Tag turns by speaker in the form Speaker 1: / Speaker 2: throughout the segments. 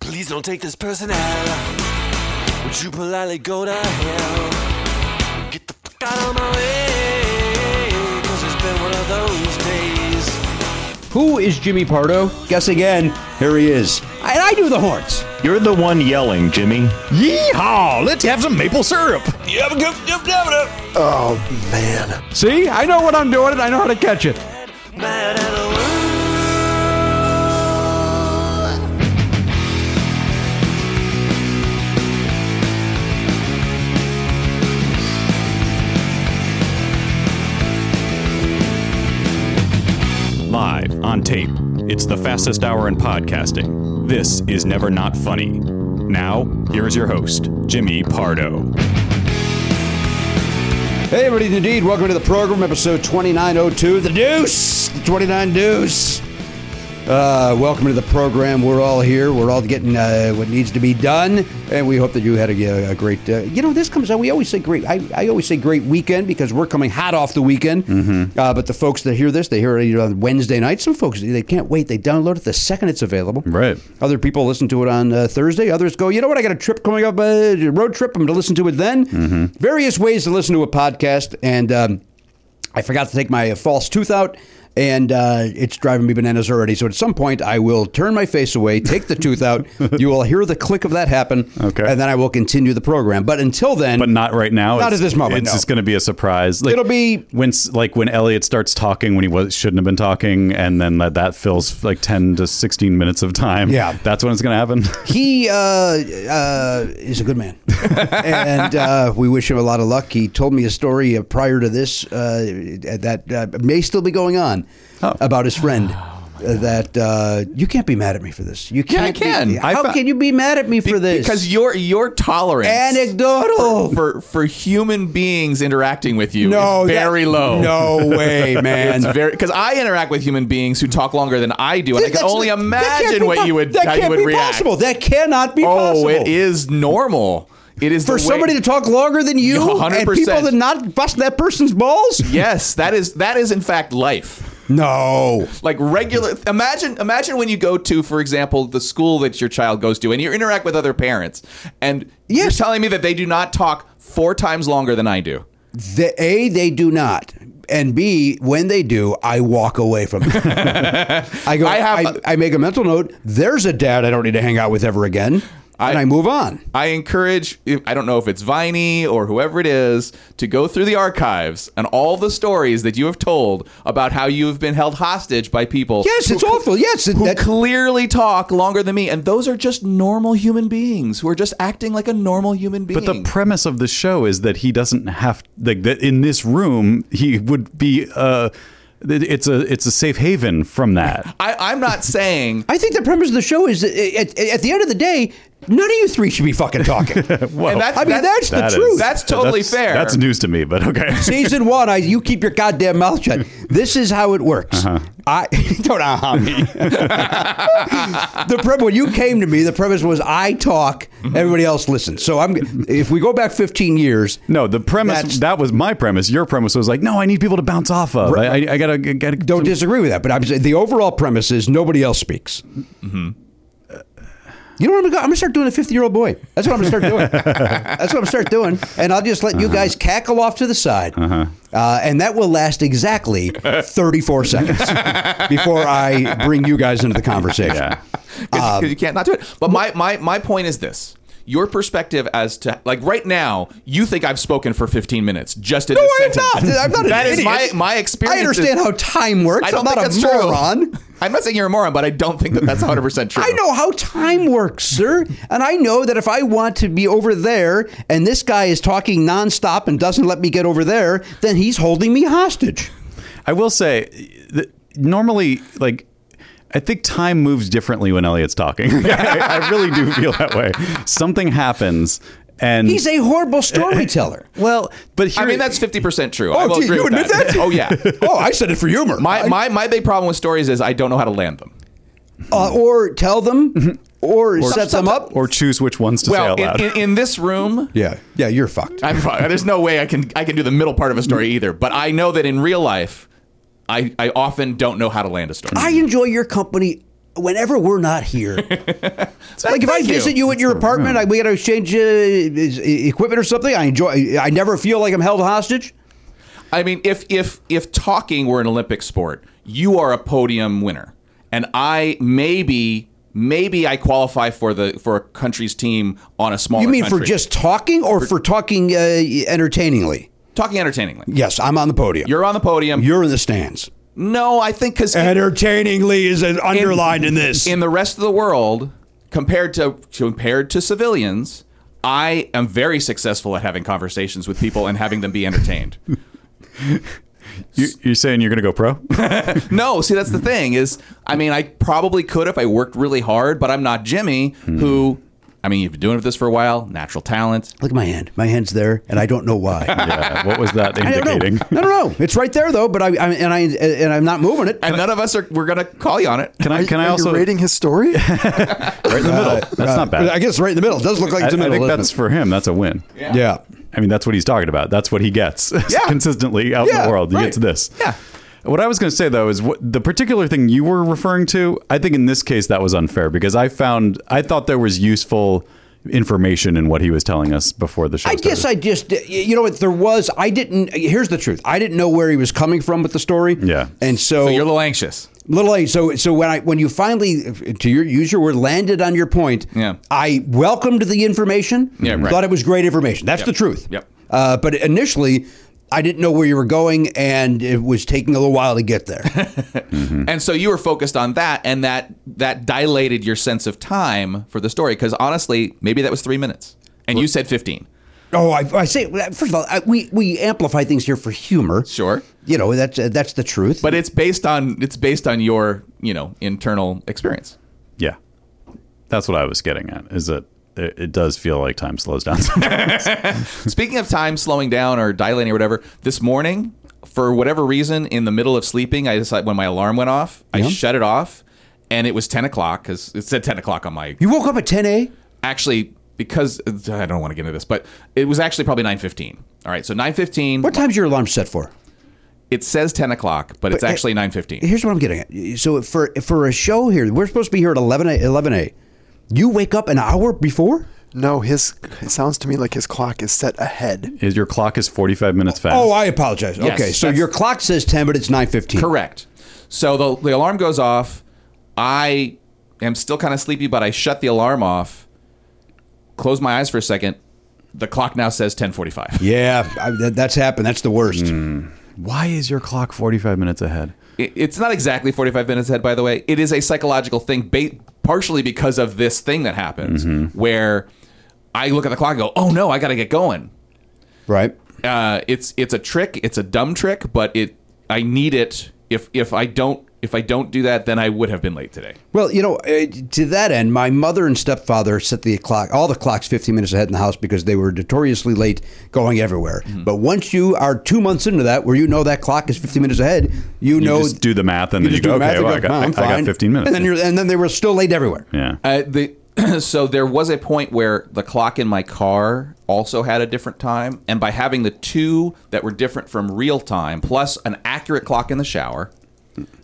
Speaker 1: Please don't take this person out. Would you politely go to hell? Get the fuck out of my way. Cause it's been one of those days.
Speaker 2: Who is Jimmy Pardo? Guess again. Here he is. And I do the horns.
Speaker 3: You're the one yelling, Jimmy.
Speaker 4: Yeehaw! Let's have some maple syrup.
Speaker 5: Oh, man.
Speaker 2: See, I know what I'm doing and I know how to catch it.
Speaker 1: Mad at the world.
Speaker 6: Live on tape. It's the fastest hour in podcasting. This is Never Not Funny. Now, here is your host, Jimmy Pardo.
Speaker 2: Hey, everybody, indeed. Welcome to the program, episode 2902, The Deuce, the 29 Deuce. Uh, welcome to the program. We're all here. We're all getting uh, what needs to be done, and we hope that you had a, a great. Uh, you know, this comes out. We always say great. I, I always say great weekend because we're coming hot off the weekend. Uh, but the folks that hear this, they hear it on Wednesday night. Some folks they can't wait. They download it the second it's available.
Speaker 6: Right.
Speaker 2: Other people listen to it on uh, Thursday. Others go, you know what? I got a trip coming up, uh, road trip. I'm going to listen to it then.
Speaker 6: Mm-hmm.
Speaker 2: Various ways to listen to a podcast, and um, I forgot to take my uh, false tooth out. And uh, it's driving me bananas already. So at some point, I will turn my face away, take the tooth out. You will hear the click of that happen,
Speaker 6: Okay.
Speaker 2: and then I will continue the program. But until then,
Speaker 6: But not right now.
Speaker 2: Not
Speaker 6: It's-
Speaker 2: at this moment,
Speaker 6: It's
Speaker 2: no.
Speaker 6: just going to be a surprise. Like,
Speaker 2: It'll be-
Speaker 6: when, s- like when Elliot starts talking when he was shouldn't have been talking, and then that, that fills like ten to sixteen minutes of time.
Speaker 2: Yeah.
Speaker 6: that's when it's going to happen.
Speaker 2: He uh, uh, is a good man, and uh, we wish him a lot of luck. He told me a story uh,
Speaker 7: Oh.
Speaker 2: prior to this uh, that uh, may still be going on about his friend that uh, you can't be mad at me for this. You
Speaker 7: Yeah, I
Speaker 2: can't. Be,
Speaker 7: can. I
Speaker 2: how
Speaker 7: fo-
Speaker 2: can you be mad at me for
Speaker 7: Be-
Speaker 2: this?
Speaker 7: Because your your tolerance
Speaker 2: anecdotal.
Speaker 7: for for human beings interacting with you
Speaker 2: no,
Speaker 7: is
Speaker 2: that-
Speaker 7: very low.
Speaker 2: No way, man.
Speaker 7: It's very because I interact with human beings who talk longer than I do, and I
Speaker 2: That's-
Speaker 7: can only
Speaker 2: that can't
Speaker 7: imagine
Speaker 2: be
Speaker 7: what
Speaker 2: po-
Speaker 7: you would
Speaker 2: That
Speaker 7: how
Speaker 2: can't
Speaker 7: you would
Speaker 2: be
Speaker 7: react.
Speaker 2: possible. That cannot be
Speaker 7: oh,
Speaker 2: possible.
Speaker 7: it is normal. It is
Speaker 2: for
Speaker 7: the way-
Speaker 2: somebody to talk longer than you and
Speaker 7: 100%.
Speaker 2: people to not bust that person's balls.
Speaker 7: Yes, that is that is in fact life.
Speaker 2: No.
Speaker 7: like regular imagine imagine when you go to for example the school that your child goes to and you interact with other parents and you're
Speaker 2: Yes.
Speaker 7: telling me that they do not talk four times longer than i do
Speaker 2: The, a, they do not. And B, when they do, I walk away from it. I go, I,
Speaker 7: I have-
Speaker 2: I, make a mental note. There's a dad I don't need to hang out with ever again.
Speaker 7: I-
Speaker 2: and I move on.
Speaker 7: i encourage i don't know if it's viney or whoever it is to go through the archives and all the stories that you have told about how you have been held hostage by people
Speaker 2: Yes, it's awful. Yes. It,
Speaker 7: who
Speaker 2: that,
Speaker 7: clearly talk longer than me and those are just normal human beings who are just acting like a normal human being
Speaker 6: But the premise of the show is that he doesn't have like that in this room he would be uh it- it's a it's a safe haven from that.
Speaker 7: I, i'm not saying
Speaker 2: I think the premise of the show is that uh, at, at the end of the day, none of you three should be fucking talking.
Speaker 7: and that's,
Speaker 2: I mean, that's the
Speaker 6: Oh, That is-
Speaker 2: truth.
Speaker 7: That's totally
Speaker 6: that's-
Speaker 7: fair.
Speaker 6: That's news to me, but okay.
Speaker 2: season one, I you keep your goddamn mouth shut. This is how it works. I don't uh me. the premise when you came to me, the premise was I talk, everybody else listens. So I'm if we go back 15 years,
Speaker 6: No, the premise
Speaker 2: That's-
Speaker 6: that was my premise. Your premise was like, no, I need people to bounce off of. I, I, I gotta, I gotta.
Speaker 2: don't disagree with that. But I'm saying the overall premise is nobody else speaks. You know what I'm gonna? go- I'm gonna start doing a 50 year old boy. That's what I'm gonna start doing. That's what I'm gonna start doing, and I'll just let you guys cackle off to the side, uh and that will last exactly 34 seconds before I bring you guys into the conversation.
Speaker 6: Yeah.
Speaker 2: Um,
Speaker 7: because you can't not do it. But my, my my point is this: your perspective as to like right now, you think I've spoken for 15 minutes just in
Speaker 2: No,
Speaker 7: this
Speaker 2: I'm not.
Speaker 7: sentence.
Speaker 2: I'm not an
Speaker 7: That is
Speaker 2: idiot.
Speaker 7: my my experience.
Speaker 2: I understand
Speaker 7: is-
Speaker 2: how time works.
Speaker 7: I
Speaker 2: am
Speaker 7: don't think
Speaker 2: not
Speaker 7: that's
Speaker 2: a moron.
Speaker 7: true. I'm not saying you're a moron, but I don't think that that's 100 percent true.
Speaker 2: I know how time works, sir. And I know that if I want to be over there and this guy is talking nonstop and doesn't let me get over there, then he's holding me hostage.
Speaker 6: I will say, that normally, like, I think time moves differently when Elliot's talking. I, I really do feel that way. Something happens, and
Speaker 2: He's a horrible storyteller.
Speaker 6: well, but here,
Speaker 7: I mean, that's 50 percent true. I
Speaker 2: Oh,
Speaker 7: will
Speaker 2: gee,
Speaker 7: agree
Speaker 2: you
Speaker 7: with
Speaker 2: admit that?
Speaker 7: Oh yeah.
Speaker 2: oh, I said it for humor.
Speaker 7: My, my my big problem with stories is I don't know how to land them.
Speaker 2: Uh, or tell them, Mm-hmm. or, set them up.
Speaker 6: or choose which ones to
Speaker 7: Well,
Speaker 6: say out loud.
Speaker 7: in, in, in this room,
Speaker 2: yeah, yeah, you're fucked.
Speaker 7: I'm fine. There's no way I can I can do the middle part of a story either. But I know that in real life, I, I often don't know how to land a story.
Speaker 2: I enjoy your company whenever we're not here. like if I
Speaker 7: Thank you.
Speaker 2: visit you at your apartment, I, we got to exchange uh, is- e-, equipment or something. I enjoy. I never feel like I'm held hostage.
Speaker 7: I mean, if if if talking were an Olympic sport, you are a podium winner, and I maybe maybe I qualify for the for a country's team on a smaller.
Speaker 2: You mean for
Speaker 7: country.
Speaker 2: just talking or for talking uh, entertainingly?
Speaker 7: talking entertainingly?
Speaker 2: Yes, I'm on the podium.
Speaker 7: You're on the podium.
Speaker 2: You're in the stands.
Speaker 7: no, I think because
Speaker 2: Entertainingly is an underlined in this.
Speaker 7: in the rest of the world compared to compared to civilians i am very successful at having conversations with people and having them be entertained
Speaker 6: you, you're saying you're gonna go pro?
Speaker 7: no see that's the
Speaker 6: Hmm.
Speaker 7: thing is i mean i probably could if i worked really hard but i'm not jimmy
Speaker 6: Hmm.
Speaker 7: who i mean you've been doing this for a while natural talent
Speaker 2: Look at my hand. My hand's there, and I don't know why.
Speaker 6: yeah. Uh, What was that
Speaker 2: I don't
Speaker 6: indicating?
Speaker 2: know. I don't know. It's right there though, but I, I and I and I'm not moving it.
Speaker 7: and none of us are we're gonna call you on it
Speaker 6: Can I? Can I
Speaker 5: Are you
Speaker 6: also
Speaker 5: rating his story?
Speaker 6: right in the middle?
Speaker 7: Uh,
Speaker 6: That's not bad.
Speaker 2: I
Speaker 6: I,
Speaker 2: guess it's right in the middle. It does look like it's in the
Speaker 6: I
Speaker 2: middle.
Speaker 6: think
Speaker 2: doesn't
Speaker 6: that's for him. That's a win.
Speaker 2: it? yeah.
Speaker 6: I mean, that's what he's talking about. That's what he gets consistently out in
Speaker 2: Yeah,
Speaker 6: the world. He
Speaker 2: right.
Speaker 6: gets this.
Speaker 2: Yeah.
Speaker 6: What I was going to say though is what, the particular thing you were referring to. I think in this case that was unfair because I found I thought there was useful information in what he was telling us before the show.
Speaker 2: I guess I just, you know what, there was, I didn't, here's the truth. I didn't know where he was coming from with the story.
Speaker 6: Yeah.
Speaker 2: And so,
Speaker 7: so you're a little anxious
Speaker 2: little A, so, so when I, when you finally, to your, use your word, landed on your point,
Speaker 7: Yeah.
Speaker 2: I welcomed the information.
Speaker 7: Yeah, right.
Speaker 2: Thought it was great information. That's the truth.
Speaker 7: Yep.
Speaker 2: Uh, but initially, I didn't know where you were going and it was taking a little while to get there.
Speaker 6: Hmm.
Speaker 7: And so you were focused on that, and that that dilated your sense of time for the story. Because honestly, maybe that was three minutes, and you said fifteen.
Speaker 2: Oh, I, I say. First of all, I, we we amplify things here for humor.
Speaker 7: Sure.
Speaker 2: You know that's uh, that's the truth.
Speaker 7: But it's based on it's based on your you know internal experience.
Speaker 6: Yeah, that's what I was getting at. Is that it, it does feel like time slows down.
Speaker 7: Speaking of time slowing down or dilating or whatever, this morning, for whatever reason, in the middle of sleeping, I decided when my alarm went off, I shut it off, and it was ten o'clock because it said ten o'clock on my
Speaker 2: you woke up at 10 a.
Speaker 7: actually because I don't want to get into this, but it was actually probably nine fifteen. All right, so nine fifteen.
Speaker 2: What time's your alarm set for?
Speaker 7: It says ten o'clock, but, it's
Speaker 2: But, uh,
Speaker 7: actually nine fifteen.
Speaker 2: Here's what I'm getting at. So for for a show here, we're supposed to be here at 11 a. 11 a. You wake up an hour before.
Speaker 8: No, his it sounds to me like his clock is set ahead.
Speaker 6: is your clock is forty five minutes fast?
Speaker 2: Oh, I apologize.
Speaker 7: Yes,
Speaker 2: okay, so
Speaker 7: that's-
Speaker 2: your clock says 10, but it's 9:15.
Speaker 7: Correct. So the the alarm goes off. I am still kind of sleepy, but I shut the alarm off. Close my eyes for a second. The clock now says ten forty five.
Speaker 2: Yeah, I, that, that's happened. That's the worst.
Speaker 6: Hmm. Why is your clock forty five minutes ahead?
Speaker 7: It- It's not exactly 45 minutes ahead, by the way. It is a psychological thing, ba- partially because of this thing that happens where I look at the clock and go, oh no, I got to get going.
Speaker 2: Right.
Speaker 7: Uh, it's it's a trick. It's a dumb trick, but it I need it. If if I don't if I don't do that, then I would have been late today.
Speaker 2: Well, you know, uh, to that end, my mother and stepfather set the clock, all the clocks 15 minutes ahead in the house because they were notoriously late going everywhere.
Speaker 6: Hmm.
Speaker 2: But once you are two months into that, where you know that clock is 15 minutes ahead, you,
Speaker 6: You
Speaker 2: know.
Speaker 6: just do the math, and
Speaker 2: you
Speaker 6: then you
Speaker 2: just
Speaker 6: go,
Speaker 2: do the math
Speaker 6: okay,
Speaker 2: and
Speaker 6: well,
Speaker 2: go,
Speaker 6: I got,
Speaker 2: "Huh,
Speaker 6: I,
Speaker 2: I'm
Speaker 6: I got
Speaker 2: fine."
Speaker 6: fifteen minutes.
Speaker 2: And then, you're, and then they were still late everywhere.
Speaker 6: yeah.
Speaker 7: Uh, the so there was a point where the clock in my car also had a different time, and by having the two that were different from real time plus an accurate clock in the shower,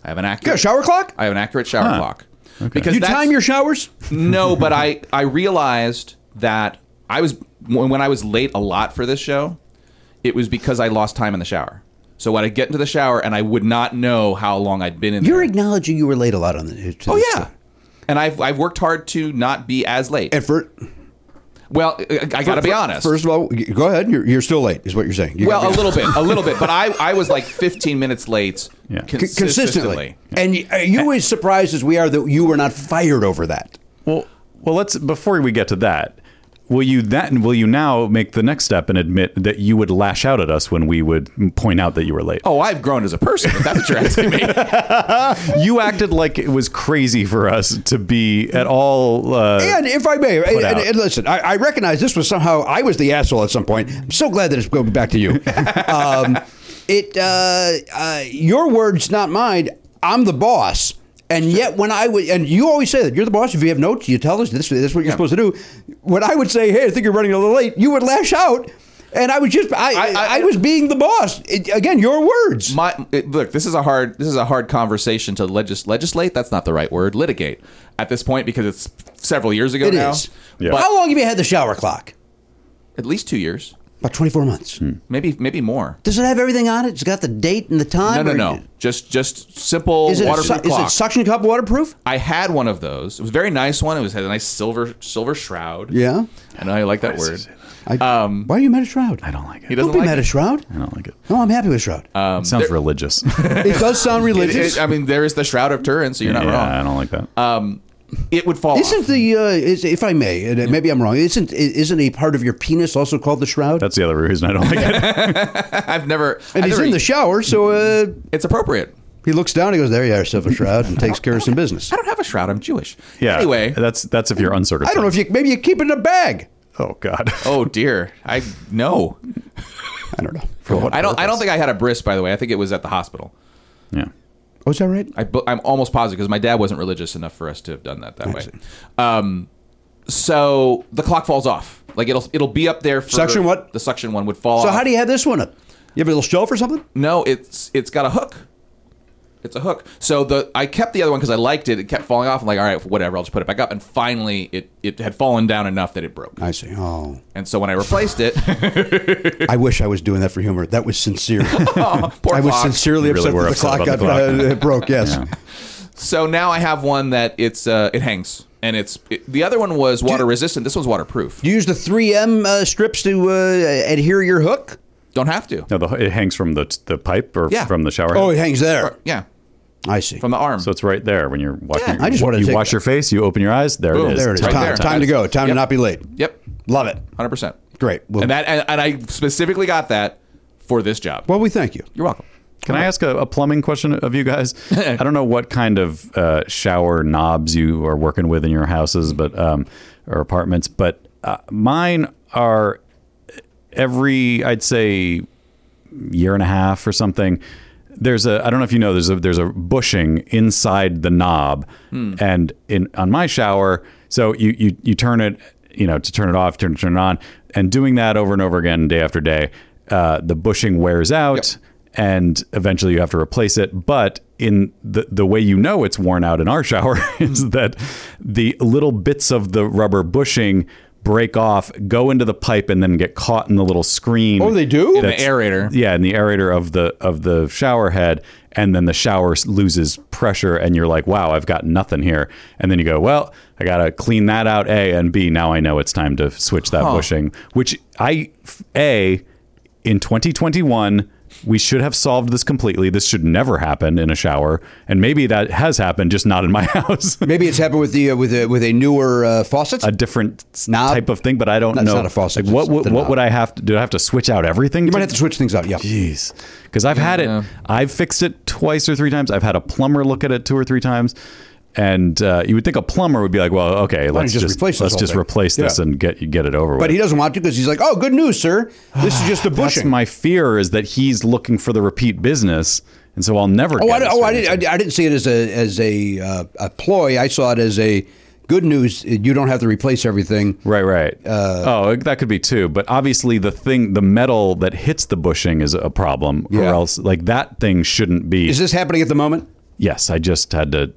Speaker 7: I have
Speaker 2: Got
Speaker 7: an
Speaker 2: a
Speaker 7: accurate
Speaker 2: shower clock?
Speaker 7: I have an accurate shower clock. Because
Speaker 2: You
Speaker 7: that's-
Speaker 2: time your showers?
Speaker 7: no, but I I realized that I was when when I was late a lot for this show, it was because I lost time in the shower. So when I get into the shower and I would not know how long I'd been in
Speaker 2: You're
Speaker 7: there.
Speaker 2: acknowledging you were late a lot on the. to
Speaker 7: oh
Speaker 2: this
Speaker 7: yeah.
Speaker 2: show.
Speaker 7: And I've, I've worked hard to not be as late.
Speaker 2: Effort.
Speaker 7: well, I- I, got to be honest.
Speaker 2: First of all, go ahead. You're, you're still late, is what you're saying. You
Speaker 7: well,
Speaker 2: gotta
Speaker 7: a
Speaker 2: be-
Speaker 7: little bit, a little bit, but I, I was like 15 minutes late
Speaker 6: Yeah.
Speaker 2: C-
Speaker 7: consistently.
Speaker 2: consistently. And you, uh, you as surprised as we are that you were not fired over that.
Speaker 6: Well, well, let's before we get to that. Will you that will you now make the next step and admit that you would lash out at us when we would point out that you were late?
Speaker 7: Oh, I've grown as a person. If that's what you're asking me.
Speaker 6: You acted like it was crazy for us to be at all. Uh,
Speaker 2: And if I may, and,
Speaker 6: out.
Speaker 2: and listen, I, I recognize this was somehow I was the asshole at some point. I'm so glad that it's going back to you. um, it uh, uh, your words, not mine. I'm the boss, and yet when I would, and you always say that you're the boss. If you have notes, you tell us this. This is what you're supposed to do. When I would say, "Hey, I think you're running a little late," you would lash out. And I was just, I, I,
Speaker 7: I-
Speaker 2: was being the boss. It, again, your words.
Speaker 7: my it- look this is a hard this is a hard conversation to legis- legislate that's not the right word litigate at this point because it's several years ago
Speaker 2: It
Speaker 7: now
Speaker 2: is.
Speaker 6: Yeah.
Speaker 7: but
Speaker 2: How long have you had the shower clock?
Speaker 7: at least two years
Speaker 2: About 24 months.
Speaker 7: maybe maybe more
Speaker 2: Does it have everything on it? It's got the date and the
Speaker 7: no
Speaker 2: time?
Speaker 7: no
Speaker 2: or-
Speaker 7: no just just simple
Speaker 2: Is it, a,
Speaker 7: waterproof
Speaker 2: su- is
Speaker 7: clock
Speaker 2: it suction cup waterproof?
Speaker 7: i had one of those it was a very nice one it was had a nice silver silver shroud
Speaker 2: Yeah.
Speaker 7: i know you like that word
Speaker 2: I, why are you mad at Shroud?
Speaker 6: I don't like it. Uh,
Speaker 7: he
Speaker 2: Don't
Speaker 7: doesn't
Speaker 2: be
Speaker 7: like
Speaker 2: mad
Speaker 7: it.
Speaker 2: at Shroud.
Speaker 6: I don't like it.
Speaker 2: No, I'm happy with Shroud.
Speaker 6: it sounds religious.
Speaker 2: it does sound
Speaker 7: It-
Speaker 2: religious.
Speaker 7: it- i mean there is the shroud of turin so you're not
Speaker 6: yeah, I
Speaker 7: wrong
Speaker 6: don't like that.
Speaker 7: it would fall off.
Speaker 2: isn't the uh, is, if I may, and uh, maybe I'm wrong. Isn't i- isn't a part of your penis also called the shroud?
Speaker 6: That's the other reason I don't like it.
Speaker 7: i've never
Speaker 2: and
Speaker 7: I've
Speaker 2: he's
Speaker 7: never-
Speaker 2: in the shower, so uh,
Speaker 7: it's appropriate
Speaker 2: he looks down. He goes, "There you are, yourself a shroud," and takes care of some business.
Speaker 7: i don't have a shroud i'm jewish
Speaker 6: Yeah.
Speaker 7: anyway
Speaker 6: that's that's if you're uncircumcised.
Speaker 2: I don't know if you maybe you keep it in a bag.
Speaker 6: Oh God.
Speaker 7: Oh dear, I no.
Speaker 2: I don't know.
Speaker 7: I don't. I don't think I had a bris. By the way, I think it was at the hospital.
Speaker 6: Yeah.
Speaker 2: Oh, is that right?
Speaker 7: I, bu- I'm almost positive because my dad wasn't religious enough for us to have done that that way. Um, so the clock falls off. Like it'll it'll be up there. for
Speaker 2: Suction what?
Speaker 7: The suction one would fall.
Speaker 2: So
Speaker 7: off.
Speaker 2: how do you have this one up? You have a little shelf or something?
Speaker 7: No, it's it's got a hook. It's a hook. So the I kept the other one because I liked it. It kept falling off. I'm like, all right, whatever. I'll just put it back up. And finally, it it had fallen down enough that it broke.
Speaker 2: I see. Oh,
Speaker 7: And so when I replaced it,
Speaker 2: I wish I was doing that for humor. That was sincere.
Speaker 7: poor
Speaker 2: I was
Speaker 7: clock.
Speaker 2: sincerely
Speaker 6: You really
Speaker 2: upset
Speaker 6: were
Speaker 2: that the
Speaker 6: upset
Speaker 2: clock
Speaker 6: about
Speaker 2: got
Speaker 6: the
Speaker 2: uh,
Speaker 6: clock.
Speaker 2: it broke. Yes.
Speaker 6: Yeah.
Speaker 7: So now I have one that it's uh, it hangs and it's it, the other one was water resistant. This one's waterproof.
Speaker 2: Do you use the 3M uh, strips to uh, adhere your hook?
Speaker 7: Don't have to.
Speaker 6: No, the, it hangs from the the pipe or
Speaker 7: Yeah.
Speaker 6: from the shower.
Speaker 2: Oh,
Speaker 6: head.
Speaker 2: it hangs there.
Speaker 7: Yeah,
Speaker 2: I see.
Speaker 7: from the arm.
Speaker 6: So it's right there when you're washing.
Speaker 2: Yeah,
Speaker 6: your,
Speaker 2: I just
Speaker 6: you
Speaker 2: wanted to take
Speaker 6: wash
Speaker 2: that.
Speaker 6: your face, you open your eyes. There it
Speaker 7: Boom.
Speaker 6: is.
Speaker 2: there it is.
Speaker 7: Right
Speaker 2: time,
Speaker 7: there.
Speaker 2: time to go. Time to
Speaker 7: Yep.
Speaker 2: not be late.
Speaker 7: yep,
Speaker 2: Love it.
Speaker 7: hundred percent.
Speaker 2: Great. Well,
Speaker 7: and that and, and I specifically got that for this job.
Speaker 2: well, we thank you.
Speaker 7: You're welcome.
Speaker 6: Can I ask a, a plumbing question of you guys? I don't know what kind of uh, shower knobs you are working with in your houses, but um, or apartments, but uh, mine are every I'd say year and a half or something. There's a I don't know if you know there's a there's a bushing inside the knob,
Speaker 2: Hmm.
Speaker 6: and in on my shower, so you you you turn it you know to turn it off, turn turn it on, and doing that over and over again day after day, uh, the bushing wears out. And eventually, you have to replace it. But in the the way you know it's worn out in our shower
Speaker 2: Hmm.
Speaker 6: is that the little bits of the rubber bushing break off, go into the pipe, and then get caught in the little screen.
Speaker 2: Oh, they do? In
Speaker 7: the
Speaker 6: that's-
Speaker 7: aerator.
Speaker 6: yeah, in the aerator of the of the shower head, and then the shower s- loses pressure, and you're like, "Wow, I've got nothing here." And then you go, "Well, I gotta clean that out." A and B. Now I know it's time to switch that bushing. Which I f- a in 2021 we should have solved this completely. This should never happen in a shower, and maybe that has happened, just not in my house.
Speaker 2: Maybe it's happened with the uh, with a, with a newer uh, faucet.
Speaker 6: a different s-
Speaker 2: Knob?
Speaker 6: type of thing, but I don't
Speaker 2: No, it's
Speaker 6: know.
Speaker 2: not a faucet,
Speaker 6: Like, what
Speaker 2: it's
Speaker 6: what,
Speaker 2: the
Speaker 6: what
Speaker 2: knob.
Speaker 6: would I have to do? I have to switch out everything.
Speaker 2: you might have to switch things up. Yeah.
Speaker 6: Jeez, because I've had it. I've fixed it twice or three times. I've had a plumber look at it two or three times, and uh, you would think a plumber would be like, "Well, okay, let's
Speaker 2: just
Speaker 6: just,
Speaker 2: replace this
Speaker 6: let's
Speaker 2: whole
Speaker 6: just
Speaker 2: thing?
Speaker 6: replace this
Speaker 2: Yeah.
Speaker 6: and get get it over
Speaker 2: But he
Speaker 6: with." Ah,
Speaker 2: doesn't want to because he's like, oh, good news, sir. This is just a bushing.
Speaker 6: That's my fear is that he's looking for the repeat business, and so I'll never.
Speaker 2: Oh,
Speaker 6: get
Speaker 2: I,
Speaker 6: his
Speaker 2: oh, I
Speaker 6: service.
Speaker 2: didn't. I, I didn't see it as a as a uh, a ploy. I saw it as a good news. You don't have to replace everything.
Speaker 6: Right, right.
Speaker 2: Uh,
Speaker 6: oh, that could be too. But obviously, the thing, the metal that hits the bushing is a problem, or
Speaker 2: Yeah.
Speaker 6: else like that thing shouldn't be.
Speaker 2: Is this happening at the moment?
Speaker 6: yes, I just had to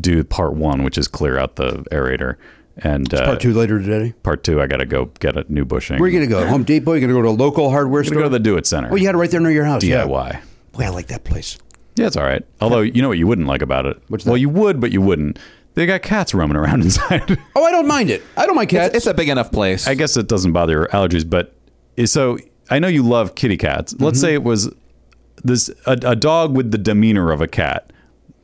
Speaker 6: do part one, which is clear out the aerator, and uh,
Speaker 2: Part two later today.
Speaker 6: part two, I got to go get a new bushing.
Speaker 2: Where are you going to go? Home Depot. You're going to go to a local hardware
Speaker 6: Gonna
Speaker 2: store.
Speaker 6: go to the Do It Center.
Speaker 2: Oh, you had it right there near your house. yeah.
Speaker 6: DIY. Yeah.
Speaker 2: Boy, I like that place.
Speaker 6: it's all right. Although you know what you wouldn't like about it.
Speaker 2: What's
Speaker 6: Well,
Speaker 2: that?
Speaker 6: you would, but you wouldn't. They got cats roaming around inside.
Speaker 2: Oh, I don't mind it. I don't mind cats.
Speaker 7: It's, it's a big enough place.
Speaker 6: I guess it doesn't bother your allergies, but so I know you love kitty cats. Let's
Speaker 2: Mm-hmm.
Speaker 6: say it was this a, a dog with the demeanor of a cat.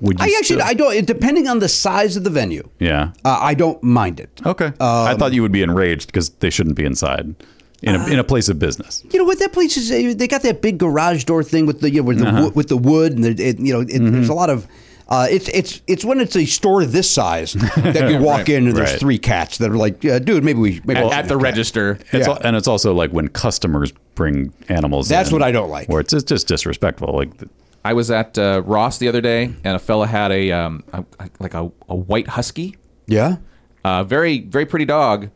Speaker 6: Would you
Speaker 2: I actually,
Speaker 6: still-
Speaker 2: I don't. It, depending on the size of the venue,
Speaker 6: yeah.
Speaker 2: uh, I don't mind it.
Speaker 6: Okay. I
Speaker 2: Um,
Speaker 6: thought you would be enraged because they shouldn't be inside in
Speaker 2: uh,
Speaker 6: a, in a place of business.
Speaker 2: You know what that place is? uh, They got that big garage door thing with the you know, with, the wo- with the wood and the, it, you know it, there's a lot of. Uh, it's it's it's when it's a store this size that you walk in and there's
Speaker 6: Right.
Speaker 2: three cats that are like, yeah, dude, maybe we maybe
Speaker 7: at,
Speaker 2: we'll-
Speaker 7: at the register.
Speaker 6: It's
Speaker 2: Yeah.
Speaker 6: al- and it's also like when customers bring animals.
Speaker 2: That's
Speaker 6: in,
Speaker 2: what I don't like.
Speaker 6: Where it's, it's just disrespectful. Like th-
Speaker 7: I was at uh, Ross the other day, and a fella had a, um, a a- like a, a white husky,
Speaker 2: yeah.
Speaker 7: uh, very very pretty dog.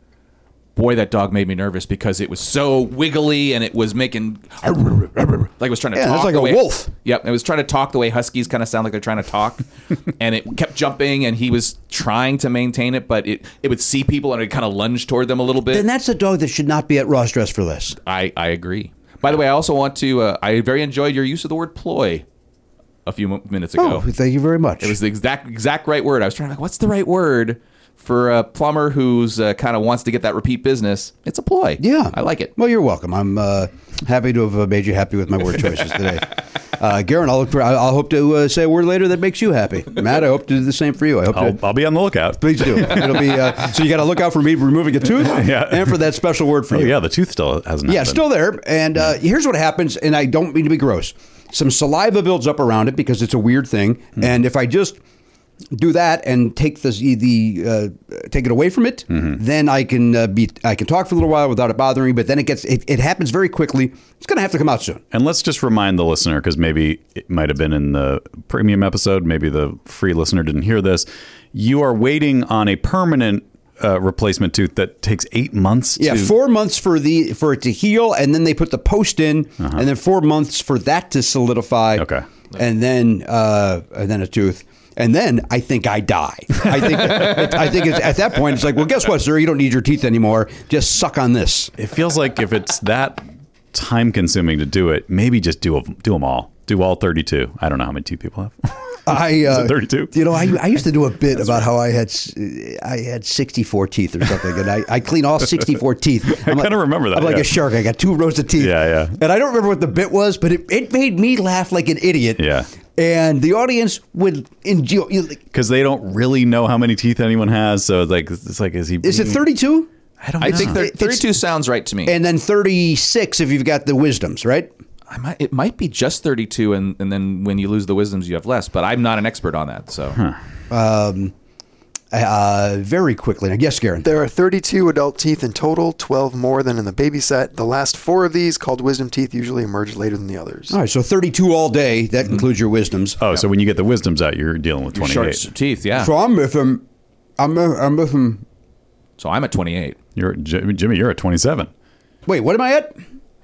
Speaker 7: Boy, that dog made me nervous because it was so wiggly and it was making like it was trying to
Speaker 2: Yeah,
Speaker 7: talk.
Speaker 2: it's like
Speaker 7: the
Speaker 2: a
Speaker 7: way-
Speaker 2: wolf.
Speaker 7: Yep, it was trying to talk the way huskies kind of sound like they're trying to talk, and it kept jumping. And he was trying to maintain it, but it it would see people and it kind of lunge toward them a little bit.
Speaker 2: Then that's a dog that should not be at Ross Dress for Less.
Speaker 7: I, I agree. By the way, I also want to. Uh, I very enjoyed your use of the word ploy a few mo- minutes
Speaker 2: Oh,
Speaker 7: ago.
Speaker 2: thank you very much.
Speaker 7: it was the exact exact right word. I was trying to like, what's the right word for a plumber who's uh, kind of wants to get that repeat business? It's a ploy.
Speaker 2: yeah,
Speaker 7: I like it.
Speaker 2: Well, you're welcome. I'm uh, happy to have uh, made you happy with my word choices today. Uh, Garen, I'll look for. I- I'll hope to uh, say a word later that makes you happy. Matt, I hope to do the same for you. I hope.
Speaker 6: I'll,
Speaker 2: to,
Speaker 6: I'll be on the lookout.
Speaker 2: Please do. It'll be uh, so. You got to look out for me removing a tooth,
Speaker 6: Yeah.
Speaker 2: and for that special word for
Speaker 6: Oh
Speaker 2: you.
Speaker 6: yeah, the tooth still hasn't.
Speaker 2: Yeah,
Speaker 6: happened.
Speaker 2: still there. And uh, here's what happens, and I don't mean to be gross. Some saliva builds up around it because it's a weird thing. And if I just do that and take this, the uh, take it away from it, then I can uh, be I can talk for a little while without it bothering me. But then it gets it, it happens very quickly. It's going to have to come out soon.
Speaker 6: And let's just remind the listener, because maybe it might have been in the premium episode, maybe the free listener didn't hear this. You are waiting on a permanent uh, replacement tooth that takes eight months.
Speaker 2: Yeah,
Speaker 6: to,
Speaker 2: four months for the for it to heal, and then they put the post in, and then four months for that to solidify.
Speaker 6: Uh-huh. Okay.
Speaker 2: and then uh, and then a tooth, and then I think I die. I think I think it's, at that point it's like, well, guess what, sir? You don't need your teeth anymore. Just suck on this.
Speaker 6: It feels like if it's that time consuming to do it, maybe just do a, do them all. Do all thirty-two. I don't know how many teeth people have.
Speaker 2: I uh,
Speaker 6: it 32?
Speaker 2: You know, I, I used to do a bit about how I had s- I had sixty four teeth or something, and I, I clean all sixty four teeth. I'm
Speaker 6: kinda remember that,
Speaker 2: I'm like
Speaker 6: yeah.
Speaker 2: a shark. I got two rows of teeth.
Speaker 6: Yeah, yeah.
Speaker 2: And I don't remember what the bit was, but it, it made me laugh like an idiot.
Speaker 6: Yeah.
Speaker 2: And the audience would enjoy. you know, like,
Speaker 6: because they don't really know how many teeth anyone has. So it's like it's like is he?
Speaker 2: Is it
Speaker 6: being-
Speaker 2: thirty two?
Speaker 6: I don't.
Speaker 7: I
Speaker 6: know.
Speaker 7: think thir-
Speaker 2: It's-
Speaker 7: 32 sounds right to me.
Speaker 2: and then 36 if you've got the wisdoms, right?
Speaker 7: I might, it might be just 32, and, and then when you lose the wisdoms, you have less. But I'm not an expert on that, so
Speaker 2: Uh, very quickly. Now, yes, Garen.
Speaker 8: There are 32 adult teeth in total, 12 more than in the baby set. The last four of these, called wisdom teeth, usually emerge later than the others.
Speaker 2: All right, so 32 all day. That includes your wisdoms.
Speaker 6: Mm-hmm. Oh, so when you get the wisdoms out, you're dealing with
Speaker 7: Sharks
Speaker 6: 28.
Speaker 7: teeth. Yeah.
Speaker 2: So I'm with him. I'm, I'm with him.
Speaker 7: So I'm at 28.
Speaker 6: You're Jim- Jimmy. You're at 27.
Speaker 2: Wait, what am I at?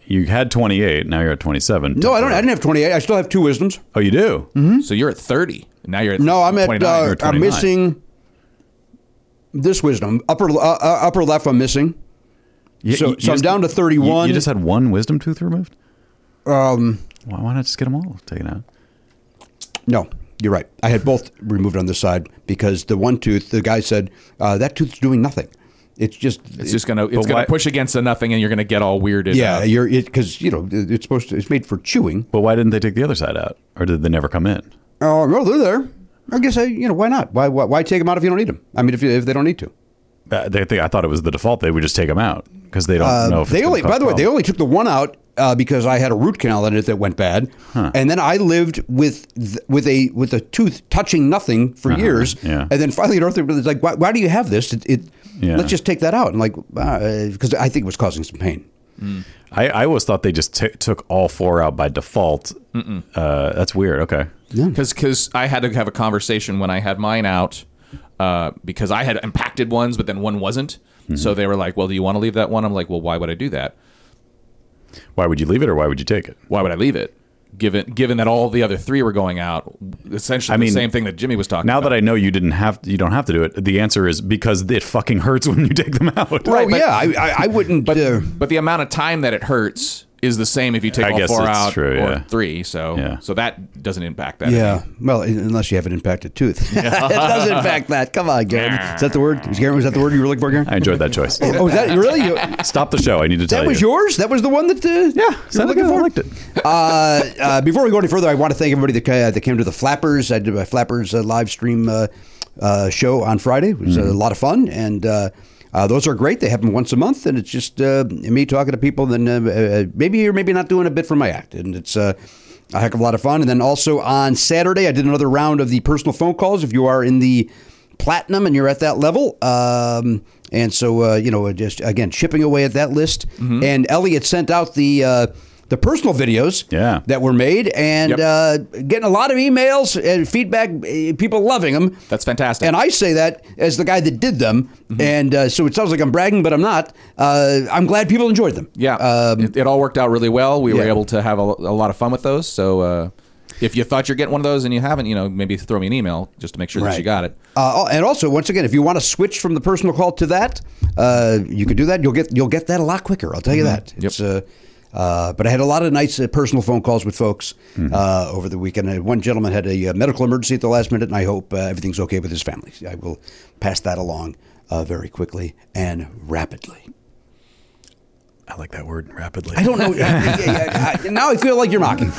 Speaker 6: You had 28. Now you're at 27.
Speaker 2: No, I don't. I didn't have 28. I still have two wisdoms.
Speaker 6: Oh, you do.
Speaker 7: So you're at 30. Now you're Mm-hmm. at
Speaker 2: No, I'm at.
Speaker 7: 29.
Speaker 2: Uh,
Speaker 6: or
Speaker 2: I'm
Speaker 6: 29.
Speaker 2: missing this wisdom. Upper uh, uh, upper left. I'm missing.
Speaker 6: You-
Speaker 2: So-
Speaker 6: you- you
Speaker 2: so I'm
Speaker 6: just-
Speaker 2: down to
Speaker 6: You,
Speaker 2: 31.
Speaker 6: you just had one wisdom tooth removed.
Speaker 2: Um,
Speaker 6: Why, why not just get them all taken out?
Speaker 2: no, you're right. I had both removed on this side because the one tooth. The guy said uh, that tooth's doing nothing. It's just.
Speaker 7: it's just gonna it's gonna
Speaker 6: why-
Speaker 7: push against the nothing, and you're gonna get all weirded.
Speaker 2: yeah,
Speaker 7: out.
Speaker 2: you're because you know it's supposed to. It's made for chewing.
Speaker 6: But why didn't they take the other side out, or did they never come in?
Speaker 2: Oh no, they're there. I guess I. You know why not? Why why, why take them out if you don't need them? I mean, if you, if they don't need to.
Speaker 6: Uh, they think I thought it was the default. They would just take them out because they don't know. If
Speaker 2: Uh, they
Speaker 6: it's
Speaker 2: only,
Speaker 6: gonna
Speaker 2: by the way,
Speaker 6: cause
Speaker 2: they
Speaker 6: problems.
Speaker 2: only took the one out uh, because I had a root canal in it that went bad, and then I lived with th- with a with a tooth touching nothing for years,
Speaker 6: Uh-huh. yeah.
Speaker 2: and then finally an orthopedist was like, why, "Why do you have this? It, it
Speaker 6: Yeah.
Speaker 2: let's just take that out." And like, because I think it was causing some pain.
Speaker 6: I, I always thought they just t- took all four out by default. Uh, that's weird. Okay.
Speaker 7: because because I had to have a conversation when I had mine out uh, because I had impacted ones, but then one wasn't.
Speaker 6: Mm-hmm.
Speaker 7: So they were like, "Well, do you want to leave that one?" I'm like, "Well, why would I do that?
Speaker 6: Why would you leave it, or why would you take it?
Speaker 7: Why would I leave it?" Given given that all the other three were going out, essentially
Speaker 6: I
Speaker 7: the
Speaker 6: mean,
Speaker 7: same thing that Jimmy was talking
Speaker 6: Now
Speaker 7: about.
Speaker 6: that I know you didn't have, you don't have to do it. The answer is because it fucking hurts when you take them out.
Speaker 2: Right? Oh, yeah, I, I, I wouldn't. But, uh,
Speaker 7: but the amount of time that it hurts is the same if you take
Speaker 6: I
Speaker 7: all
Speaker 6: guess
Speaker 7: four
Speaker 6: that's
Speaker 7: out
Speaker 6: true,
Speaker 7: or
Speaker 6: yeah.
Speaker 7: three. So
Speaker 6: Yeah.
Speaker 7: so that doesn't impact that.
Speaker 2: yeah, well, un- unless you have an impacted tooth, it does impact that. Come on, Garen. Is that the word? Is, Garen, was that the word you were looking for, Garen?
Speaker 6: I enjoyed that choice.
Speaker 2: oh, is that really? You-
Speaker 6: Stop the show. I need to tell
Speaker 2: That
Speaker 6: you.
Speaker 2: was yours. That was the one that uh,
Speaker 6: Yeah,
Speaker 2: you were
Speaker 6: sounded
Speaker 2: looking
Speaker 6: good. I
Speaker 2: for.
Speaker 6: liked it.
Speaker 2: uh, uh, before we go any further, I want to thank everybody that, ca- that came to the Flappers. I did my Flappers uh, live stream uh, uh, show on Friday. It was a lot of fun, and uh, uh, those are great. They happen once a month, and it's just uh, me talking to people. Then uh, uh, maybe or maybe not doing a bit from my act, and it's. Uh, a heck of a lot of fun. And then also on Saturday, I did another round of the personal phone calls. If you are in the platinum and you're at that level. Um, and so, uh, you know, just again, chipping away at that list.
Speaker 7: Mm-hmm.
Speaker 2: And Elliot sent out the uh, the personal videos
Speaker 6: Yeah.
Speaker 2: that were made and
Speaker 7: Yep.
Speaker 2: uh, getting a lot of emails and feedback, eh, people loving them.
Speaker 7: That's fantastic. Mm-hmm.
Speaker 2: And I say that as the guy that did them. And uh, so it sounds like I'm bragging, but I'm not. Uh, I'm glad people enjoyed them.
Speaker 7: Yeah,
Speaker 2: Um,
Speaker 7: it, it all worked out really well. We were
Speaker 2: yeah.
Speaker 7: able to have a, a lot of fun with those. So uh, if you thought you're getting one of those and you haven't, you know, maybe throw me an email just to make sure that you
Speaker 2: Right.
Speaker 7: got it.
Speaker 2: Uh, oh, and also, once again, if you want to switch from the personal call to that, uh, you can do that. You'll get you'll get that a lot quicker. I'll tell you that.
Speaker 6: Mm-hmm.
Speaker 2: It's, uh, uh, but I had a lot of nice uh, personal phone calls with folks
Speaker 6: Mm-hmm.
Speaker 2: uh, over the weekend. And one gentleman had a uh, medical emergency at the last minute, and I hope uh, everything's okay with his family. I will pass that along uh, very quickly and rapidly.
Speaker 6: I like that word rapidly.
Speaker 2: I don't know. yeah, yeah, I- now I feel like you're mocking.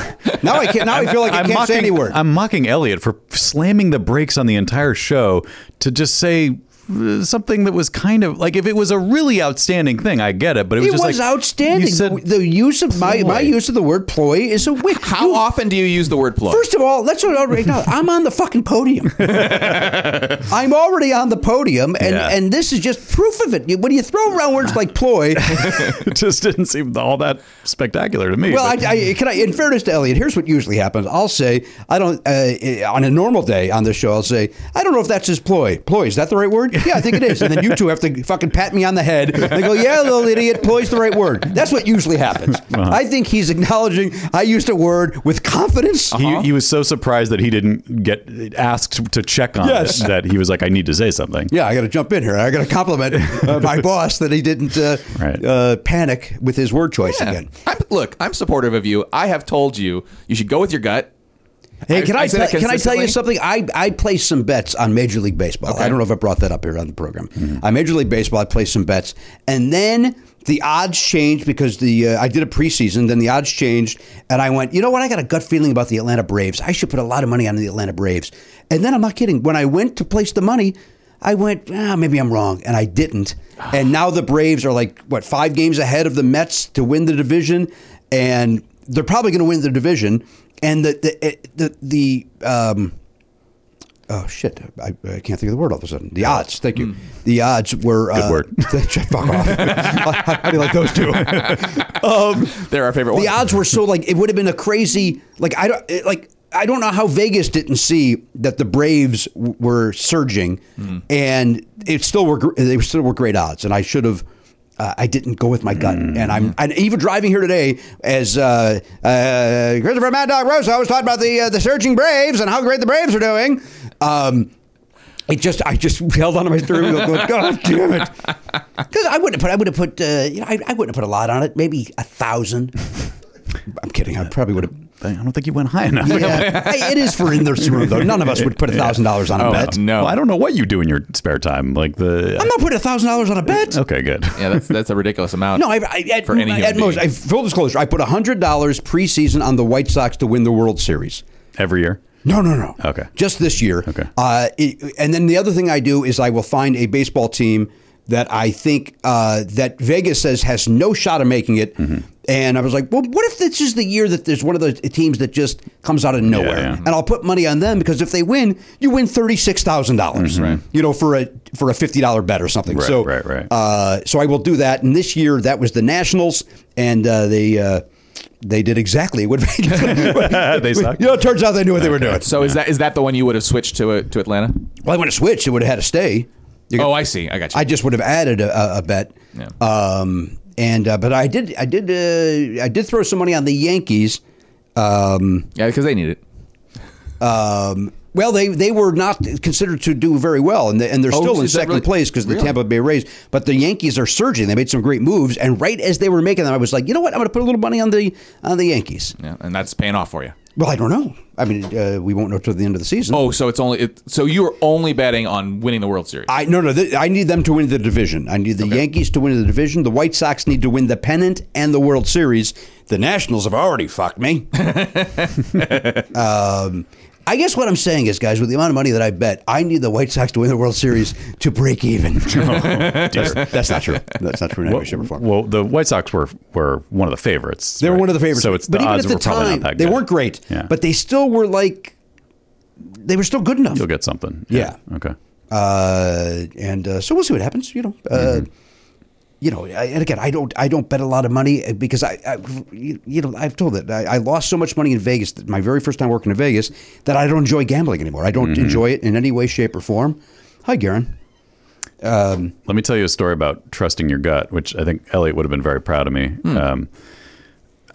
Speaker 2: Now I can't. Now I feel like I
Speaker 6: I'm
Speaker 2: can't
Speaker 6: mocking,
Speaker 2: say any word.
Speaker 6: I'm mocking Elliot for slamming the brakes on the entire show to just say uh, something that was kind of like if it was a really outstanding thing, I get it. But it was
Speaker 2: it
Speaker 6: just
Speaker 2: was
Speaker 6: like,
Speaker 2: outstanding.
Speaker 6: You said,
Speaker 2: the use of my, my
Speaker 6: ploy.
Speaker 2: use of the word ploy is a witch.
Speaker 7: How often do you use the word plug?
Speaker 2: First of all, let's right now. I'm on the fucking podium. I'm already on the podium, and,
Speaker 6: Yeah.
Speaker 2: and this is just proof of it. When you throw around words like ploy,
Speaker 6: it just didn't seem all that spectacular to me.
Speaker 2: well,
Speaker 6: but-
Speaker 2: I, I, can I? In fairness to Elliot, here's what usually happens. I'll say I don't uh, on a normal day on this show. I'll say I don't know if that's his ploy. Ploy is that the right word? Yeah, I think it is. And then you two have to fucking pat me on the head. They go, yeah, little idiot, ploy's the right word. That's what usually happens. I think he's acknowledging I used a word with confidence.
Speaker 6: he, he was so surprised that he didn't get asked to check on
Speaker 2: Yes.
Speaker 6: it that he was like, I need to say something.
Speaker 2: yeah, I got to jump in here. I got to compliment uh, my boss that he didn't uh,
Speaker 6: Right.
Speaker 2: uh, panic with his word choice
Speaker 7: Yeah.
Speaker 2: again.
Speaker 7: I'm, look, I'm supportive of you. I have told you you should go with your gut.
Speaker 2: Hey, can I,
Speaker 7: I say that
Speaker 2: tell- can I tell you
Speaker 7: consistently?
Speaker 2: something? I, I placed some bets on Major League Baseball. I don't know if I brought that up here on the program. On Major League Baseball, I placed some bets, and then the odds changed because the uh, I did a preseason. Then the odds changed, and I went, you know what? I got a gut feeling about the Atlanta Braves. I should put a lot of money on the Atlanta Braves. And then I'm not kidding. When I went to place the money, I went, ah, maybe I'm wrong, and I didn't. And now the Braves are like what five games ahead of the Mets to win the division, and they're probably going to win the division. And the the it- the, the um, oh shit, I, I can't think of the word all of a sudden. The odds, thank you. The odds were good uh,
Speaker 6: word.
Speaker 2: fuck off. How do you like those two? um,
Speaker 7: They're our favorite
Speaker 2: the
Speaker 7: ones.
Speaker 2: odds were so like it would have been a crazy like I don't it- like I don't know how Vegas didn't see that the Braves w- were surging, and it still were gr- they still were great odds, and I should have. Uh, I didn't go with my gut, and I'm and even driving here today as uh, uh, Christopher Mad Dog Rosa was talking about the uh, the surging Braves and how great the Braves are doing. Um, it just, I just held on to my steering wheel, going, "God damn it!" Because I wouldn't have put, I would have put, uh, you know, I, I wouldn't have put a lot on it. Maybe a thousand. I'm kidding. I probably would have.
Speaker 6: I don't think you went high enough.
Speaker 2: Yeah, Hey, it is for in this room though. None of us would put a thousand dollars on a bet.
Speaker 7: Oh, no.
Speaker 6: Well, I don't know what you do in your spare time. Like the.
Speaker 2: I'm not putting a thousand dollars on a bet.
Speaker 6: okay, good.
Speaker 7: yeah, that's that's a ridiculous amount.
Speaker 2: No, I, I, at,
Speaker 7: For any human
Speaker 2: at most, I,
Speaker 7: being.
Speaker 2: full disclosure, I put hundred dollars preseason on the White Sox to win the World Series.
Speaker 6: Every year.
Speaker 2: No, no, no.
Speaker 6: Okay.
Speaker 2: Just this year.
Speaker 6: Okay.
Speaker 2: Uh, it- and then the other thing I do is I will find a baseball team that I think uh, that Vegas says has no shot of making it.
Speaker 6: Mm-hmm.
Speaker 2: And I was like, well, what if this is the year that there's one of those teams that just comes out of nowhere?
Speaker 6: yeah.
Speaker 2: And I'll put money on them because if they win, you win thirty six thousand dollars, you know, for a for a fifty dollar bet or something.
Speaker 6: Mm-hmm. Right, right,
Speaker 2: so,
Speaker 6: right.
Speaker 2: Uh, so I will do that. And this year, that was the Nationals, and uh, they uh, they did exactly what Vegas.
Speaker 6: They suck.
Speaker 2: You know, it turns out they knew what they were doing.
Speaker 7: So is that is that the one you would have switched to uh, to Atlanta?
Speaker 2: Well, I would have switched. It would have had to stay. You
Speaker 7: Oh,
Speaker 2: could-
Speaker 7: I see. I got you.
Speaker 2: I just would have added a, a- a bet.
Speaker 7: Yeah.
Speaker 2: Um, and uh, but I did, I did, uh, I did throw some money on the Yankees. Um,
Speaker 7: yeah, because they need it.
Speaker 2: um, well, they they were not considered to do very well, and they, and they're
Speaker 7: Oh,
Speaker 2: still in
Speaker 7: is that
Speaker 2: second
Speaker 7: really-
Speaker 2: place because the
Speaker 7: really?
Speaker 2: Tampa Bay Rays. But the Yankees are surging. They made some great moves, and right as they were making them, I was like, you know what, I'm going to put a little money on the on the Yankees.
Speaker 7: Yeah, and that's paying off for you.
Speaker 2: Well, I don't know. I mean, uh, we won't know till the end of the season.
Speaker 7: Oh, so it's only it, so you were only betting on winning the World Series.
Speaker 2: I no no. Th- I need them to win the division. I need the Yankees to win the division. The White Sox need to win the pennant and the World Series. The Nationals have already fucked me. um, I guess what I'm saying is, guys, with the amount of money that I bet, I need the White Sox to win the World Series to break even.
Speaker 6: Oh,
Speaker 2: that's, that's not true. That's not true in any way, shape, or form.
Speaker 6: Well, the White Sox were were one of the favorites.
Speaker 2: They were
Speaker 6: right?
Speaker 2: one of the favorites.
Speaker 6: So it's
Speaker 2: but
Speaker 6: the
Speaker 2: even
Speaker 6: odds
Speaker 2: at the
Speaker 6: were probably
Speaker 2: time,
Speaker 6: not that
Speaker 2: they
Speaker 6: good.
Speaker 2: weren't great.
Speaker 6: Yeah.
Speaker 2: But they still were like, they were still good enough.
Speaker 6: You'll get something.
Speaker 2: Yeah.
Speaker 6: Okay.
Speaker 2: uh, and uh, so we'll see what happens. You know, uh,
Speaker 6: Mm-hmm.
Speaker 2: you know, I, and again, I don't, I don't bet a lot of money uh, because I, I you you know, I've told it, I, I lost so much money in Vegas that my very first time working in Vegas that I don't enjoy gambling anymore. I
Speaker 6: Mm-hmm.
Speaker 2: don't enjoy it in any way, shape, or form. Hi, Garen.
Speaker 6: Let me tell you a story about trusting your gut, which I think Elliot would have been very proud of me. Um,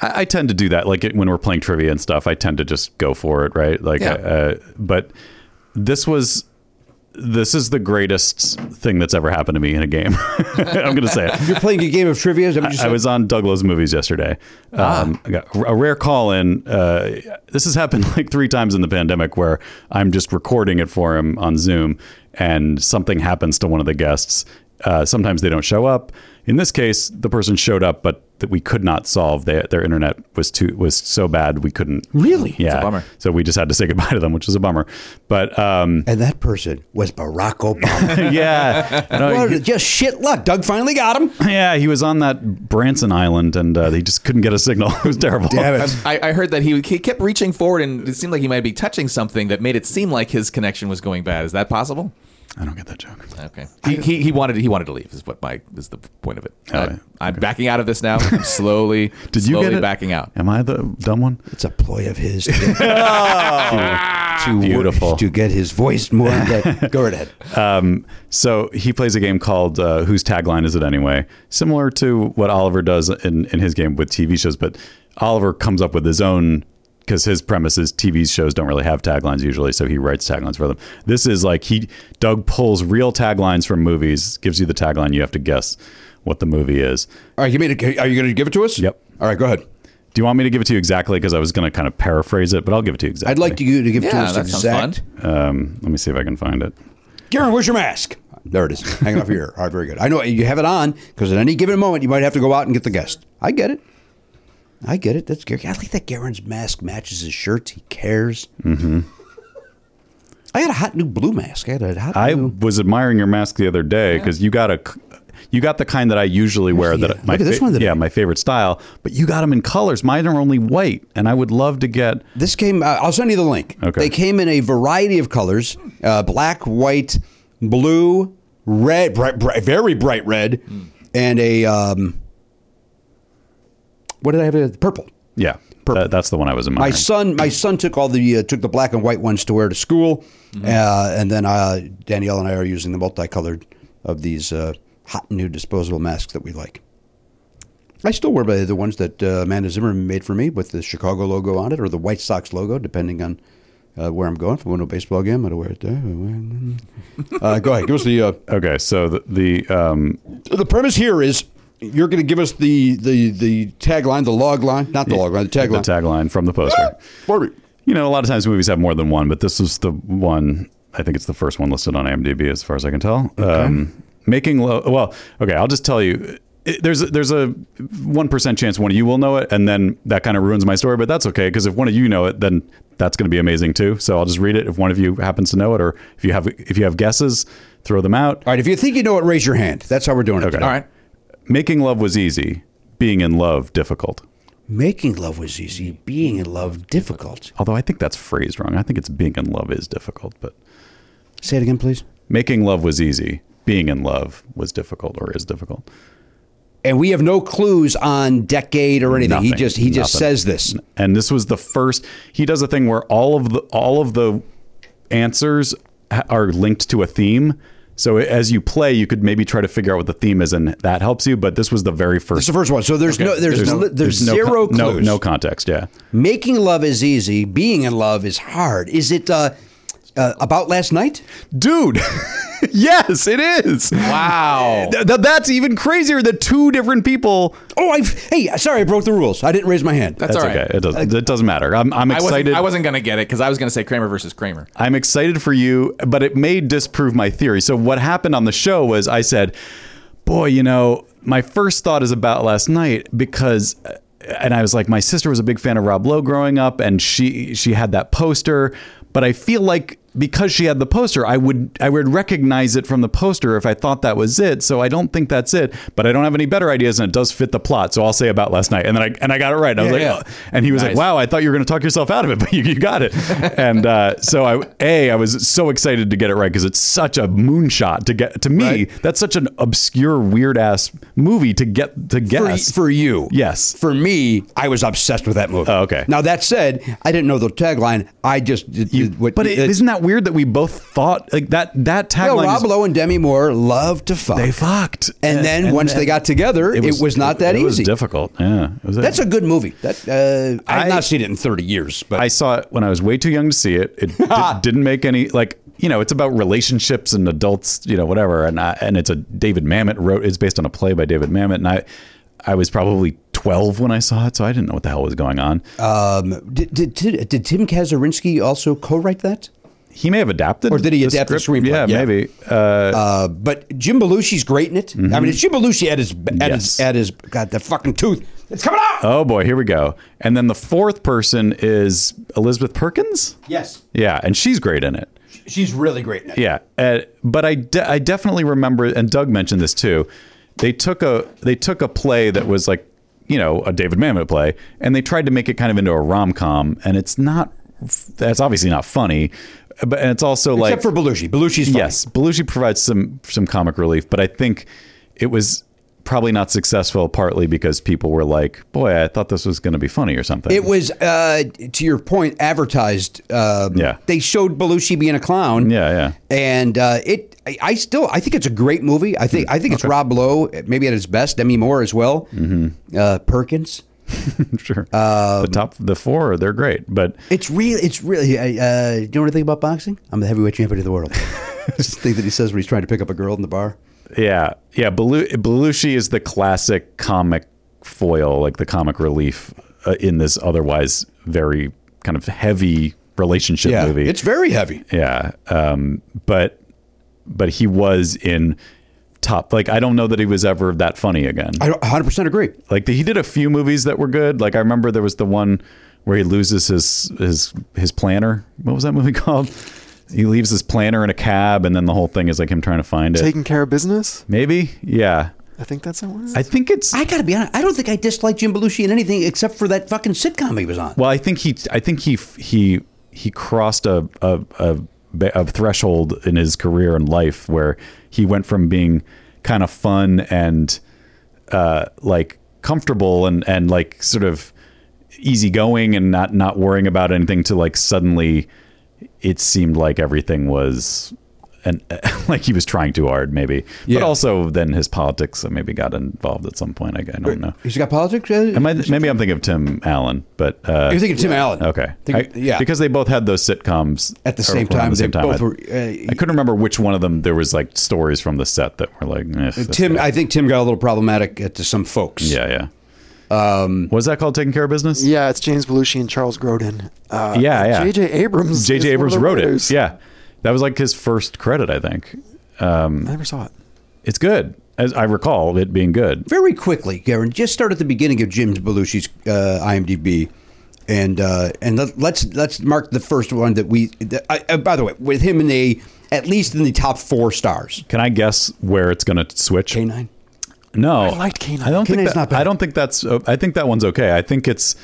Speaker 6: I, I tend to do that, like it, when we're playing trivia and stuff. I tend to just go for it, right? Like,
Speaker 7: Yeah.
Speaker 6: uh, but this was this is the greatest thing that's ever happened to me in a game. I'm gonna say it.
Speaker 2: You're playing a game of trivia. Is that what you
Speaker 6: I
Speaker 2: said? Ah.
Speaker 6: was on Douglas movies yesterday. Um, I got a rare call in. Uh, this has happened like three times in the pandemic where I'm just recording it for him on Zoom and something happens to one of the guests. Uh, sometimes they don't show up. In this case, the person showed up, but that we could not solve. They, their internet was too was so bad we couldn't.
Speaker 2: Really?
Speaker 6: Yeah.
Speaker 7: bummer.
Speaker 6: So we just had to say goodbye to them, which is a bummer. But um,
Speaker 2: and that person was Barack Obama.
Speaker 6: yeah, No,
Speaker 2: What
Speaker 6: he-
Speaker 2: a- just shit luck. Doug finally got him.
Speaker 6: yeah, he was on that Branson Island, and uh, they just couldn't get a signal. it was terrible.
Speaker 2: Damn it.
Speaker 7: Um, I, I heard that he, he kept reaching forward and it seemed like he might be touching something that made it seem like his connection was going bad. Is that possible?
Speaker 6: I don't get that joke.
Speaker 7: Okay. He, he, he wanted he wanted to leave is what my is the point of it.
Speaker 6: Oh,
Speaker 7: I,
Speaker 6: yeah.
Speaker 7: I'm backing out of this now. I'm slowly
Speaker 6: Did you
Speaker 7: slowly
Speaker 6: get it?
Speaker 7: backing out.
Speaker 6: Am I the dumb one?
Speaker 2: It's a ploy of his to, to,
Speaker 6: Beautiful.
Speaker 2: to get his voice more. Like, go right ahead.
Speaker 6: So he plays a game called uh, Whose Tagline Is It Anyway? Similar to what Oliver does in, in his game with TV shows, but Oliver comes up with his own because his premise is TV shows don't really have taglines usually, so he writes taglines for them. This is like he Doug pulls real taglines from movies, gives you the tagline, you have to guess what the movie is.
Speaker 2: All right, give me. the- Are you going to give it to us?
Speaker 6: Yep.
Speaker 2: All right, go ahead.
Speaker 6: Do you want me to give it to you exactly? Because I was going to kind of paraphrase it, but I'll give it to you exactly.
Speaker 2: I'd like to, you to give it to
Speaker 7: Yeah,
Speaker 2: us
Speaker 7: that sounds fun.
Speaker 2: exact.
Speaker 6: Um, let me see if I can find it.
Speaker 2: Garen, where's your mask? There it is, hanging off your ear. All right, very good. I know you have it on because at any given moment you might have to go out and get the guest. I get it. I get it. That's Garen. I like that Garen's mask matches his shirt. He cares. Mm-hmm. I had a hot new blue mask. I had a hot
Speaker 6: I
Speaker 2: new.
Speaker 6: was admiring your mask the other day because you got a, you got the kind that I usually wear.
Speaker 2: Yeah.
Speaker 6: That my
Speaker 2: Look at this one today.
Speaker 6: yeah, my favorite style. But you got them in colors. Mine are only white, and I would love to get.
Speaker 2: This came. Uh, I'll send you the link.
Speaker 6: Okay.
Speaker 2: They came in a variety of colors: uh, black, white, blue, red, bright, bright, very bright red, and a um, what did I have? Purple.
Speaker 6: Yeah,
Speaker 2: Purple.
Speaker 6: that- that's the one I was
Speaker 2: My
Speaker 6: admiring.
Speaker 2: son, my son took all the uh, took the black and white ones to wear to school, uh, and then uh, Danielle and I are using the multicolored of these uh, hot new disposable masks that we like. I still wear the the ones that uh, Amanda Zimmerman made for me with the Chicago logo on it or the White Sox logo, depending on uh, where I'm going. If I'm going to a baseball game, I'm going to wear it there. Uh, go ahead, give us the uh,
Speaker 6: okay, so the, the um,
Speaker 2: the premise here is you're going to give us the the the tagline, the log line, not the log line, the
Speaker 6: the
Speaker 2: tagline.
Speaker 6: tagline from the poster.
Speaker 2: Barbie.
Speaker 6: You know, a lot of times movies have more than one, but this was the one. I think it's the first one listed on IMDb, as far as I can tell. Um, making low. Well, okay, I'll just tell you. It, there's a- there's a one percent chance one of you will know it, and then that kind of ruins my story. But that's okay because if one of you know it, then that's going to be amazing too. So I'll just read it if one of you happens to know it, or if you have if you have guesses, throw them out.
Speaker 2: All right, if you think you know it, raise your hand. That's how we're doing it.
Speaker 6: Okay.
Speaker 2: today.
Speaker 7: All right.
Speaker 6: Making love was easy. Being in love difficult.
Speaker 2: Making love was easy, being in love difficult.
Speaker 6: Although I think that's phrased wrong. I think it's being in love is difficult, but
Speaker 2: Say it again, please.
Speaker 6: making love was easy. Being in love was difficult or is difficult.
Speaker 2: And we have no clues on decade or anything. he
Speaker 6: Nothing.
Speaker 2: just he just
Speaker 6: Nothing.
Speaker 2: says this.
Speaker 6: And this was the first. He does a thing where all of the all of the answers ha- are linked to a theme. So as you play, you could maybe try to figure out what the theme is, and that helps you. But this was the very
Speaker 2: It's
Speaker 6: first.
Speaker 2: the first one. So there's no there's, no, there's,
Speaker 6: no
Speaker 2: zero
Speaker 6: con-
Speaker 2: clues.
Speaker 6: No, no context. Yeah.
Speaker 2: Making love is easy, being in love is hard. Is it uh, uh, about last night?
Speaker 6: dude. yes, it is.
Speaker 7: Wow.
Speaker 6: Th- th- that's even crazier. The two different people.
Speaker 2: Oh, I hey, sorry, I broke the rules. I didn't raise my hand.
Speaker 7: That's all right.
Speaker 6: okay. It doesn't. It doesn't matter. I'm, I'm
Speaker 7: I wasn't,
Speaker 6: excited.
Speaker 7: I wasn't gonna get it because I was gonna say Kramer versus Kramer.
Speaker 6: I'm excited for you, but it may disprove my theory. So what happened on the show was I said, "Boy, you know, my first thought is about last night because." And I was like, my sister was a big fan of Rob Lowe growing up, and she she had that poster. But I feel like because she had the poster, I would I would recognize it from the poster if I thought that was it. So I don't think that's it. But I don't have any better ideas, and it does fit the plot. So I'll say about last night, and then I and I got it right. I was
Speaker 7: Yeah,
Speaker 6: like,
Speaker 7: yeah.
Speaker 6: "Oh." and he was like,
Speaker 7: Nice.
Speaker 6: "Wow, I thought you were going to talk yourself out of it, but you, you got it. And uh, so I, a, I was so excited to get it right because it's such a moonshot to get. To me, that's such an obscure, weird ass movie to get to
Speaker 2: For,
Speaker 6: guess.
Speaker 2: for you.
Speaker 6: Yes.
Speaker 2: For me, I was obsessed with that movie.
Speaker 6: Oh, okay.
Speaker 2: Now that said, I didn't know the tagline. I just did, did what
Speaker 6: but it,
Speaker 2: uh,
Speaker 6: isn't that weird that we both thought like that? That
Speaker 2: Well,
Speaker 6: tagline.
Speaker 2: Rob
Speaker 6: is,
Speaker 2: Lowe and Demi Moore loved to fuck.
Speaker 6: they fucked,
Speaker 2: And then once they got together, it was not that
Speaker 6: it was
Speaker 2: easy.
Speaker 6: difficult. Yeah, It was-
Speaker 2: That's a good movie. That uh, I've
Speaker 6: I-
Speaker 2: not seen it in thirty years, but
Speaker 6: I saw it when I was way too young to see it. It di- didn't make any like you know. It's about relationships and adults, you know, whatever. And I, and it's a David Mamet wrote. It's based on a play by David Mamet, and I I was probably twelve when I saw it, so I didn't know what the hell was going on.
Speaker 2: um, did, did, did did Tim Kazurinsky also co-write that?
Speaker 6: he may have adapted,
Speaker 2: or did he adapt the
Speaker 6: script.
Speaker 2: screenplay?
Speaker 6: Yeah,
Speaker 2: Yeah.
Speaker 6: maybe. Uh,
Speaker 2: Uh, but Jim Belushi's great in it. I mean, it's Jim Belushi at his at his
Speaker 6: Mm-hmm. Yes.
Speaker 2: at his God, that fucking tooth. It's coming out.
Speaker 6: oh boy, here we go. And then the fourth person is Elizabeth Perkins.
Speaker 2: Yes,
Speaker 6: Yeah, and she's great in it.
Speaker 2: she's really great in it.
Speaker 6: Yeah, uh, but I, de- I definitely remember, and Doug mentioned this too. They took a they took a play that was like you know a David Mamet play, and they tried to make it kind of into a rom com, and it's not. That's obviously not funny, but and it's also like
Speaker 2: Except for Belushi. Belushi's funny.
Speaker 6: yes, Belushi provides some some comic relief, but I think it was probably not successful partly because people were like, "Boy, I thought this was going to be funny or something."
Speaker 2: It was, uh, to your point, advertised. Um,
Speaker 6: Yeah.
Speaker 2: They showed Belushi being a clown.
Speaker 6: Yeah, yeah.
Speaker 2: And uh, it, I, I still, I think it's a great movie. I think, I think it's Rob Lowe, maybe at his best. Demi Moore as well. Mm-hmm. Uh, Perkins.
Speaker 6: sure.
Speaker 2: Um,
Speaker 6: the top the four, they're great, but
Speaker 2: It's really, it's really. Uh, do you know anything about boxing? I'm the heavyweight champion of the world. Just think that he says when he's trying to pick up a girl in the bar.
Speaker 6: Yeah, yeah. Belu- Belushi is the classic comic foil, like the comic relief uh, in this otherwise very kind of heavy relationship movie.
Speaker 2: it's very heavy.
Speaker 6: yeah, um, but but he was in top. Like I don't know that he was ever that funny again.
Speaker 2: I 100 percent agree.
Speaker 6: Like he did a few movies that were good. Like I remember there was the one where he loses his his his planner. What was that movie called? he leaves his planner in a cab, and then the whole thing is like him trying to find it.
Speaker 8: Taking care of business?
Speaker 6: Maybe, yeah.
Speaker 8: I think that's how it is.
Speaker 6: I think it's.
Speaker 2: I gotta be honest. I don't think I dislike Jim Belushi in anything except for that fucking sitcom he was on.
Speaker 6: Well, I think he, I think he, he, he crossed a a, a ba- a threshold in his career and life where he went from being kind of fun and uh, like comfortable and and like sort of easygoing and not not worrying about anything to like suddenly it seemed like everything was and like he was trying too hard maybe but also then his politics maybe got involved at some point i, I don't know
Speaker 2: He's got politics. Uh,
Speaker 6: Am I, maybe I'm thinking of Tim Allen, but uh,
Speaker 2: You're thinking of Tim Allen.
Speaker 6: okay,
Speaker 2: Think-
Speaker 6: I-
Speaker 2: yeah.
Speaker 6: because they both had those sitcoms
Speaker 2: At the
Speaker 6: or
Speaker 2: same
Speaker 6: around
Speaker 2: time,
Speaker 6: the same
Speaker 2: they
Speaker 6: time.
Speaker 2: both
Speaker 6: I-
Speaker 2: were, uh,
Speaker 6: I couldn't remember which one of them. There was like stories from the set that were like eh, this
Speaker 2: Tim,
Speaker 6: guy.
Speaker 2: I think Tim got a little problematic uh, to some folks.
Speaker 6: yeah, yeah. Um, was that called Taking Care of Business?
Speaker 8: yeah, it's James Belushi and Charles Grodin. Uh,
Speaker 6: yeah, yeah.
Speaker 8: J.J. Abrams. is
Speaker 6: J.J.
Speaker 8: one of
Speaker 6: Abrams
Speaker 8: the
Speaker 6: wrote
Speaker 8: writers.
Speaker 6: it. Yeah, that was like his first credit, I think.
Speaker 8: I never saw it.
Speaker 6: It's good, as I recall it being good.
Speaker 2: Very quickly, Garen, just start at the beginning of Jim Belushi's uh, IMDb, and uh, and let, let's let's mark the first one that we. That, I, uh, by the way, with him in the at least in the top four stars.
Speaker 6: Can I guess where it's going to switch?
Speaker 2: K nine.
Speaker 6: No,
Speaker 8: I liked K9.
Speaker 6: I don't think
Speaker 2: K9 is
Speaker 6: that,
Speaker 2: not bad.
Speaker 6: I don't think that's. uh, I think that one's okay. I think it's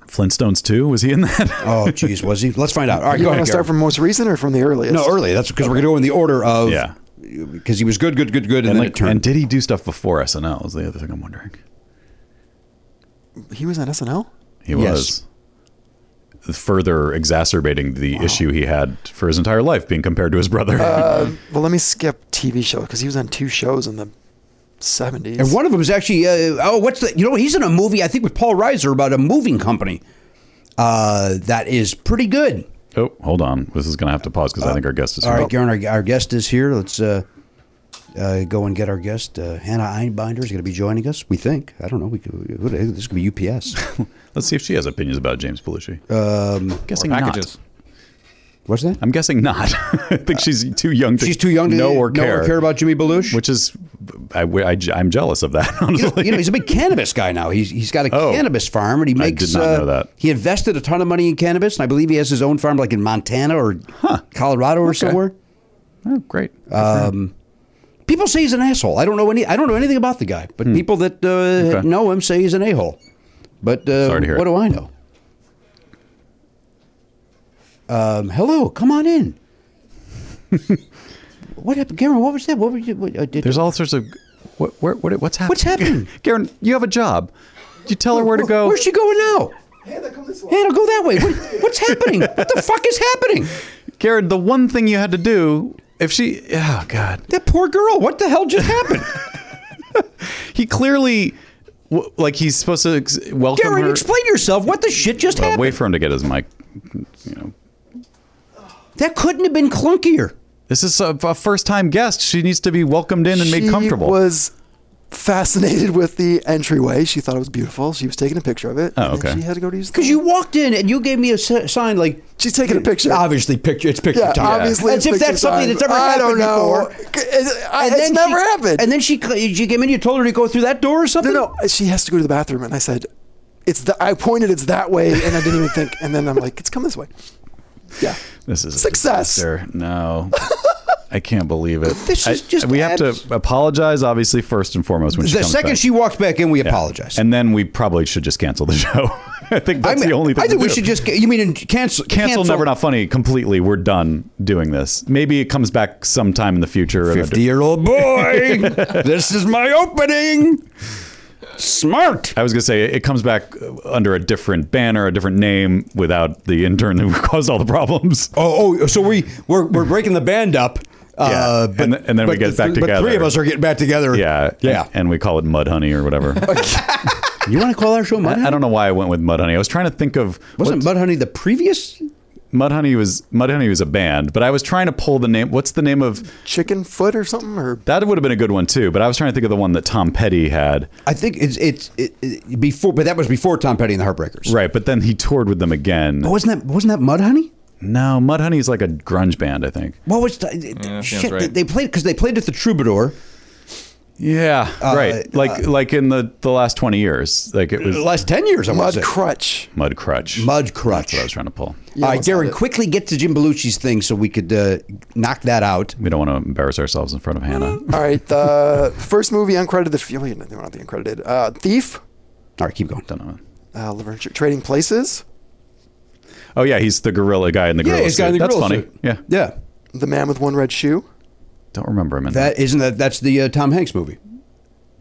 Speaker 6: Flintstones two. Was he in that?
Speaker 2: Oh, geez, was he? Let's find out. All right,
Speaker 8: You
Speaker 2: go
Speaker 8: want
Speaker 2: ahead.
Speaker 8: to start
Speaker 2: Garen.
Speaker 8: from most recent or from the earliest?
Speaker 2: no, early. That's because we're going to go in the order of.
Speaker 6: Yeah.
Speaker 2: Because he was good, good, good, good, and,
Speaker 6: and,
Speaker 2: then
Speaker 6: like,
Speaker 2: it turned.
Speaker 6: and did he do stuff before SNL? Is the other thing I'm wondering.
Speaker 8: He was on SNL?
Speaker 6: He
Speaker 2: Yes.
Speaker 6: was further exacerbating the issue he had for his entire life, being compared to his brother.
Speaker 2: Uh,
Speaker 8: Well, let me skip TV show because he was on two shows in the 70s.
Speaker 2: And one of them is actually uh, oh, what's the you know he's in a movie I think with Paul Reiser about a moving company uh, that is pretty good.
Speaker 6: oh, hold on. This is going to have to pause because I think our guest is
Speaker 2: uh, All
Speaker 6: here.
Speaker 2: right, Garen, our, our guest is here. Let's uh, uh, go and get our guest. Uh, Hannah Einbinder is going to be joining us. We think. I don't know. We could, who- this could be UPS.
Speaker 6: Let's see if she has opinions about James Belushi. Um, guessing not.
Speaker 7: packages.
Speaker 2: What's that?
Speaker 6: I'm guessing not. I think she's too young to
Speaker 2: She's too young to
Speaker 6: know or care.
Speaker 2: about Jimmy Belushi.
Speaker 6: which is, I, am jealous of that. Honestly,
Speaker 2: you know, he's a big cannabis guy now. He's he's got a
Speaker 6: Oh.
Speaker 2: cannabis farm, and he
Speaker 6: I
Speaker 2: makes.
Speaker 6: did not
Speaker 2: uh,
Speaker 6: know that.
Speaker 2: He invested a ton of money in cannabis, and I believe he has his own farm, like in Montana or Colorado or somewhere.
Speaker 6: oh, great.
Speaker 2: uh, People say he's an asshole. I don't know any. I don't know anything about the guy, but people that uh,
Speaker 6: Hmm. Okay.
Speaker 2: know him say he's an a hole. But uh,
Speaker 6: Sorry to hear
Speaker 2: what
Speaker 6: it.
Speaker 2: do I know? Um, hello, come on in. what happened, Garen? What was that? What were you? What, uh, did,
Speaker 6: There's all sorts of what, where, what what's happening?
Speaker 2: What's happening?
Speaker 6: Garen? You have a job. You tell her where to go.
Speaker 2: Where's she going now? Hannah, go that way. What, what's happening? What the fuck is happening?
Speaker 6: Garen, the one thing you had to do, if she, oh god,
Speaker 2: That poor girl. What the hell just happened?
Speaker 6: he clearly, w- like he's supposed to ex- welcome
Speaker 2: Garen,
Speaker 6: her.
Speaker 2: explain yourself. What the shit just
Speaker 6: Well,
Speaker 2: happened?
Speaker 6: wait for him to get his mic. You know,
Speaker 2: That couldn't have been clunkier.
Speaker 6: this is a, a first-time guest. She needs to be welcomed in and made
Speaker 8: She
Speaker 6: comfortable.
Speaker 8: was fascinated with the entryway. She thought it was beautiful. She was taking a picture of it.
Speaker 6: Oh,
Speaker 8: and then
Speaker 6: okay.
Speaker 8: She had to go to use the
Speaker 2: Because you walked in and you gave me a s- sign like
Speaker 8: She's taking a picture.
Speaker 2: Obviously, picture. It's picture
Speaker 8: Yeah,
Speaker 2: time.
Speaker 8: obviously.
Speaker 2: As if
Speaker 8: it's
Speaker 2: that's
Speaker 8: picture
Speaker 2: something
Speaker 8: time.
Speaker 2: that's ever
Speaker 8: I
Speaker 2: happened
Speaker 8: don't know.
Speaker 2: before.
Speaker 8: It's, I- it's
Speaker 2: then
Speaker 8: never
Speaker 2: she-
Speaker 8: happened.
Speaker 2: And then she cl- you came in. You told her to go through that door or
Speaker 8: no,
Speaker 2: something.
Speaker 8: no, she has to go to the bathroom, and I said, "It's the." I pointed, "It's that way," and I didn't even think. And then I'm like, "It's come this way." Yeah.
Speaker 6: this is a
Speaker 8: Success.
Speaker 6: disaster. No. I can't believe it.
Speaker 2: This is
Speaker 6: I-
Speaker 2: just
Speaker 6: we have
Speaker 2: abs-
Speaker 6: to apologize, obviously, first and foremost. When she
Speaker 2: The
Speaker 6: comes
Speaker 2: second
Speaker 6: back.
Speaker 2: she walks back in, we apologize.
Speaker 6: and then we probably should just cancel the show. I think that's
Speaker 2: I mean,
Speaker 6: the only thing.
Speaker 2: I think
Speaker 6: to
Speaker 2: we
Speaker 6: do.
Speaker 2: should just. ca- You mean in- cancel?
Speaker 6: cancel, Never Not Funny completely. We're done doing this. Maybe it comes back sometime in the future. and I do-
Speaker 2: Fifty-year-old Oh, boy. this is my opening. Smart.
Speaker 6: I was gonna say it comes back uh, under a different banner, a different name, without the intern who caused all the problems.
Speaker 2: Oh, oh so we we're, we're breaking the band up. Uh,
Speaker 6: Yeah.
Speaker 2: but,
Speaker 6: And th- and then we
Speaker 2: but
Speaker 6: get
Speaker 2: the
Speaker 6: back
Speaker 2: th- But three
Speaker 6: together.
Speaker 2: of us are getting back together.
Speaker 6: Yeah,
Speaker 2: yeah.
Speaker 6: And, and we call it Mud Honey or whatever.
Speaker 2: you want to call our show Mud
Speaker 6: I, I don't know why I went with Mud Honey. I was trying to think of
Speaker 2: Wasn't Mud Honey the previous?
Speaker 6: Mud Honey was Mud Honey was a band, but I was trying to pull the name. What's the name of
Speaker 8: Chicken foot or something, or
Speaker 6: that? Would have been a good one too, but I was trying to think of the one that Tom Petty had.
Speaker 2: I think it's it's it, it, before, but that was before Tom Petty and the Heartbreakers.
Speaker 6: Right, but then he toured with them again.
Speaker 2: But wasn't that wasn't that Mud Honey?
Speaker 6: No, Mud Honey is like a grunge band, I think.
Speaker 2: What was the, shit?
Speaker 7: sounds right.
Speaker 2: They played because they played at the Troubadour,
Speaker 6: Yeah,
Speaker 2: Uh,
Speaker 6: right. Like like in the the last twenty years, like it was
Speaker 2: The last 10 years, I want
Speaker 8: Mud
Speaker 2: to say.
Speaker 8: crutch.
Speaker 6: mud crutch.
Speaker 2: Mud crutch.
Speaker 6: That's what I was trying to pull.
Speaker 2: All right,
Speaker 8: that's not
Speaker 2: Darren,
Speaker 8: it.
Speaker 2: quickly get to Jim Belushi's thing so we could uh, knock that out.
Speaker 6: We don't want to embarrass ourselves in front of Hannah.
Speaker 8: All right, the first movie uncredited. F- well, you know, they're not the uncredited. Uh, Thief.
Speaker 2: All right, keep going.
Speaker 6: Don't know.
Speaker 8: Uh, Laverne- Trading Places.
Speaker 6: Oh yeah, he's the gorilla guy in the gorilla
Speaker 2: he's
Speaker 6: suit.
Speaker 2: got the
Speaker 6: That's
Speaker 2: gorilla
Speaker 6: funny.
Speaker 2: suit.
Speaker 6: Yeah,
Speaker 2: Yeah,
Speaker 8: The Man with One Red Shoe.
Speaker 6: don't remember him in that.
Speaker 2: that isn't that. That's the uh, Tom Hanks movie.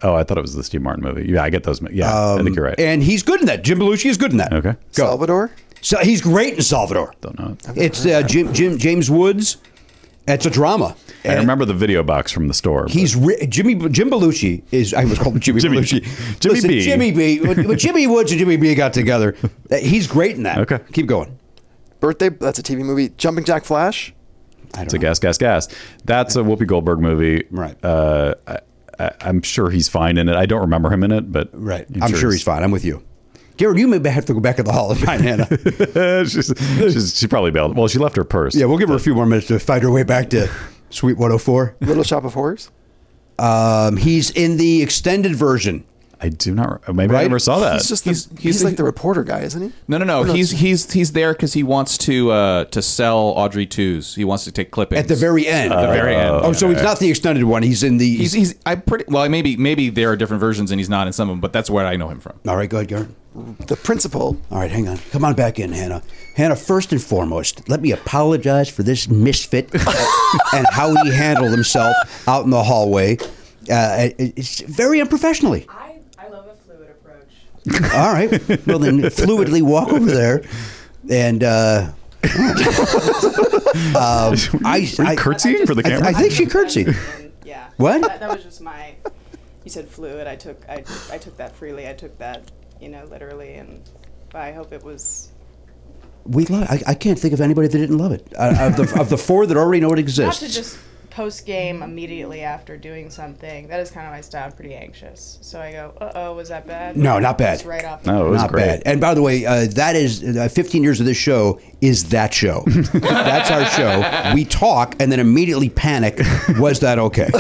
Speaker 6: Oh, I thought it was the Steve Martin movie. Yeah, I get those. mi- Yeah, I think you're right.
Speaker 2: Um, And he's good in that. Jim Belushi is good in that.
Speaker 6: Okay.
Speaker 2: Go.
Speaker 8: Salvador.
Speaker 2: So he's great in Salvador.
Speaker 6: don't know. it.
Speaker 2: It's uh, Jim, Jim James Woods. It's a drama.
Speaker 6: I remember the video box from the store. but-
Speaker 2: He's ri- Jimmy Jim Belushi is I was called Jimmy,
Speaker 6: Jimmy-
Speaker 2: Belushi.
Speaker 6: Jimmy
Speaker 2: Listen,
Speaker 6: B.
Speaker 2: Jimmy B. When, when Jimmy Woods and Jimmy B. got together, uh, he's great in that.
Speaker 6: Okay.
Speaker 2: keep going.
Speaker 8: Birthday. That's a TV movie. Jumping Jack Flash.
Speaker 2: I
Speaker 6: it's a
Speaker 2: don't know.
Speaker 6: gas, gas, gas. That's a Whoopi Goldberg movie.
Speaker 2: Right.
Speaker 6: Uh, I, I, I'm sure he's fine in it. I don't remember him in it, but
Speaker 2: Right, I'm, sure, he's fine. I'm with you, Garrett. You may have to go back in the hall and find Hannah.
Speaker 6: she's, she's, she probably bailed. Well, she left her purse.
Speaker 2: yeah, we'll give her a few more minutes to fight her way back to Suite 104.
Speaker 8: Little Shop of Horrors.
Speaker 2: Um, he's in the extended version.
Speaker 6: I do not. Maybe
Speaker 2: Right?
Speaker 6: I never saw that.
Speaker 8: He's just the, he's,
Speaker 7: He's- he's-
Speaker 8: like the reporter guy, isn't he?
Speaker 7: No, no, no. He's he's he's there because he wants to uh, to sell Audrey twos. He wants to take clippings
Speaker 2: At the very end.
Speaker 7: At the very end.
Speaker 2: Oh, so he's not the extended one. He's in the.
Speaker 7: He's he's I pretty well. Maybe maybe there are different versions and he's not in some of them, but that's where I know him from.
Speaker 2: all right, go ahead, Garrett.
Speaker 8: The principal.
Speaker 2: All right, hang on. Come on back in, Hannah. Hannah, first and foremost, let me apologize for this misfit and how he handled himself out in the hallway. Uh, it- it's very unprofessionally.
Speaker 9: I, I love a fluid approach.
Speaker 2: All right. Well, then fluidly walk over there and. Uh, um, I,
Speaker 6: Were you
Speaker 2: I-
Speaker 6: curtsying for the
Speaker 2: I- I
Speaker 6: camera?
Speaker 2: think she curtsied.
Speaker 9: And, yeah.
Speaker 2: What?
Speaker 9: That, that was just my. You said fluid. I took I, I took that freely. I took that you know literally, and but I hope it was.
Speaker 2: we love. I, I can't think of anybody that didn't love it. Uh, of the of the four that already know
Speaker 9: Not
Speaker 2: it exists.
Speaker 9: to just post game immediately after doing something. That is kind of my style. I'm pretty anxious, so I go, uh oh, was that bad?
Speaker 2: No, not bad.
Speaker 9: Just right off.
Speaker 6: No, Oh, it was
Speaker 2: not
Speaker 6: great.
Speaker 2: bad. And by the way, uh, that is uh, 15 years of this show is that show. That's our show. We talk and then immediately panic. Was that okay?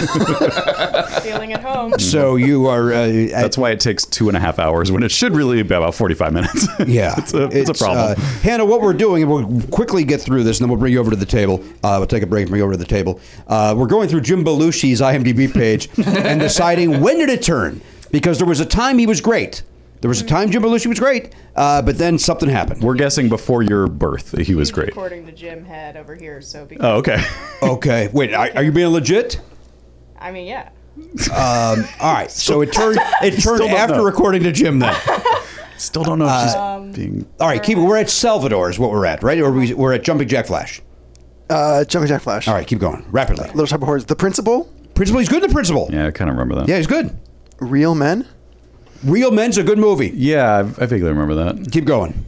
Speaker 9: feeling at home.
Speaker 2: so you are. Uh,
Speaker 6: That's why it takes two and a half hours when it should really be about 45 minutes.
Speaker 2: Yeah,
Speaker 6: it's, a, it's, a problem.
Speaker 2: uh, Hannah, what we're doing, and we'll quickly get through this, and then we'll bring you over to the table. Uh, we'll take a break and bring you over to the table. Uh, we're going through Jim Belushi's IMDb page and deciding when did it turn because there was a time he was great. There was a time Jim Belushi was great, uh, but then something happened.
Speaker 6: We're guessing before your birth, that he was
Speaker 9: He's
Speaker 6: great.
Speaker 9: According to Jim Head over here, so because
Speaker 6: Oh, okay.
Speaker 2: Okay, wait, are, are you being legit? Um,
Speaker 9: I mean, yeah.
Speaker 2: All right, so it turned it turned
Speaker 6: don't
Speaker 2: after
Speaker 6: know.
Speaker 2: recording to Jim then.
Speaker 6: Still don't know if
Speaker 2: uh,
Speaker 6: she's being.
Speaker 2: All right, keep. We're at Salvador is what we're at, right? Or we, we're at Jumping Jack Flash.
Speaker 8: Uh, Jumping Jack Flash.
Speaker 2: All right, keep going rapidly.
Speaker 8: Little Shop of Horrors. The principal.
Speaker 2: Principal, he's good in the principal.
Speaker 6: Yeah, I kind of remember that.
Speaker 2: yeah, he's good.
Speaker 8: Real Men.
Speaker 2: Real Men's a good movie.
Speaker 6: yeah, I, I vaguely remember that.
Speaker 2: Keep going.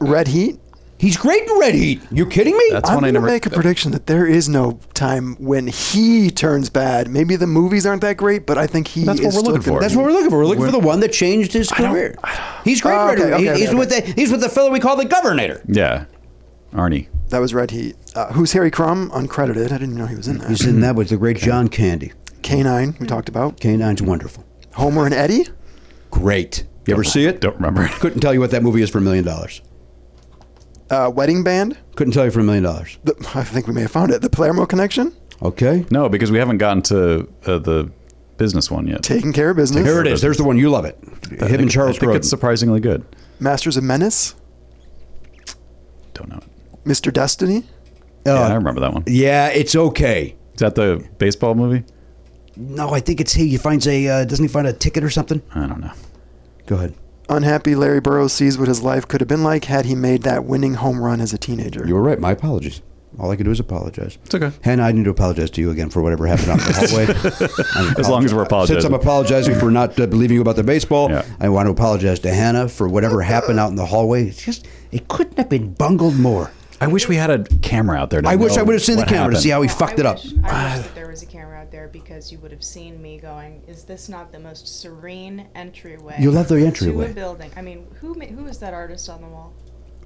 Speaker 8: Red Heat.
Speaker 2: He's great in Red Heat. You kidding me?
Speaker 6: That's
Speaker 8: I'm
Speaker 6: one I
Speaker 8: gonna
Speaker 6: never.
Speaker 8: make a prediction that there is no time when he turns bad. Maybe the movies aren't that great, but I think he.
Speaker 6: That's what
Speaker 8: is
Speaker 6: we're
Speaker 8: still
Speaker 6: looking
Speaker 8: gonna
Speaker 6: for.
Speaker 2: That's
Speaker 8: be-
Speaker 2: what we're looking for. We're looking for the one that changed his
Speaker 8: don't-
Speaker 2: career. He's great
Speaker 8: Oh,
Speaker 2: in Red
Speaker 8: okay,
Speaker 2: Heat.
Speaker 8: okay,
Speaker 2: He-
Speaker 8: okay,
Speaker 2: he's
Speaker 8: okay.
Speaker 2: with the he's with the fellow we call the Governor.
Speaker 6: Yeah, Arnie.
Speaker 8: That was Red Heat. Uh, who's Harry Crumb? Uncredited. I didn't know he was in that.
Speaker 2: He's in that with the great John Candy.
Speaker 8: Canine. We talked about
Speaker 2: Canine's wonderful.
Speaker 8: Homer and Eddie.
Speaker 2: Great. You ever see it?
Speaker 6: Don't remember.
Speaker 2: Couldn't tell you what that movie is for a million dollars.
Speaker 8: Uh, Wedding Band.
Speaker 2: Couldn't tell you for a million dollars.
Speaker 8: The, I think we may have found it. The Palermo Connection.
Speaker 2: Okay.
Speaker 6: No, because we haven't gotten to uh, the business one yet.
Speaker 8: Taking care of business.
Speaker 2: Here it is. There's the one you love it. Him and Charles
Speaker 6: I think
Speaker 2: Grodin.
Speaker 6: it's surprisingly good.
Speaker 8: Masters of Menace.
Speaker 6: Don't know. it.
Speaker 8: Mr. Destiny.
Speaker 6: Yeah,
Speaker 2: Uh,
Speaker 6: I remember that one. Is
Speaker 2: yeah, it's okay.
Speaker 6: that the baseball movie?
Speaker 2: No, I think it's he. He finds a uh, doesn't he find a ticket or something?
Speaker 6: I don't know.
Speaker 2: Go ahead.
Speaker 8: Unhappy Larry Burroughs sees what his life could have been like had he made that winning home run as a teenager.
Speaker 2: You were right. My apologies. All I can do is apologize. It's
Speaker 6: okay.
Speaker 2: Hannah, I need to apologize to you again for whatever happened out in the hallway. I
Speaker 6: As long as we're
Speaker 2: apologize- Since I'm
Speaker 6: apologizing.
Speaker 2: apologizing for not uh, believing you about the baseball,
Speaker 6: Yeah.
Speaker 2: I want to apologize to Hannah for whatever happened out in the hallway. It's just, it couldn't have been bungled more.
Speaker 6: I wish we had a camera out there. to
Speaker 2: I wish I
Speaker 6: know
Speaker 2: would have seen the
Speaker 6: what
Speaker 2: camera to see
Speaker 6: happened.
Speaker 2: how he
Speaker 9: Well,
Speaker 2: fucked
Speaker 9: Oh, I
Speaker 2: it up. Ah.
Speaker 9: wish- I wish that there was a camera out there because you would have seen me going, is this not the most serene entryway?
Speaker 2: You love the
Speaker 9: To
Speaker 2: entryway.
Speaker 9: a building. I mean, who ma- who is that artist on the wall?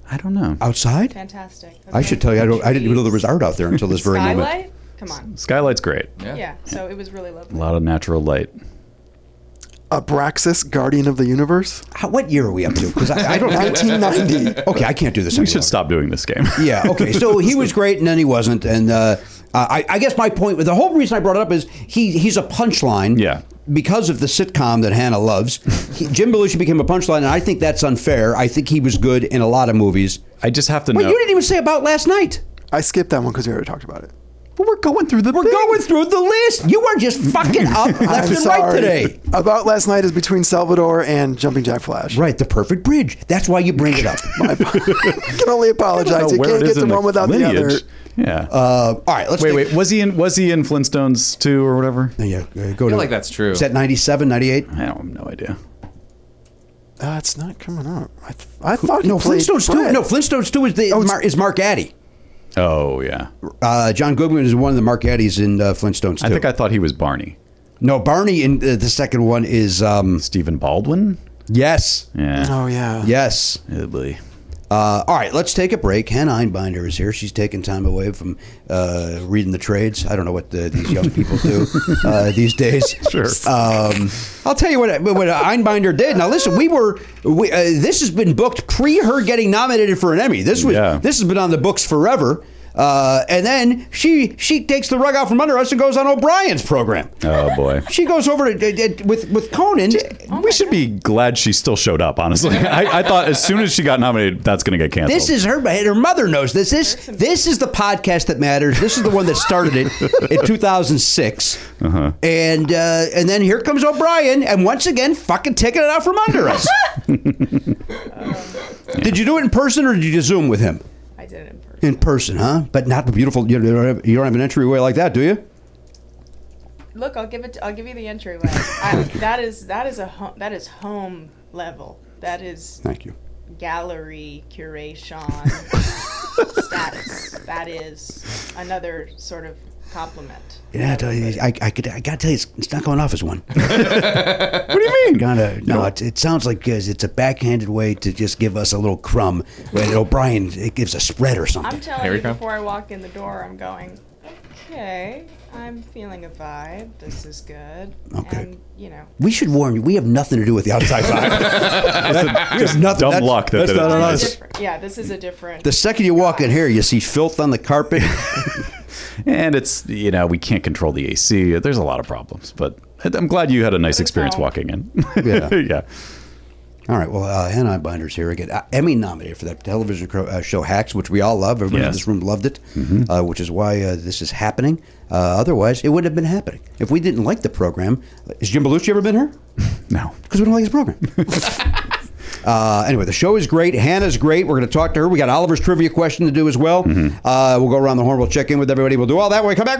Speaker 6: I don't know.
Speaker 2: Outside?
Speaker 9: Fantastic.
Speaker 2: I should tell you, I, don't, I didn't even know there was art out there until this very moment.
Speaker 9: Skylight? Come on.
Speaker 6: Skylight's great.
Speaker 9: Yeah. so it was really lovely.
Speaker 6: A lot of natural light.
Speaker 8: Abraxas, Guardian of the Universe.
Speaker 2: How, what year are we up to? Because I, I don't.
Speaker 8: 1990.
Speaker 2: okay, I can't do this.
Speaker 6: We
Speaker 2: anymore.
Speaker 6: should stop doing this game.
Speaker 2: Yeah. Okay. So he was great, and then he wasn't. And uh, I, I guess my point, the whole reason I brought it up is he he's a punchline.
Speaker 6: Yeah.
Speaker 2: Because of the sitcom that Hannah loves, he, Jim Belushi became a punchline, and I think that's unfair. I think he was good in a lot of movies.
Speaker 6: I just have to
Speaker 2: Well,
Speaker 6: know.
Speaker 2: you didn't even say about last night.
Speaker 8: I skipped that one because we already talked about it.
Speaker 6: But we're going through the.
Speaker 2: We're
Speaker 6: thing.
Speaker 2: going through the list. You are just fucking up left
Speaker 8: I'm
Speaker 2: and right
Speaker 8: sorry.
Speaker 2: today.
Speaker 8: About last night is between Salvador and Jumping Jack Flash.
Speaker 2: Right, the perfect bridge. That's why you bring it up.
Speaker 8: I can only
Speaker 6: I don't
Speaker 8: apologize.
Speaker 6: know
Speaker 8: You
Speaker 6: where
Speaker 8: can't
Speaker 6: it is
Speaker 8: get to
Speaker 6: in
Speaker 8: one without the other.
Speaker 6: lineage. Yeah.
Speaker 2: Uh, all right, let's
Speaker 6: wait,
Speaker 2: take-
Speaker 6: wait. Was he in? Was he in Flintstones two or whatever?
Speaker 2: Yeah, uh, go
Speaker 7: I
Speaker 2: to
Speaker 7: feel like that's true.
Speaker 2: Is that 97, 98?
Speaker 6: I don't have no idea.
Speaker 8: Uh, it's not coming up. I, th- I thought he
Speaker 2: No,
Speaker 8: played
Speaker 2: Flintstones two.
Speaker 8: Fred.
Speaker 2: No, Flintstones two is the
Speaker 8: Oh,
Speaker 2: is,
Speaker 8: it's-
Speaker 2: Mar- is Mark Addy.
Speaker 6: Oh yeah.
Speaker 2: Uh, John Goodman is one of the Mark Addies in uh, Flintstones two.
Speaker 6: I think I thought he was Barney.
Speaker 2: no Barney in uh, the second one is um,
Speaker 6: Stephen Baldwin.
Speaker 2: yes,
Speaker 6: Yeah.
Speaker 8: Oh yeah.
Speaker 2: yes.
Speaker 6: Ugly.
Speaker 2: Uh, all right, let's take a break. Hannah Einbinder is here. She's taking time away from uh, reading the trades. I don't know what the, these young people do uh, these days.
Speaker 6: Sure.
Speaker 2: Um, I'll tell you what, what Einbinder did. Now, listen, we were we, uh, this has been booked pre her getting nominated for an Emmy. This was
Speaker 6: Yeah.
Speaker 2: this has been on the books forever. Uh, and then she she takes the rug out from under us and goes on O'Brien's program.
Speaker 6: Oh boy.
Speaker 2: She goes over to, uh, uh, with with Conan.
Speaker 6: we should be glad she still showed up. Honestly, I, I thought as soon as she got nominated, that's going to get canceled.
Speaker 2: This is her. Her mother knows this. This this is the podcast that matters. This is the one that started it in 2006. And uh, and then here comes O'Brien, and once again, fucking taking it out from under us. Um, Did you do it in person or did you just Zoom with him?
Speaker 9: I did it in person.
Speaker 2: In person, huh? But not the beautiful. You don't have, you don't have an entryway like that, do you?
Speaker 9: Look, I'll give it. I'll give you the entryway. I, that is that is a ho- that is home level. That is
Speaker 2: Thank you.
Speaker 9: gallery curation status. That is another sort of compliment.
Speaker 2: Yeah, I, tell you, I, I could. I gotta tell you, it's, it's not going off as one.
Speaker 6: what do you mean?
Speaker 2: Gotta no, it, it sounds like uh, it's a backhanded way to just give us a little crumb. When O'Brien it gives a spread or something.
Speaker 9: I'm telling
Speaker 7: Here we
Speaker 9: you,
Speaker 7: come.
Speaker 9: before I walk in the door, I'm going. Okay, I'm feeling a vibe. This is good.
Speaker 2: Okay.
Speaker 9: And you know,
Speaker 2: we should warn you. We have nothing to do with the outside vibe. That- there's nothing.
Speaker 6: dumb
Speaker 2: that's-
Speaker 6: luck that
Speaker 2: that's
Speaker 6: did it
Speaker 2: not
Speaker 6: to
Speaker 2: on
Speaker 6: us.
Speaker 2: us.
Speaker 9: different. Yeah, this is a different.
Speaker 2: The second you walk in here, you see filth on the carpet.
Speaker 6: And it's you know we can't control the AC. There's a lot of problems, but I'm glad you had a nice
Speaker 9: it's
Speaker 6: experience
Speaker 9: all-
Speaker 6: walking in.
Speaker 2: Yeah.
Speaker 6: yeah.
Speaker 2: All right. Well, uh, Hannah Binder's here again. Uh, Emmy nominated for that television cro- uh, show Hacks, which we all love. Everybody in
Speaker 6: Yes.
Speaker 2: this room loved it, uh, which is why uh, this is happening. Uh, otherwise, it wouldn't have been happening if we didn't like the program. uh, Has Jim Belushi ever been here?
Speaker 6: No.
Speaker 2: because we don't like his program. Uh, anyway, the show is great. Hannah's great. We're going to talk to her. We got Oliver's trivia question to do as well. Uh, we'll go around the horn. We'll check in with everybody. We'll do all that when we come back.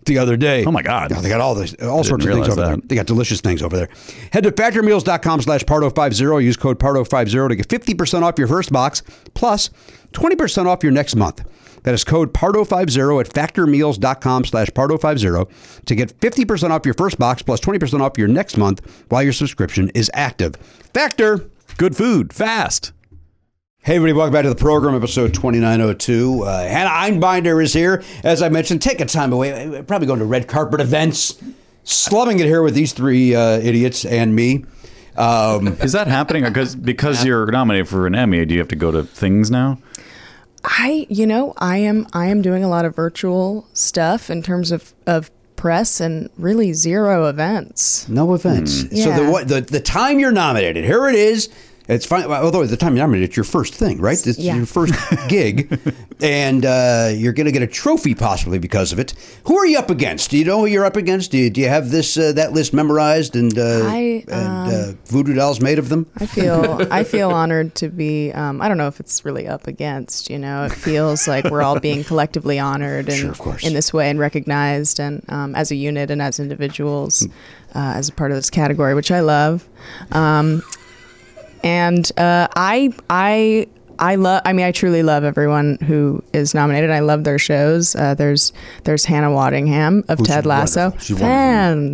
Speaker 2: the other day.
Speaker 6: Mm. Oh, my God.
Speaker 2: Yeah, they got all this all sorts of
Speaker 6: Didn't
Speaker 2: things over
Speaker 6: realize
Speaker 2: there.
Speaker 6: that.
Speaker 2: They got delicious things over there. Head to factormeals.com slash pardo50. Use code pardo50 to get 50% off your first box plus 20% off your next month. That is code pardo50 at factormeals.com slash pardo50 to get 50% off your first box plus 20% off your next month while your subscription is active. Factor.
Speaker 6: Good food, fast.
Speaker 2: Hey, everybody, welcome back to the program, episode 2902. Uh, Hannah Einbinder is here. As I mentioned, taking time away, uh, probably going to red carpet events, slumming it here with these three uh, idiots and me. Um,
Speaker 6: Is that happening? Because because you're nominated for an Emmy, do you have to go to things now?
Speaker 10: I, you know, I am I am doing a lot of virtual stuff in terms of of press and really zero events.
Speaker 2: no offense. So
Speaker 10: Hmm. Yeah.
Speaker 2: the, what, the the time you're nominated, here it is. It's fine. well, Although at the time you're nominated, it's your first thing, right? It's
Speaker 10: Yeah.
Speaker 2: your first gig, and uh, you're going to get a trophy possibly because of it. Who are you up against? Do you know who you're up against? Do you, do you have this uh, that list memorized and uh,
Speaker 10: I, um,
Speaker 2: and uh, voodoo dolls made of them?
Speaker 10: I feel I feel honored to be. Um, I don't know if it's really up against. You know, it feels like we're all being collectively honored and
Speaker 2: of course.
Speaker 10: in this way and recognized and um, as a unit and as individuals
Speaker 3: Hmm.
Speaker 10: uh, as a part of this category, which I love. Um, and uh, I I I love. I mean, I truly love everyone who is nominated. I love their shows. Uh, there's there's Hannah Waddingham of Ted Lasso.
Speaker 2: wonderful. She's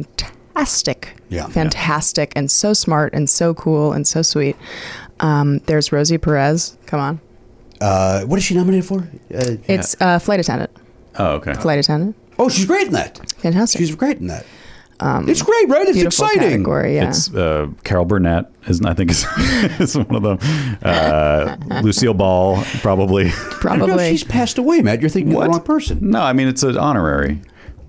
Speaker 10: Fantastic.
Speaker 2: Yeah.
Speaker 10: Fantastic and so smart and so cool and so sweet. Um, there's Rosie Perez. Come on.
Speaker 2: Uh, what is she nominated for? Uh,
Speaker 10: It's uh, flight attendant.
Speaker 6: Oh, okay.
Speaker 10: Flight attendant.
Speaker 2: oh, she's great in that.
Speaker 10: Fantastic. Um,
Speaker 2: She's great in that. it's great, right? It's
Speaker 10: Beautiful
Speaker 2: exciting.
Speaker 10: category. Yeah.
Speaker 6: It's uh, Carol Burnett is I think is, is one of them. Uh, Lucille Ball probably.
Speaker 2: No,
Speaker 10: probably.
Speaker 2: she's passed away, Matt. You're thinking of the wrong person.
Speaker 6: No, I mean it's an honorary.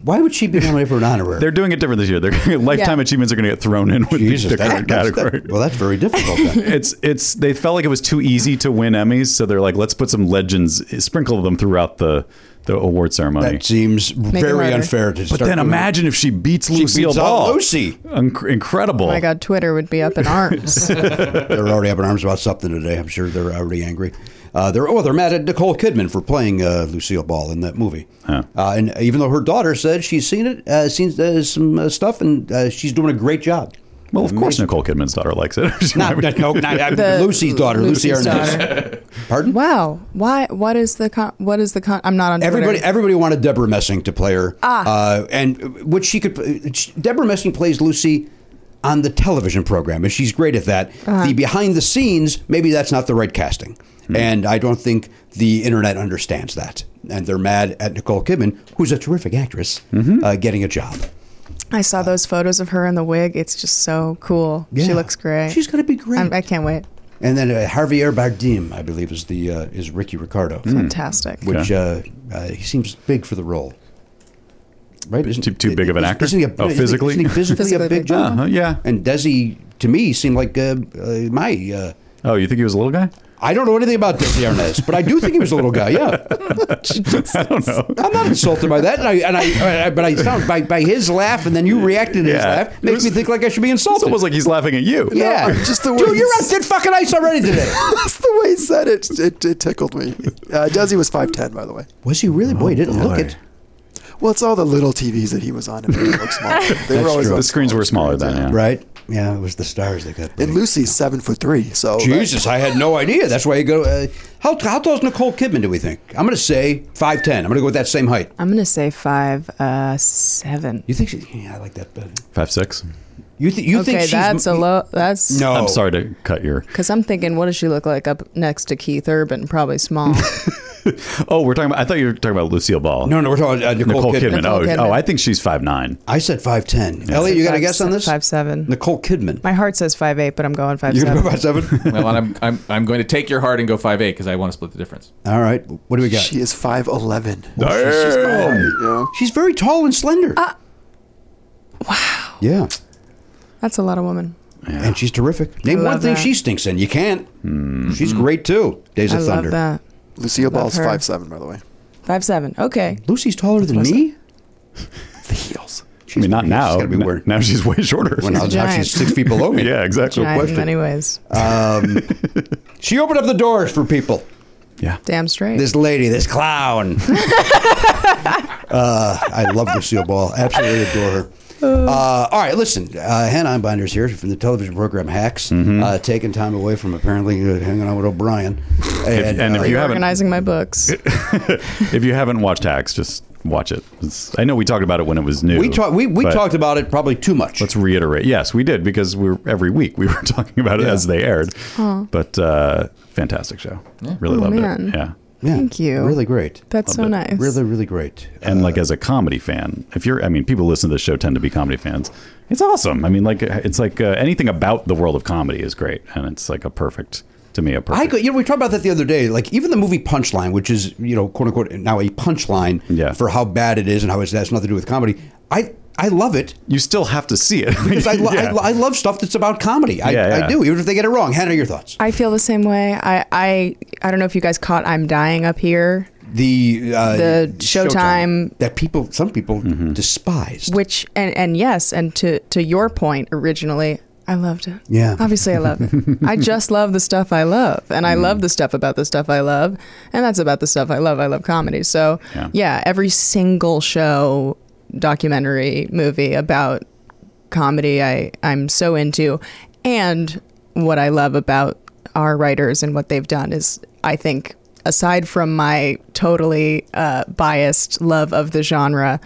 Speaker 2: Why would she be nominated for an honorary?
Speaker 6: They're doing it different this year. Their lifetime
Speaker 10: Yeah.
Speaker 6: achievements are going to get thrown in with
Speaker 2: Jesus,
Speaker 6: each
Speaker 2: that-
Speaker 6: different
Speaker 2: that's- that-
Speaker 6: category.
Speaker 2: well, that's very difficult. Then.
Speaker 6: it's it's they felt like it was too easy to win Emmys, so they're like, let's put some legends, sprinkle them throughout the the award ceremony.
Speaker 2: that seems
Speaker 10: it
Speaker 2: very
Speaker 10: harder.
Speaker 2: unfair to.
Speaker 6: but
Speaker 2: start
Speaker 6: then
Speaker 2: doing-
Speaker 6: imagine if she beats
Speaker 2: She
Speaker 6: Lucille
Speaker 2: beats out
Speaker 6: Ball.
Speaker 2: Lucy.
Speaker 6: Inc- incredible.
Speaker 10: oh my God, Twitter would be up in arms.
Speaker 2: they're already up in arms about something today. I'm sure they're already angry. Uh, they're oh, they're mad at Nicole Kidman for playing uh, Lucille Ball in that movie. Uh, and even though her daughter said she's seen it, uh, seen uh, some uh, stuff, and uh, she's doing a great job.
Speaker 6: Well, of course, Nicole Kidman's daughter likes it. She
Speaker 2: Not,
Speaker 6: might be-
Speaker 2: not, no, not, I mean,
Speaker 10: The-
Speaker 2: Lucy's daughter, Lucy
Speaker 10: Lucy's
Speaker 2: Arnaz. Pardon?
Speaker 10: wow. Why? What is the con- what is the con- I'm not on Twitter.
Speaker 2: Everybody, everybody wanted Deborah Messing to play her. Ah. Uh, and which she could. Deborah Messing plays Lucy on the television program, and she's great at that.
Speaker 10: Uh-huh.
Speaker 2: The behind the scenes, maybe that's not the right casting. And I don't think the internet understands that. And they're mad at Nicole Kidman, who's a terrific actress, uh, getting a job.
Speaker 10: I saw those photos of her in the wig. It's just so cool.
Speaker 2: Yeah.
Speaker 10: She looks great.
Speaker 2: She's gonna be great.
Speaker 10: I'm, I can not wait.
Speaker 2: And then uh, Javier Bardem, I believe, is the uh, is
Speaker 6: Hmm.
Speaker 2: Ricky Ricardo,
Speaker 10: Fantastic.
Speaker 2: which uh, uh, he seems big for the role. right? Isn't,
Speaker 6: too, too big of an actor?
Speaker 2: Isn't he a,
Speaker 6: oh,
Speaker 2: isn't-
Speaker 6: physically?
Speaker 2: Isn't he physically, a big gentleman?
Speaker 6: Uh-huh, yeah.
Speaker 2: And Desi, to me, seemed like uh, uh, my. Uh,
Speaker 6: oh, you think he was a little guy?
Speaker 2: I don't know anything about Desi Arnaz, but I do think he was a little guy. Yeah,
Speaker 6: I don't know.
Speaker 2: I'm not insulted by that, and I, and I, I- but I sound by, by his laugh, and then you reacted to his
Speaker 6: Yeah.
Speaker 2: laugh makes me think like I should be insulted.
Speaker 6: It's almost like he's laughing at you.
Speaker 2: yeah,
Speaker 8: just the way
Speaker 2: dude, you're
Speaker 8: he's-
Speaker 2: on thin fucking ice already today.
Speaker 8: That's the way he said it. It, it tickled me. Uh, Desi was 5'10", by the way.
Speaker 2: Was he really? Boy, he didn't look it.
Speaker 8: Well, it's all the little TVs that he was on. It made him look small. They were
Speaker 2: That's
Speaker 8: always
Speaker 2: true.
Speaker 8: on
Speaker 6: Oh, The screens were smaller then, yeah.
Speaker 2: Right? Yeah, it was the stars that got.
Speaker 8: And Lucy's seven foot three. So
Speaker 2: Jesus, I had no idea. That's why you go. Uh, how how tall is Nicole Kidman? Do we think? I'm going to say five ten. I'm going to go with that same height.
Speaker 10: I'm gonna say five uh, seven.
Speaker 2: You think she? Yeah, I like that better.
Speaker 6: Five six.
Speaker 2: You think? You
Speaker 10: okay,
Speaker 2: think she's
Speaker 10: that's a low. That's
Speaker 2: No.
Speaker 6: I'm sorry to cut your.
Speaker 10: Because I'm thinking, what does she look like up next to Keith Urban? Probably small.
Speaker 6: Oh, we're talking. About, I thought you were talking about Lucille Ball.
Speaker 2: No, no, we're talking uh, Nicole,
Speaker 6: Nicole
Speaker 2: Kidman.
Speaker 6: Kidman.
Speaker 10: Nicole
Speaker 6: oh,
Speaker 10: Kidman.
Speaker 6: oh, I think she's five nine.
Speaker 2: I said five ten. Elliot, you got a
Speaker 10: Five
Speaker 2: guess on
Speaker 10: se-
Speaker 2: this?
Speaker 10: Five seven.
Speaker 2: Nicole Kidman.
Speaker 10: My heart says five eight, but I'm going five
Speaker 2: You're going to
Speaker 10: seven.
Speaker 2: go five seven.
Speaker 7: well, I'm, I'm I'm going to take your heart and go five eight because I want to split the difference.
Speaker 2: All right. What do we got?
Speaker 8: she is 5'11".
Speaker 2: Oh,
Speaker 6: Damn.
Speaker 2: She's very tall and slender.
Speaker 10: Uh,
Speaker 2: wow. Yeah.
Speaker 10: That's a lot of women.
Speaker 2: and she's terrific. Hmm. Name one
Speaker 10: love
Speaker 2: thing
Speaker 10: that.
Speaker 2: she stinks in. You can't. She's great too. Days
Speaker 10: I
Speaker 2: of Thunder.
Speaker 10: love that.
Speaker 8: Lucille Ball's
Speaker 10: her.
Speaker 8: five seven, by the way.
Speaker 10: Five seven. Okay.
Speaker 2: Lucy's taller than
Speaker 10: That's
Speaker 2: me.
Speaker 8: The heels.
Speaker 6: I mean, not
Speaker 2: she's
Speaker 6: now.
Speaker 2: gotta be
Speaker 6: N-
Speaker 2: wearing-
Speaker 6: Now she's way shorter.
Speaker 2: Well, now, now
Speaker 10: giant.
Speaker 2: she's six feet below me.
Speaker 6: yeah, exactly.
Speaker 10: Giant in
Speaker 6: Question.
Speaker 10: many ways.
Speaker 2: Um, She opened up the doors for people.
Speaker 6: Yeah.
Speaker 10: Damn straight.
Speaker 2: This lady, this clown. uh, I love Lucille Ball. Absolutely adore her. Uh, all right, listen. Uh, Hannah Einbinder's here from the television program Hacks,
Speaker 6: Mm-hmm.
Speaker 2: uh, taking time away from apparently uh, hanging out with O'Brien. And,
Speaker 6: and if
Speaker 2: uh,
Speaker 6: you haven't-
Speaker 10: Organizing my books.
Speaker 6: if you haven't watched Hacks, just watch it. It's- I know we talked about it when it was new.
Speaker 2: we talked, we, we
Speaker 6: but
Speaker 2: talked about it probably too much.
Speaker 6: Let's reiterate. Yes, we did because we were every week we were talking about it as they aired. But uh, fantastic show. Really
Speaker 10: Oh,
Speaker 6: loved
Speaker 10: man.
Speaker 6: it. Yeah.
Speaker 2: Yeah,
Speaker 10: Thank you.
Speaker 2: Really great.
Speaker 10: That's so
Speaker 6: Loved
Speaker 10: nice.
Speaker 2: Really, really great.
Speaker 6: And like as a comedy fan, if you're, I mean, people who listen to the show tend to be comedy fans. It's awesome. I mean, like it's like uh, anything about the world of comedy is great, and it's like a perfect to me a perfect.
Speaker 2: I could, you know, we talked about that the other day. Like even the movie Punchline, which is you know quote unquote now a punchline
Speaker 6: Yeah.
Speaker 2: for how bad it is and how it has nothing to do with comedy. I I love it
Speaker 6: you still have to see it
Speaker 2: because I, lo- I,
Speaker 6: Yeah.
Speaker 2: lo- I love stuff that's about comedy. I,
Speaker 6: Yeah, yeah.
Speaker 2: I do, even if they get it wrong. Hannah, your thoughts?
Speaker 10: I feel the same way. I, I I don't know if you guys caught I'm dying up here,
Speaker 2: The uh, Mm-hmm.
Speaker 10: The Showtime-
Speaker 2: that people some people despised.
Speaker 10: which and, and yes, and to to your point originally, I loved it.
Speaker 2: Yeah.
Speaker 10: Obviously I love it. I just love the stuff I love. And I love the stuff about the stuff I love. And that's about the stuff I love. I love comedy. So
Speaker 6: Yeah.
Speaker 10: yeah, every single show, documentary, movie about comedy I, I'm so into. And what I love about our writers and what they've done is, I think, aside from my totally uh, biased love of the genre,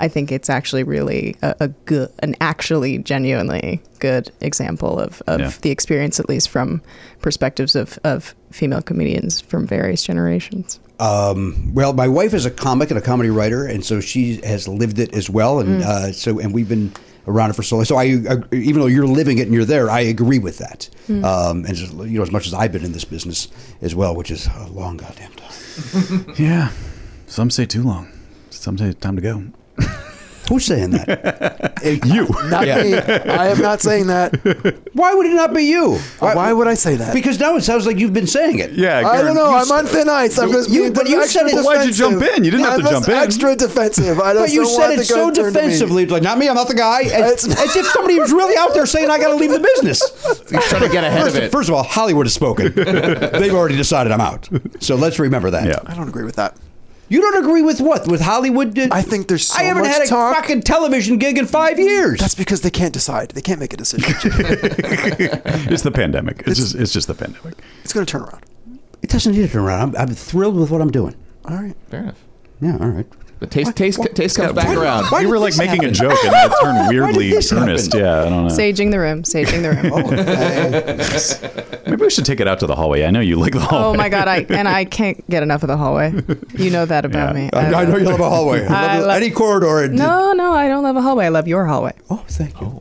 Speaker 10: I think it's actually really a, a good, an actually genuinely good example of, of
Speaker 6: Yeah.
Speaker 10: the experience, at least from perspectives of, of female comedians from various generations.
Speaker 2: Um, Well, my wife is a comic and a comedy writer, and so she has lived it as well,
Speaker 10: Mm.
Speaker 2: and uh, so and we've been around it for so long. So I, I- even though you're living it and you're there, I agree with that.
Speaker 10: Mm.
Speaker 2: Um, and just, you know, as much as I've been in this business as well, which is a long goddamn time.
Speaker 6: yeah. Some say too long. Some say time to go.
Speaker 2: Who's saying that?
Speaker 6: You.
Speaker 8: Not me. I am not saying that.
Speaker 2: Why would it not be you?
Speaker 8: Why would I say that?
Speaker 2: Because now it sounds like you've been saying it.
Speaker 6: Yeah.
Speaker 8: I don't
Speaker 6: Karen,
Speaker 8: know.
Speaker 6: you
Speaker 8: I'm on thin ice. I'm just
Speaker 2: you-
Speaker 8: being
Speaker 2: but you
Speaker 8: extra
Speaker 2: said it-
Speaker 6: Why'd you
Speaker 8: defensive.
Speaker 6: jump in? You didn't have
Speaker 8: I'm
Speaker 6: to
Speaker 8: just
Speaker 6: jump in.
Speaker 8: Extra defensive. I just
Speaker 2: But you
Speaker 8: don't
Speaker 2: said
Speaker 8: want
Speaker 2: it
Speaker 8: the
Speaker 2: so
Speaker 8: gun turned to me.
Speaker 2: defensively, like not me. I'm not the guy. As,
Speaker 8: It's-
Speaker 2: as if somebody was really out there saying I got to leave the business.
Speaker 7: He's trying to get ahead
Speaker 2: First,
Speaker 7: of it.
Speaker 2: first of all, Hollywood has spoken. They've already decided I'm out. So let's remember that.
Speaker 6: Yeah.
Speaker 8: I don't agree with that.
Speaker 2: You don't agree with what? With Hollywood? uh,
Speaker 8: I think there's so
Speaker 2: I haven't
Speaker 8: much
Speaker 2: had a
Speaker 8: talk.
Speaker 2: fucking television gig in five years.
Speaker 8: That's because they can't decide. They can't make a decision.
Speaker 6: It's the pandemic. It's just it's just the pandemic.
Speaker 8: it's going to turn around.
Speaker 2: it doesn't need to turn around. I'm, I'm thrilled with what I'm doing.
Speaker 8: All right.
Speaker 7: Fair enough.
Speaker 2: Yeah, all right.
Speaker 7: But taste taste taste comes back around.
Speaker 2: Why
Speaker 6: we
Speaker 2: did
Speaker 6: were like
Speaker 2: this
Speaker 6: making a
Speaker 2: happen?
Speaker 6: joke and then it turned weirdly
Speaker 2: this happen?
Speaker 6: earnest. Yeah, I don't know.
Speaker 10: Saging the room, saging the room.
Speaker 6: Maybe we should take it out to the hallway. I know you like the hallway.
Speaker 10: Oh my god, I and I can't get enough of the hallway. You know that about
Speaker 6: Yeah.
Speaker 10: me.
Speaker 2: I, I know you love a hallway. I
Speaker 10: I
Speaker 2: love
Speaker 10: love-
Speaker 2: any corridor. and-
Speaker 10: No, no, I don't love a hallway. I love your hallway.
Speaker 2: Oh, thank you.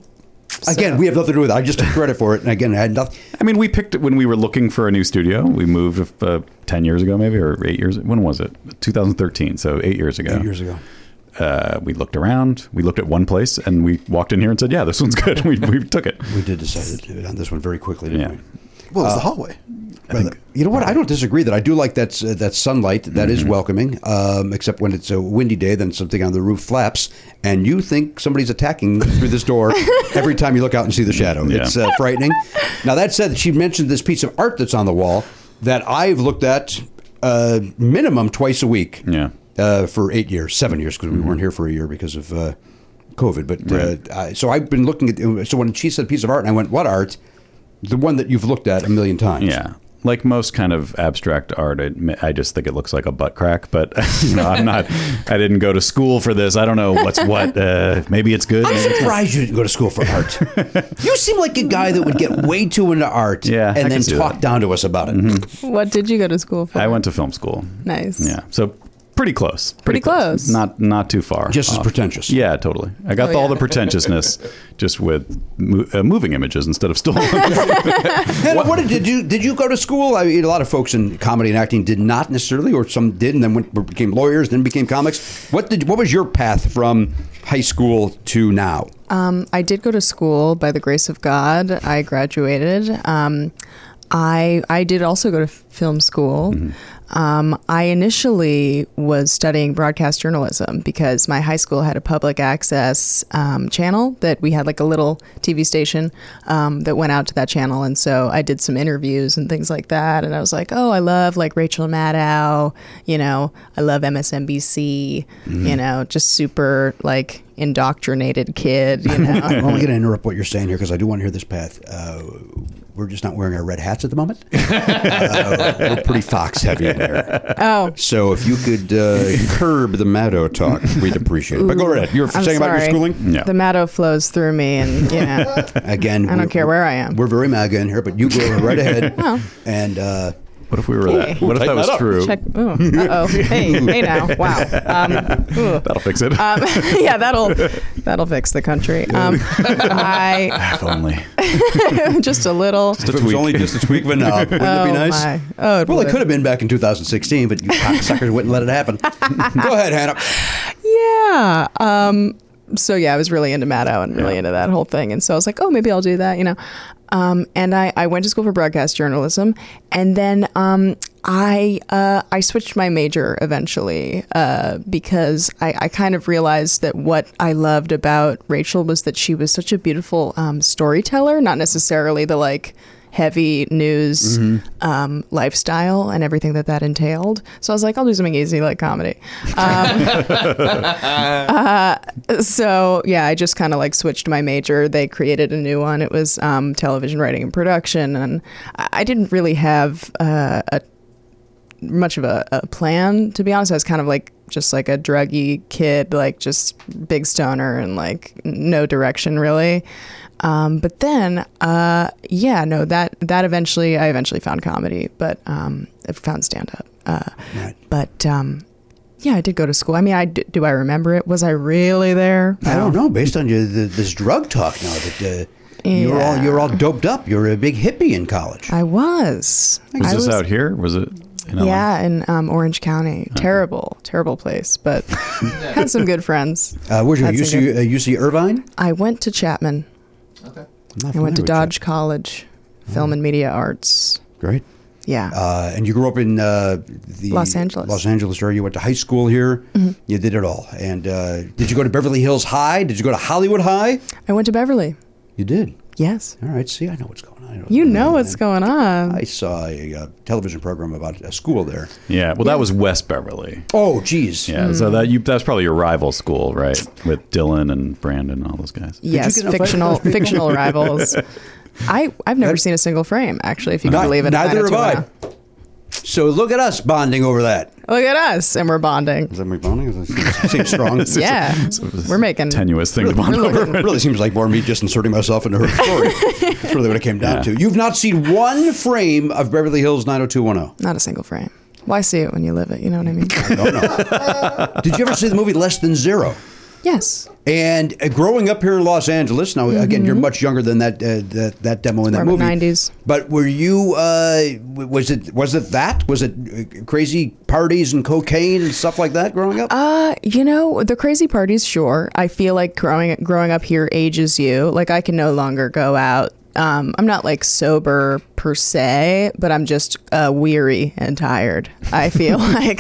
Speaker 2: Again, we have nothing to do with it. I just took credit for it. And again, I had nothing.
Speaker 6: I mean, we picked it when we were looking for a new studio. We moved uh, ten years ago, maybe or eight years. When was it? 2013. So eight years ago.
Speaker 2: Years ago.
Speaker 6: uh, we looked around. We looked at one place, and we walked in here and said, "Yeah, this one's good." we, we took it.
Speaker 2: We did decide to do it on this one very quickly. Didn't
Speaker 6: Yeah.
Speaker 2: we?
Speaker 8: Well, it's
Speaker 2: Uh,
Speaker 8: the hallway.
Speaker 2: Rather- you know what? I don't disagree that I do like that uh, that sunlight. That is welcoming, um, except when it's a windy day, then something on the roof flaps, and you think somebody's attacking through this door every time you look out and see the shadow.
Speaker 6: Yeah.
Speaker 2: It's uh, frightening. now that said, she mentioned this piece of art that's on the wall that I've looked at uh, minimum twice a week.
Speaker 6: Yeah.
Speaker 2: Uh, for eight years, seven years, because we weren't here for a year because of uh, COVID. But
Speaker 6: Mm-hmm. Right.
Speaker 2: uh, I, so I've been looking at. So when she said piece of art, and I went, "What art?" The one that you've looked at a million times.
Speaker 6: Yeah. Like most kind of abstract art, I, I just think it looks like a butt crack. But you know, I'm not. I didn't go to school for this. I don't know what's what. Uh, maybe it's good.
Speaker 2: I'm
Speaker 6: maybe it's not.
Speaker 2: surprised you didn't go to school for art. you seem like a guy that would get way too into art
Speaker 6: Yeah, I
Speaker 2: and
Speaker 6: can
Speaker 2: then
Speaker 6: see that.
Speaker 2: talk
Speaker 6: Mm-hmm.
Speaker 2: down to us about it.
Speaker 10: What did you go to school for?
Speaker 6: I went to film school.
Speaker 10: Nice.
Speaker 6: Yeah. So pretty close.
Speaker 10: Pretty close.
Speaker 6: Not not too far.
Speaker 2: Just as
Speaker 6: off.
Speaker 2: pretentious.
Speaker 6: Yeah, totally. I got
Speaker 10: Oh,
Speaker 6: all
Speaker 10: yeah.
Speaker 6: the pretentiousness just with mo- uh, moving images instead of stolen.
Speaker 2: And what did, did you did you go to school? I mean, a lot of folks in comedy and acting did not necessarily, or some did, and then went, became lawyers, then became comics. What did what was your path from high school to now?
Speaker 10: Um, I did go to school by the grace of God. I graduated. Um, I I did also go to f- film school. Um, I initially was studying broadcast journalism because my high school had a public access um, channel that we had like a little TV station um, that went out to that channel, and so I did some interviews and things like that. And I was like, oh, I love like Rachel Maddow. You know, I love MSNBC. You know, just super like indoctrinated kid. You know.
Speaker 2: I'm going to interrupt what you're saying here because I do want to hear this path. Uh, we're just not wearing our red hats at the moment. Uh, we're pretty fox heavy in here.
Speaker 10: oh,
Speaker 2: So if you could uh, curb the Maddow talk, we'd appreciate it. But go ahead. You're
Speaker 10: I'm
Speaker 2: saying about your
Speaker 10: sorry.
Speaker 2: schooling?
Speaker 6: Yeah.
Speaker 10: The Maddow flows through me, and yeah,
Speaker 2: Again,
Speaker 10: I don't
Speaker 2: we're-
Speaker 10: care where I am.
Speaker 2: We're very MAGA in here, but you go right ahead.
Speaker 10: Oh.
Speaker 2: And uh,
Speaker 6: what if we were that? What if that was true?
Speaker 10: Check. Ooh, uh-oh. Hey, hey now. Wow. Um, ooh.
Speaker 6: That'll fix it.
Speaker 10: Um, yeah, that'll that'll fix the country. Um, I
Speaker 6: if only.
Speaker 10: just a little.
Speaker 2: if it was
Speaker 6: tweak.
Speaker 2: only just a tweak of a knob, wouldn't it
Speaker 10: Oh,
Speaker 2: be nice?
Speaker 10: my. Oh, it
Speaker 2: well, it
Speaker 10: would.
Speaker 2: could have been back in 2016, but you cocksuckers wouldn't let it happen. go ahead, Hannah.
Speaker 10: Yeah. Um, so yeah, I was really into Maddow and really
Speaker 6: Yeah.
Speaker 10: into that whole thing, and so I was like, oh, maybe I'll do that, you know. Um, and I, I went to school for broadcast journalism, and then um, I uh, I switched my major eventually uh, because I, I kind of realized that what I loved about Rachel was that she was such a beautiful um, storyteller, not necessarily the like heavy news um, lifestyle and everything that that entailed. So I was like, I'll do something easy like comedy. so yeah, I just kind of like switched my major. They created a new one. It was um, television writing and production, and I I didn't really have uh, a much of a, a plan to be honest. I was kind of like just like a druggy kid, like just big stoner and like no direction really. Um, but then, uh, yeah, no, that that eventually I eventually found comedy, but um, I found stand up. Uh, But um, yeah, I did go to school. I mean, I d- do I remember it? Was I really there?
Speaker 2: I don't know. Based on your, the, this drug talk now, that uh, you're all
Speaker 10: Yeah.
Speaker 2: you're all doped up. You're a big hippie in college.
Speaker 10: I was.
Speaker 6: Was
Speaker 10: I
Speaker 6: this
Speaker 10: was-
Speaker 6: out here? Was it? In LA?
Speaker 10: Yeah, in um, Orange County. Terrible, terrible place, but had some good friends.
Speaker 2: Uh, where's your
Speaker 10: That's a
Speaker 2: UC, uh, UC Irvine?
Speaker 10: I went to Chapman.
Speaker 2: I'm not
Speaker 10: I went
Speaker 2: familiar
Speaker 10: to
Speaker 2: with
Speaker 10: Dodge College,
Speaker 2: Mm.
Speaker 10: Film and Media Arts.
Speaker 2: that. Great.
Speaker 10: Yeah.
Speaker 2: Uh, and you grew up in uh, the
Speaker 10: Los Angeles. Mm-hmm.
Speaker 2: Los Angeles area. You went to high school here. You did it all. And uh, did you go to Beverly Hills High? Did you go to Hollywood High?
Speaker 10: I went to Beverly.
Speaker 2: You did.
Speaker 10: Yes.
Speaker 2: All right. See, I know what's going on. I
Speaker 10: You know what's going on.
Speaker 2: I saw a uh, television program about a school there.
Speaker 6: Yeah. Well, that was West Beverly.
Speaker 2: Oh, geez.
Speaker 6: Yeah.
Speaker 10: Mm.
Speaker 6: So that you that's probably your rival school, right? With Dylan and Brandon and all those guys.
Speaker 10: Yes,
Speaker 2: get in a fight with
Speaker 10: fictional
Speaker 2: those people?
Speaker 10: fictional rivals. I I've never
Speaker 2: That-
Speaker 10: seen a single frame actually. If you can
Speaker 2: Not-
Speaker 10: believe it,
Speaker 2: neither have I.
Speaker 10: 90210.
Speaker 2: So look at us bonding over that.
Speaker 10: Look at us, and we're bonding.
Speaker 2: Is that me bonding? Does that seem strong?
Speaker 10: Yeah, we're making
Speaker 6: Tenuous thing to bond
Speaker 2: Really,
Speaker 6: over.
Speaker 2: really seems like more me just inserting myself into her story. That's really what it came down
Speaker 6: Yeah.
Speaker 2: to. You've not seen one frame of Beverly Hills 90210.
Speaker 10: Not a single frame. Why see it when you live it? You know what I mean?
Speaker 2: No, no. Did you ever see the movie Less Than Zero?
Speaker 10: Yes.
Speaker 2: And uh, growing up here in Los Angeles, now again, you're much younger than that uh, that, that demo in that
Speaker 10: Mm-hmm. More of
Speaker 2: movie.
Speaker 10: a 90s.
Speaker 2: But were you? Uh, w- was it? Was it that? Was it uh, crazy parties and cocaine and stuff like that growing up?
Speaker 10: Uh, you know, the crazy parties, sure. I feel like growing growing up here ages you. Like I can no longer go out. Um, I'm not like sober per se, but I'm just uh, weary and tired. I feel like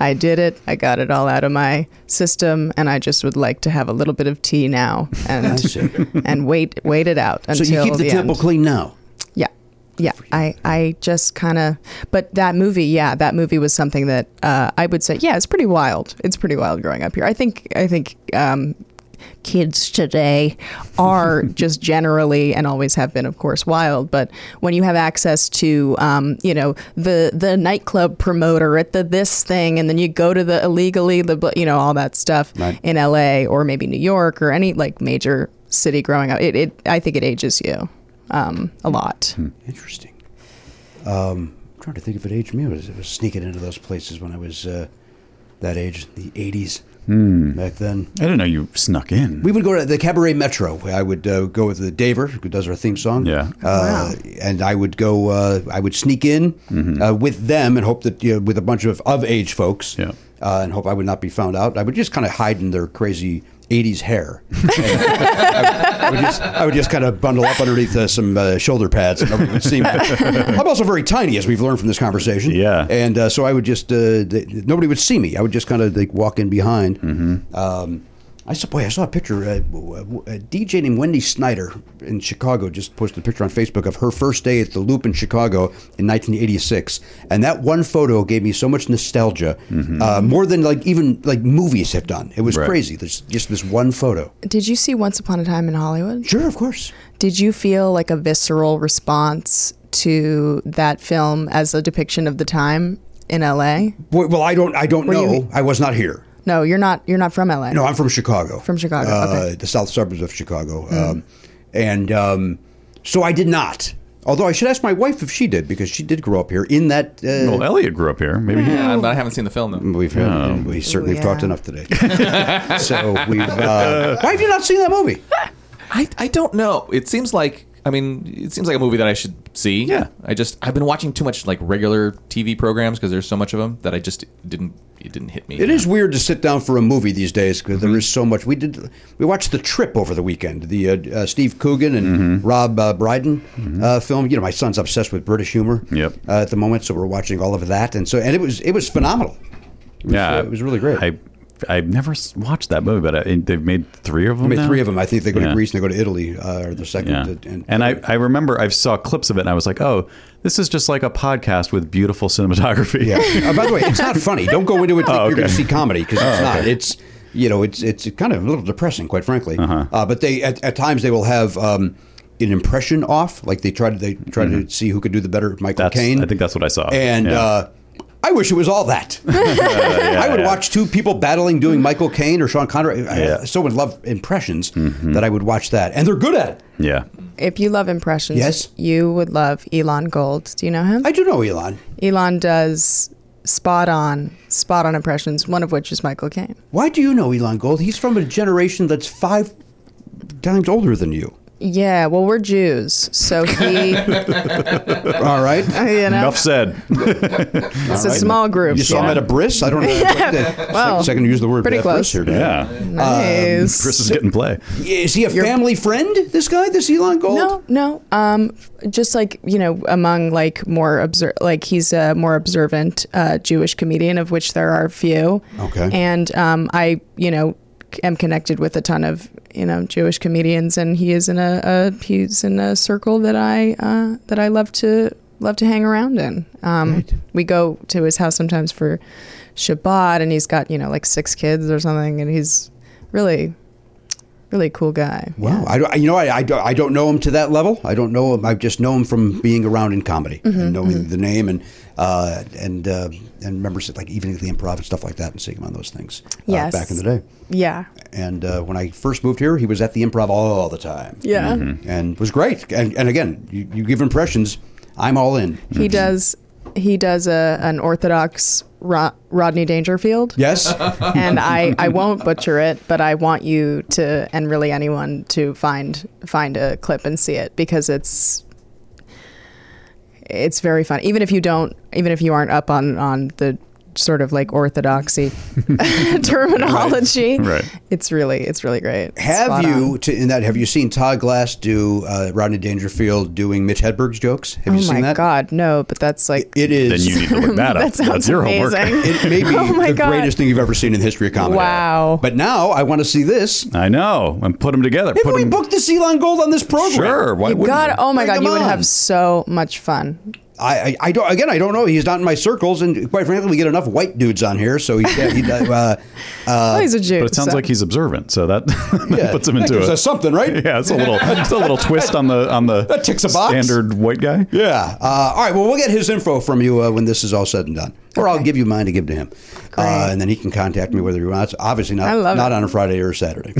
Speaker 10: I did it. I got it all out of my system, and I just would like to have a little bit of tea now
Speaker 2: I
Speaker 10: and
Speaker 2: see.
Speaker 10: and wait wait it out
Speaker 2: so
Speaker 10: until
Speaker 2: you keep the,
Speaker 10: end.
Speaker 2: temple clean now.
Speaker 10: Yeah. Yeah, I, I just kind of, but that movie, yeah, that movie was something that uh, I would say, yeah, it's pretty wild. It's pretty wild growing up here. I think, I think um, kids today are just generally and always have been, of course, wild. But when you have access to, um, you know, the the nightclub promoter at the this thing, and then you go to the illegally, the bl- you know, all that stuff
Speaker 11: Right.
Speaker 10: in L.A. or maybe New York or any like major city growing up, it, it I think it ages you um, a lot.
Speaker 2: Interesting. Um, I'm trying to think if it aged me. I was, I was sneaking into those places when I was uh, that age, the 80s, back then.
Speaker 6: I didn't know you snuck in.
Speaker 2: We would go to the Cabaret Metro. I would uh, go with the Daver, who does our theme song.
Speaker 6: Yeah.
Speaker 2: Uh, And I would go. Uh, I would sneak in uh, with them and hope that you know, with a bunch of of age folks. Yeah. Uh, and hope I would not be found out. I would just kind of hide in their crazy. 80s hair. And I, would just, I would just kind of bundle up underneath uh, some uh, shoulder pads, and nobody would see me. I'm also very tiny, as we've learned from this conversation. Yeah, and uh, so I would just uh, th- nobody would see me. I would just kind of like walk in behind. Um, I saw, boy, I saw a picture. Uh, w- w- a DJ named Wendy Snyder in Chicago just posted a picture on Facebook of her first day at the Loop in Chicago in 1986, and that one photo gave me so much nostalgia, uh, more than like even like movies have done. It was
Speaker 10: Mm-hmm. Right.
Speaker 2: crazy. There's just this one photo.
Speaker 10: Did you see Once Upon a Time in Hollywood?
Speaker 2: Sure, of course.
Speaker 10: Did you feel like a visceral response to that film as a depiction of the time in LA?
Speaker 2: Boy, well, I don't, I don't
Speaker 10: Were you-
Speaker 2: know. I was not here.
Speaker 10: No, you're not. You're not from LA.
Speaker 2: No, I'm from Chicago.
Speaker 10: From Chicago, Mm.
Speaker 2: uh, the south suburbs of Chicago, um, and um, so I did not. Although I should ask my wife if she did because she did grow up here in that. Uh,
Speaker 6: Well, Elliot grew up here. Maybe he-
Speaker 7: Yeah, but I haven't seen the film though.
Speaker 2: We've had, we certainly have
Speaker 7: yeah.
Speaker 2: talked enough today. so we've. Uh, why have you not seen that movie?
Speaker 7: I, I don't know. It seems like I mean, it seems like a movie that I should see. Yeah. I just I've been watching too much like regular TV programs because there's so much of them that I just didn't it didn't hit me.
Speaker 2: It is weird to sit down for a movie these days because is so much. We did we watched The Trip over the weekend, the uh, uh, Steve Coogan and
Speaker 6: Mm-hmm.
Speaker 2: Rob uh, Brydon uh, film. You know, my son's obsessed with British humor
Speaker 6: Yep.
Speaker 2: uh, at the moment, so we're watching all of that, and so and it was it was phenomenal.
Speaker 6: yeah, it was
Speaker 2: really great.
Speaker 6: I I've never s- watched that movie, but I, they've made three of them.
Speaker 2: I mean,
Speaker 6: now?
Speaker 2: three of them. I think they go
Speaker 6: Yeah.
Speaker 2: to Greece and they go to Italy uh, are the second.
Speaker 6: Yeah.
Speaker 2: that-
Speaker 6: And,
Speaker 2: and
Speaker 6: I, I remember I saw clips of it and I was like, oh, this is just like a podcast with beautiful cinematography.
Speaker 2: yeah. Uh, by the way, it's not funny. Don't go into it thinking
Speaker 6: Oh,
Speaker 2: you're going
Speaker 6: okay.
Speaker 2: to see comedy because
Speaker 6: Oh,
Speaker 2: it's not.
Speaker 6: okay.
Speaker 2: It's you know, it's it's kind of a little depressing, quite frankly.
Speaker 6: Uh-huh.
Speaker 2: uh but they at, at times they will have. Um, an impression off, like they try to they try to see who could do the better Michael
Speaker 6: Mm-hmm. That's-
Speaker 2: Caine.
Speaker 6: I think that's what I saw.
Speaker 2: And
Speaker 6: Yeah.
Speaker 2: uh, I wish it was all that. I would
Speaker 6: yeah.
Speaker 2: watch two people battling doing Michael Caine or Sean Connery. I- I
Speaker 6: Yeah. Mm-hmm.
Speaker 2: so would love impressions that I would watch that, and they're good at it.
Speaker 6: Yeah.
Speaker 10: If you love impressions,
Speaker 2: Yes.
Speaker 10: you would love Elon Gold. Do you know him?
Speaker 2: I do know Elon.
Speaker 10: Elon does spot on, spot on impressions. One of which is Michael Caine.
Speaker 2: Why do you know Elon Gold? He's from a generation that's five times older than you.
Speaker 10: Yeah, well, we're Jews, so he.
Speaker 2: All right.
Speaker 10: You know?
Speaker 6: Enough said.
Speaker 10: It's a small group.
Speaker 2: You saw him
Speaker 10: yeah.
Speaker 2: at a bris? I don't know.
Speaker 10: Yeah, well,
Speaker 2: second to use the word
Speaker 10: pretty
Speaker 2: at bris
Speaker 10: close.
Speaker 2: here today.
Speaker 6: Yeah.
Speaker 2: um,
Speaker 10: Nice.
Speaker 6: Chris is getting play.
Speaker 2: Is he a family friend? This guy, this Elon Gold?
Speaker 10: No, no. Um, just like you know, among like more observ, like he's a more observant uh, Jewish comedian, of which there are few.
Speaker 2: Okay.
Speaker 10: And um, I, you know, am connected with a ton of you know Jewish comedians, and he is in a, a he's in a circle that I uh, that I love to love to hang around in. Um, We go to his house sometimes for Shabbat, and he's got you know like six kids or something, and he's really really cool guy.
Speaker 2: Wow. I, don't- you know, I, I, don't- I don't know him to that level. I don't know him. I just know him from being around in comedy
Speaker 10: Mm-hmm.
Speaker 2: and knowing the name and uh, and uh, and remember like evening at the improv and stuff like that and seeing him on those things uh,
Speaker 10: Yes.
Speaker 2: back in the day.
Speaker 10: Yeah.
Speaker 2: And uh, when I first moved here, he was at the improv all the time.
Speaker 10: Yeah. Mhm.
Speaker 6: Mm-hmm.
Speaker 2: And was great. And, and again, you, you give impressions. I'm all in.
Speaker 10: He does he does a an orthodox Ro- Rodney Dangerfield.
Speaker 2: Yes.
Speaker 10: and I
Speaker 6: Mm-hmm.
Speaker 10: I won't butcher it, but I want you to and really anyone to find find a clip and see it because it's it's very fun. Even if you don't, even if you aren't up on on the sort of like orthodoxy terminology,
Speaker 2: Right.
Speaker 10: It's really it's really great. It's
Speaker 2: Have
Speaker 10: spot
Speaker 2: you to, in that? Have you seen Todd Glass do uh, Rodney Dangerfield doing Mitch Hedberg's jokes? Have
Speaker 10: oh
Speaker 2: you seen
Speaker 10: my
Speaker 2: that?
Speaker 10: God, no! But that's like
Speaker 2: It is.
Speaker 10: Then you need to look that up. That sounds That's your homework. amazing.
Speaker 2: It may be
Speaker 10: Oh my
Speaker 2: the
Speaker 10: God.
Speaker 2: greatest thing you've ever seen in the history of comedy.
Speaker 10: Wow.
Speaker 2: But now I want to see this.
Speaker 6: I know. And put them together.
Speaker 2: Maybe
Speaker 6: put
Speaker 2: we
Speaker 6: them,
Speaker 2: booked this Elon Gold on this program.
Speaker 6: Sure, why You wouldn't
Speaker 10: God, oh my
Speaker 2: Bring
Speaker 10: God, you
Speaker 2: him
Speaker 10: would
Speaker 2: on.
Speaker 10: have so much fun.
Speaker 2: I, I, I don't. Again, I don't know. He's not in my circles, and quite frankly, we get enough white dudes on here. So he, he uh, uh,
Speaker 10: he's a Jew,
Speaker 6: But it sounds
Speaker 10: so-
Speaker 6: like he's observant, so that puts him
Speaker 2: that
Speaker 6: into
Speaker 2: gives
Speaker 6: it.
Speaker 2: us something, right?
Speaker 6: Yeah, it's a little, it's a little twist on the on the
Speaker 2: That ticks a box.
Speaker 6: standard white guy.
Speaker 2: Yeah. Uh, all right. Well, we'll get his info from you uh, when this is all said and done, or I'll give you mine to give to him, uh, and then he can contact me whether he wants. Obviously not.
Speaker 10: I love
Speaker 2: not
Speaker 10: it.
Speaker 2: on a Friday or a Saturday.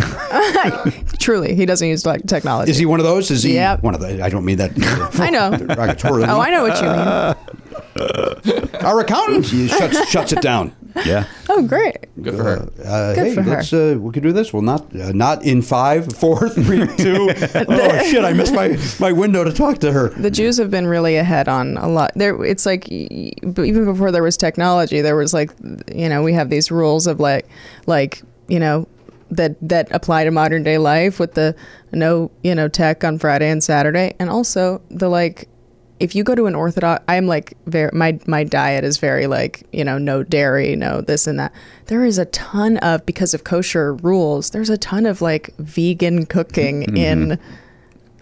Speaker 10: Truly, he doesn't use like technology.
Speaker 2: is he one of those? Is he
Speaker 10: Yep.
Speaker 2: one of those? I don't mean that.
Speaker 10: I know.
Speaker 2: Derogatorily.
Speaker 10: Oh, I know what you mean.
Speaker 2: Our accountant he shuts, shuts it down.
Speaker 6: Yeah.
Speaker 10: Oh, great.
Speaker 7: Good for her.
Speaker 2: Uh,
Speaker 10: Good
Speaker 2: hey,
Speaker 10: for her.
Speaker 2: let's uh, we could do this. Well, not uh, not in five, four, three, two. oh shit! I missed my my window to talk to her.
Speaker 10: The Jews have been really ahead on a lot. There, it's like y- y- even before there was technology, there was like, you know, we have these rules of like, like you know, that that apply to modern day life with the no, you know, tech on Friday and Saturday, and also the like. If you go to an Orthodox, I'm like very my my diet is very like you know no dairy, no this and that. There is a ton of because of kosher rules. There's a ton of like vegan cooking in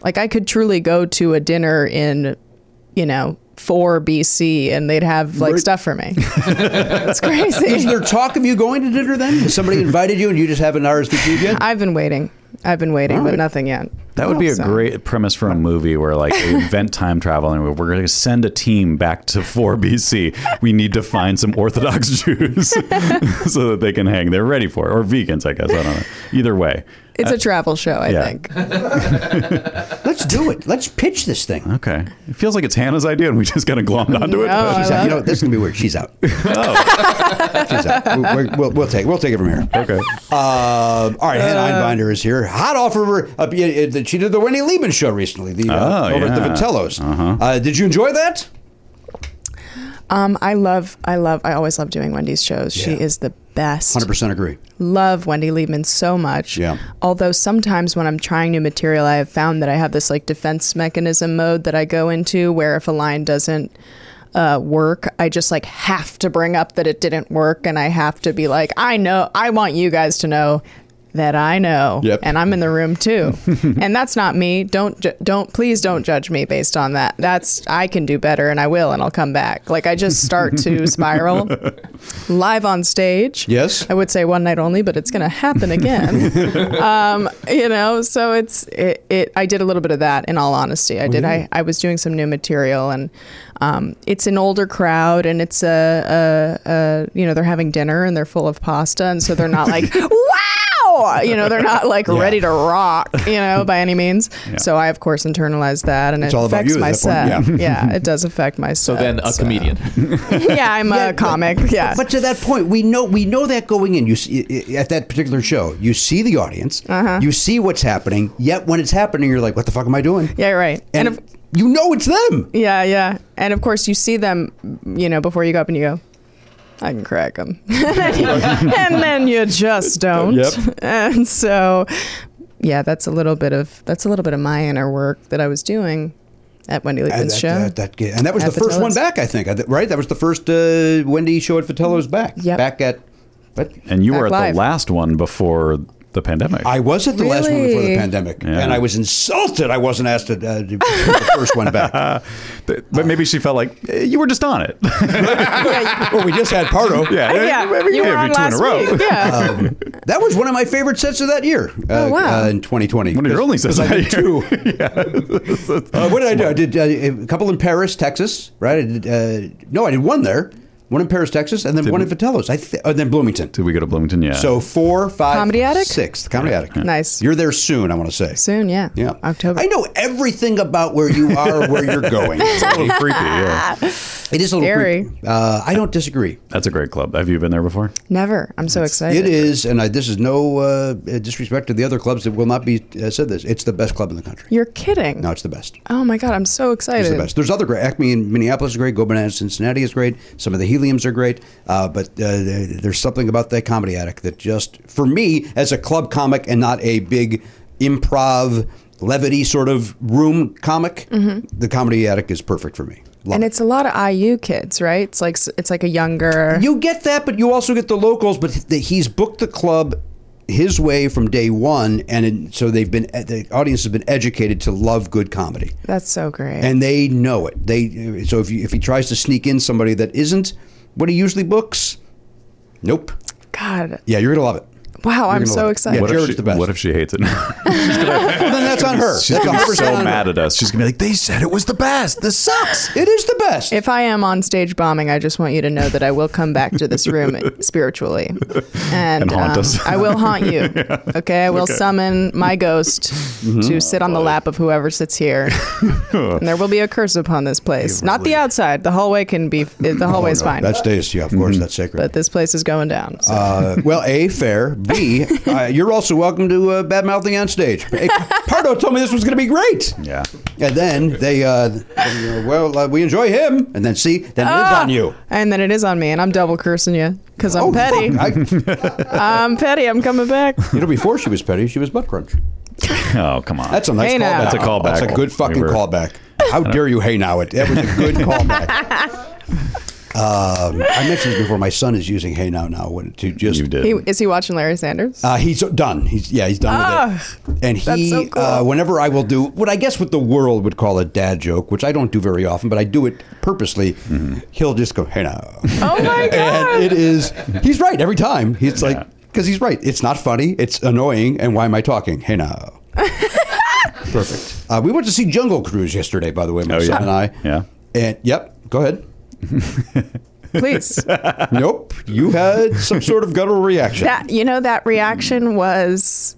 Speaker 10: like I could truly go to a dinner in, you know, four BC and they'd have like
Speaker 2: Right.
Speaker 10: stuff for me. it's crazy.
Speaker 2: Is there talk of you going to dinner then? Has somebody invited you and you just haven't RSVP'd yet?
Speaker 10: I've been waiting. I've been waiting, but nothing yet.
Speaker 6: That would be a
Speaker 10: So-
Speaker 6: great premise for a movie where like they invent time travel and we're going to send a team back to 4 BC. We need to find some Orthodox Jews so that they can hang. They're ready for it. Or vegans, I guess. I don't know. Either way.
Speaker 10: It's a travel show, I
Speaker 6: yeah.
Speaker 10: think.
Speaker 2: Let's do it. Let's pitch this thing.
Speaker 6: Okay. It feels like it's Hannah's idea and we just kind of glommed onto it.
Speaker 10: No, I
Speaker 2: She's out. You know, what? this is gonna be weird. She's out.
Speaker 6: Oh.
Speaker 2: She's out. We- we- We'll, we'll take we'll take it from here.
Speaker 6: Okay.
Speaker 2: Um, all right,
Speaker 6: Uh,
Speaker 2: Hannah Einbinder is here. Hot off of her. Uh, yeah, uh, she did the Wendy Lieben show recently. The uh,
Speaker 6: Oh,
Speaker 2: over at the
Speaker 6: yeah.
Speaker 2: Vitellos.
Speaker 6: Uh-huh.
Speaker 2: Uh, did you enjoy that?
Speaker 10: Um, I love, I love, I always love doing Wendy's shows. She
Speaker 2: Yeah.
Speaker 10: is the best.
Speaker 2: Hundred percent agree.
Speaker 10: love Wendy Liebman so much.
Speaker 2: Yeah.
Speaker 10: Although sometimes when I'm trying new material, I have found that I have this like defense mechanism mode that I go into where if a line doesn't uh, work, I just like have to bring up that it didn't work and I have to be like, I know, I want you guys to know that I know
Speaker 2: Yep.
Speaker 10: and I'm in the room too. and that's not me. Don't ju- don't please don't judge me based on that. That's I can do better and I will and I'll come back. Like I just start to spiral live on stage.
Speaker 2: Yes.
Speaker 10: I would say one night only, but it's going to happen again. um, you know, so it's it, it. I did a little bit of that. In all honesty, I did. I, I was doing some new material, and um, it's an older crowd, and it's a, a, a you know they're having dinner and they're full of pasta, and so they're not like wow, you know, they're not like ready to rock, you know, by any means. So I of course internalized that, and
Speaker 2: It's
Speaker 10: it
Speaker 2: all about
Speaker 10: affects
Speaker 2: you
Speaker 10: my
Speaker 2: at that
Speaker 10: set.
Speaker 2: point.
Speaker 10: Yeah. it does affect my set.
Speaker 7: So then a comedian.
Speaker 10: yeah, I'm a comic. Yeah,
Speaker 2: But to that point, we know we know that going in. You see, i- i- at that particular show, you see the audience,
Speaker 10: Uh-huh.
Speaker 2: you see what's happening. Yet when it's happening, you're like, "What the fuck am I doing?"
Speaker 10: yeah, you're right.
Speaker 2: and,
Speaker 10: of-
Speaker 2: you know it's them.
Speaker 10: Yeah, yeah. And of course, you see them, you know, before you go up and you go, I can crack them. and then you just don't.
Speaker 6: Yep.
Speaker 10: And so, yeah, that's a little bit of that's a little bit of my inner work that I was doing at Wendy
Speaker 2: And
Speaker 10: Liebman's
Speaker 2: that,
Speaker 10: show.
Speaker 2: that- that- and that was
Speaker 10: At
Speaker 2: the first one
Speaker 10: Vitello's.
Speaker 2: back, I think. I thi- Right? That was the first uh, Wendy show at Vitello's back.
Speaker 10: Mm-hmm. Yep.
Speaker 2: Back at. But
Speaker 6: And you
Speaker 10: Back
Speaker 6: were at
Speaker 10: live.
Speaker 6: the last one before the pandemic.
Speaker 2: I was at the last one before the
Speaker 10: Really?
Speaker 2: pandemic,
Speaker 6: Yeah.
Speaker 2: and I was insulted. I wasn't asked to, uh, to do the first one back.
Speaker 6: Th- but maybe she felt like eh, you were just on it.
Speaker 2: well, we just had Pardo.
Speaker 6: yeah.
Speaker 10: yeah, you were
Speaker 6: yeah,
Speaker 10: on
Speaker 6: two in a
Speaker 10: last
Speaker 6: row.
Speaker 10: week. Yeah.
Speaker 2: Um, that was one of my favorite sets of that year.
Speaker 10: Oh, wow.
Speaker 2: uh, in 2020.
Speaker 6: One of your only sets
Speaker 2: Because I
Speaker 6: that
Speaker 2: did
Speaker 6: year.
Speaker 2: two.
Speaker 6: yeah.
Speaker 2: Uh, what did I do? I did uh, a couple in Paris, Texas, right? I did, uh, no, I did one there. One in Paris, Texas, and then one in Vitello's. I th- and then Bloomington.
Speaker 6: Did we go to Bloomington? Yeah.
Speaker 2: So four, five,
Speaker 10: Comedy Attic?
Speaker 2: six. The Comedy Attic.
Speaker 10: Nice.
Speaker 2: You're there soon. I want to say.
Speaker 10: Soon, yeah.
Speaker 2: Yeah.
Speaker 10: October.
Speaker 2: I know everything about where you are, where you're going.
Speaker 6: It's a little creepy. Yeah.
Speaker 2: It is a little
Speaker 10: Scary.
Speaker 2: creepy. Uh, I don't disagree.
Speaker 6: That's a great club. Have you been there before?
Speaker 10: Never. I'm so excited.
Speaker 2: It is, and I, this is no uh, disrespect to the other clubs that will not be uh, said this. It's the best club in the country.
Speaker 10: You're kidding.
Speaker 2: No, it's the best.
Speaker 10: Oh my god, I'm so excited.
Speaker 2: It's the best. There's other great. Acme in Minneapolis is great. Go Bananas Cincinnati is great. Some of the Heliums are great. Uh, but uh, there- there's something about that comedy attic that just, for me, as a club comic and not a big improv levity sort of room comic, the comedy attic is perfect for me. Love
Speaker 10: Mm-hmm. and
Speaker 2: it.
Speaker 10: it's a lot of IU kids, right? It's like it's like a younger.
Speaker 2: You get that, but you also get the locals. But th- he's booked the club his way from day one, and it, so they've been eh, the audience has been educated to love good comedy,
Speaker 10: That's so great.
Speaker 2: and they know it. They so if you, if he tries to sneak in somebody that isn't what he usually books, nope.
Speaker 10: God,
Speaker 2: Yeah, you're gonna love it.
Speaker 10: wow,
Speaker 2: You're
Speaker 10: I'm
Speaker 2: gonna
Speaker 10: so
Speaker 2: love it.
Speaker 10: excited.
Speaker 2: Yeah,
Speaker 6: what, if
Speaker 2: Jared's
Speaker 6: she,
Speaker 2: the best.
Speaker 6: what if she hates it now?
Speaker 2: Well, then that's on her.
Speaker 6: She's
Speaker 2: That's
Speaker 6: going to be
Speaker 2: 100%
Speaker 6: so
Speaker 2: on her.
Speaker 6: mad at us. She's going to be like, they said it was the best. This sucks.
Speaker 2: It is the best.
Speaker 10: If I am on stage bombing, I just want you to know that I will come back to this room spiritually, and,
Speaker 6: And haunt
Speaker 10: um,
Speaker 6: us.
Speaker 10: I will haunt you. Okay, I will summon my ghost
Speaker 2: Mm-hmm.
Speaker 10: to sit on the lap of whoever sits here, and there will be a curse upon this place. Not the outside. The hallway can be. The hallway's
Speaker 2: Oh, no,
Speaker 10: fine.
Speaker 2: That stays, yeah, of course,
Speaker 6: Mm-hmm.
Speaker 2: that's sacred.
Speaker 10: but this place is going down. so.
Speaker 2: Uh, well, A, fair. B, uh, you're also welcome to uh, bad mouthing on stage. Hey, Pardo told me this was going to be great.
Speaker 6: Yeah.
Speaker 2: And then they, uh, then, uh, well, uh, we enjoy him. And then C, then it is on you.
Speaker 10: And then it is on me, and I'm double cursing you because Ah, I'm
Speaker 2: Oh,
Speaker 10: petty.
Speaker 2: fuck, I-
Speaker 10: I'm petty. I'm coming back.
Speaker 2: you know, before she was petty, she was butt crunch.
Speaker 6: Oh, come on.
Speaker 2: That's a nice
Speaker 10: Hey,
Speaker 2: callback.
Speaker 10: now. That's a
Speaker 6: callback.
Speaker 2: That's a good
Speaker 6: We
Speaker 2: fucking
Speaker 6: were-
Speaker 2: callback. How dare you, hey now? It that was a good callback. Um, I mentioned this before. My son is using hey now now when- to just
Speaker 6: you did. Oh,
Speaker 10: He, is he watching Larry Sanders?
Speaker 2: Uh, he's done. He's yeah, he's done with it. And
Speaker 10: Oh, that's
Speaker 2: he,
Speaker 10: so cool.
Speaker 2: uh, whenever I will do what I guess what the world would call a dad joke, which I don't do very often, but I do it purposely.
Speaker 6: Mm-hmm.
Speaker 2: He'll just go, "Hey now,"
Speaker 10: oh my god!
Speaker 2: and it is. He's right every time. He's like, because he's right. It's not funny. It's annoying. And why am I talking? Hey now. Perfect. Uh, we went to see Jungle Cruise yesterday, by the way, my
Speaker 6: Oh, yeah.
Speaker 2: son and I.
Speaker 6: Yeah.
Speaker 2: And yep, go ahead.
Speaker 10: Please.
Speaker 2: nope, you had some sort of guttural reaction.
Speaker 10: That you know that reaction was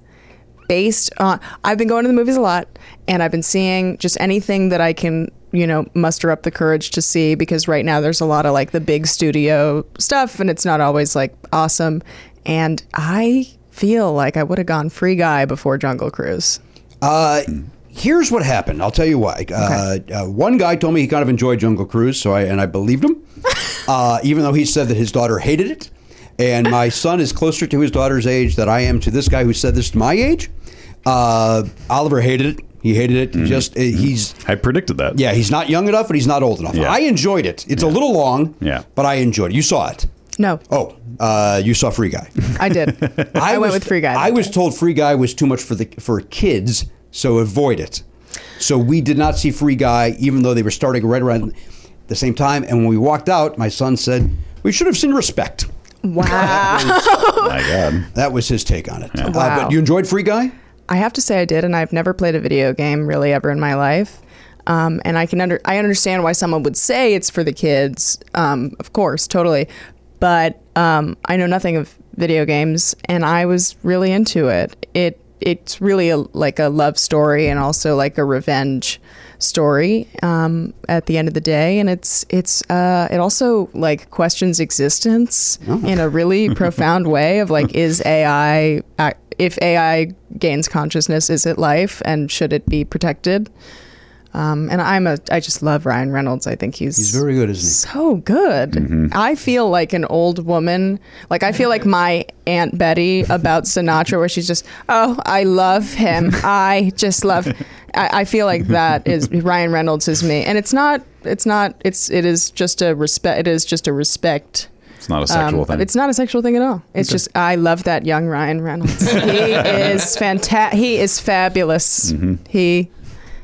Speaker 10: based on. I've been going to the movies a lot, and I've been seeing just anything that I can you know muster up the courage to see because right now there's a lot of like the big studio stuff, and it's not always like awesome. And I feel like I would have gone Free Guy before Jungle Cruise.
Speaker 2: Uh, here's what happened. I'll tell you why. Uh, uh, one guy told me he kind of enjoyed Jungle Cruise, so I and I believed him, uh, even though he said that his daughter hated it. And my son is closer to his daughter's age than I am to this guy who said this to my age. Uh, Oliver hated it. He hated it.
Speaker 6: Mm-hmm.
Speaker 2: He Just uh, he's
Speaker 6: I predicted that.
Speaker 2: yeah, he's not young enough and he's not old enough.
Speaker 6: Yeah.
Speaker 2: I enjoyed it. It's a little long.
Speaker 6: Yeah.
Speaker 2: but I enjoyed it. You saw it.
Speaker 10: No,
Speaker 2: Oh, uh, you saw Free Guy.
Speaker 10: I did. I,
Speaker 2: was-
Speaker 10: went with Free Guy.
Speaker 2: I was told Free Guy was too much for the for kids, so avoid it. So we did not see Free Guy, even though they were starting right around the same time. And when we walked out, my son said, "We should have seen Respect."
Speaker 10: Wow.
Speaker 6: My God.
Speaker 2: That was his take on it. Uh,
Speaker 10: Wow.
Speaker 2: but you enjoyed Free Guy?
Speaker 10: I have to say I did, and I've never played a video game really ever in my life. Um, and I can under I understand why someone would say it's for the kids. Um, of course, totally. But um, I know nothing of video games, and I was really into it. It it's really a, like a love story and also like a revenge story um, at the end of the day and it's it's uh, it also like questions existence in a really profound way of like is AI ac- if AI gains consciousness is it life and should it be protected um, and I'm a I just love Ryan Reynolds I think he's
Speaker 2: He's very good, isn't
Speaker 10: so good. I feel like an old woman. Like I feel like my Aunt Betty about Sinatra, where she's just, oh, I love him. I just love. I, I feel like that is Ryan Reynolds is me, and it's not. It's not. It's it is just a respect. It is just a respect.
Speaker 6: It's not a sexual
Speaker 10: Um,
Speaker 6: thing.
Speaker 10: It's not a sexual thing at all. It's just I love that young Ryan Reynolds. he is fantastic. He is fabulous. He.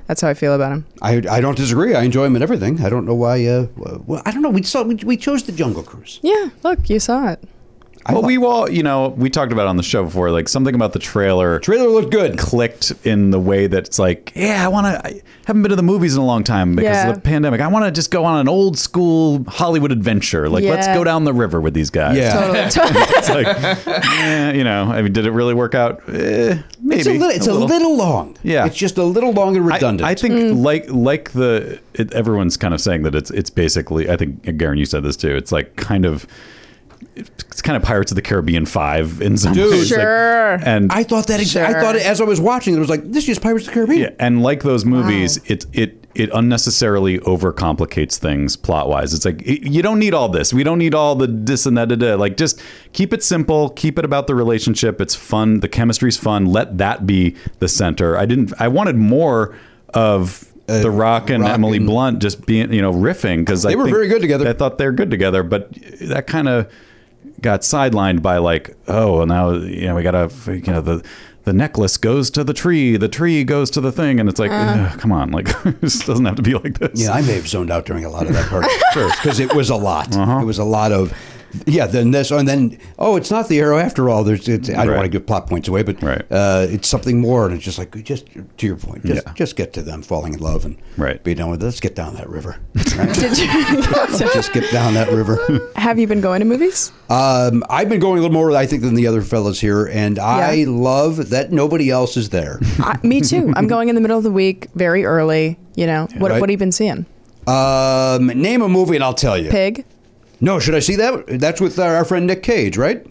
Speaker 10: That's how I feel about him.
Speaker 2: he? I, I don't disagree. I enjoy him in everything. I don't know why. Uh, well, I don't know. We saw we, we chose the Jungle Cruise.
Speaker 10: Yeah. Look, you saw it.
Speaker 6: Well, we all, you know, we talked about it on the show before, like something about the trailer.
Speaker 2: Trailer looked good.
Speaker 6: Clicked in the way that's like, yeah, I want to. I haven't been to the movies in a long time because
Speaker 10: Yeah.
Speaker 6: of the pandemic. I want to just go on an old school Hollywood adventure. Like, let's
Speaker 10: Yeah.
Speaker 6: go down the river with these guys.
Speaker 10: Yeah. Totally.
Speaker 6: it's like, eh, you know, I mean, did it really work out? Eh, maybe.
Speaker 2: It's a little. It's a little, long.
Speaker 6: Yeah.
Speaker 2: It's just a little long and redundant.
Speaker 6: I, I think like like the it, everyone's kind of saying that it's it's basically I think uh, Garen you said this too. It's like kind of it's kind of Pirates of the Caribbean five in some
Speaker 2: Dude.
Speaker 6: ways. like-
Speaker 2: Sure.
Speaker 6: and
Speaker 2: I thought that. Ex- I
Speaker 6: Sure.
Speaker 2: thought it, as I was watching, it was like this is just Pirates of the Caribbean.
Speaker 6: yeah, and like those movies, it it it unnecessarily overcomplicates things plot wise. It's like it, you don't need all this. We don't need all the this and that. Da, da. Like just keep it simple. Keep it about the relationship. It's fun. The chemistry's fun. Let that be the center. I didn't. I wanted more of. the Rock and
Speaker 2: Uh, Rock
Speaker 6: Emily
Speaker 2: and-
Speaker 6: Blunt just being, you know, riffing because
Speaker 2: They were very good together.
Speaker 6: I thought they were good together, but that kind of got sidelined by like, oh, well now you know we gotta, you know, the the necklace goes to the tree, the tree goes to the thing, and it's like,
Speaker 2: Uh.
Speaker 6: ugh, come on, like this doesn't have to be like this.
Speaker 2: Yeah, I may have zoned out during a lot of that part first because it was a lot.
Speaker 6: Uh-huh.
Speaker 2: It was a lot of. Yeah, then this, and then oh, it's not the arrow after all. There's, it's, I don't
Speaker 6: Right.
Speaker 2: want to give plot points away, but uh, it's something more, and it's just like just to your point, just, just get to them falling in love and
Speaker 6: right.
Speaker 2: be done with. it. Let's get down that river.
Speaker 10: Did you?
Speaker 2: just get down that river.
Speaker 10: Have you been going to movies?
Speaker 2: Um, I've been going a little more, I think, than the other fellas here, and I
Speaker 10: Yeah.
Speaker 2: love that nobody else is there.
Speaker 10: I, me too. I'm going in the middle of the week, very early. You know what?
Speaker 2: Right.
Speaker 10: What have you been seeing?
Speaker 2: Um, name a movie and I'll tell you.
Speaker 10: Pig.
Speaker 2: No, should I see that? That's with our, our friend Nick Cage, right?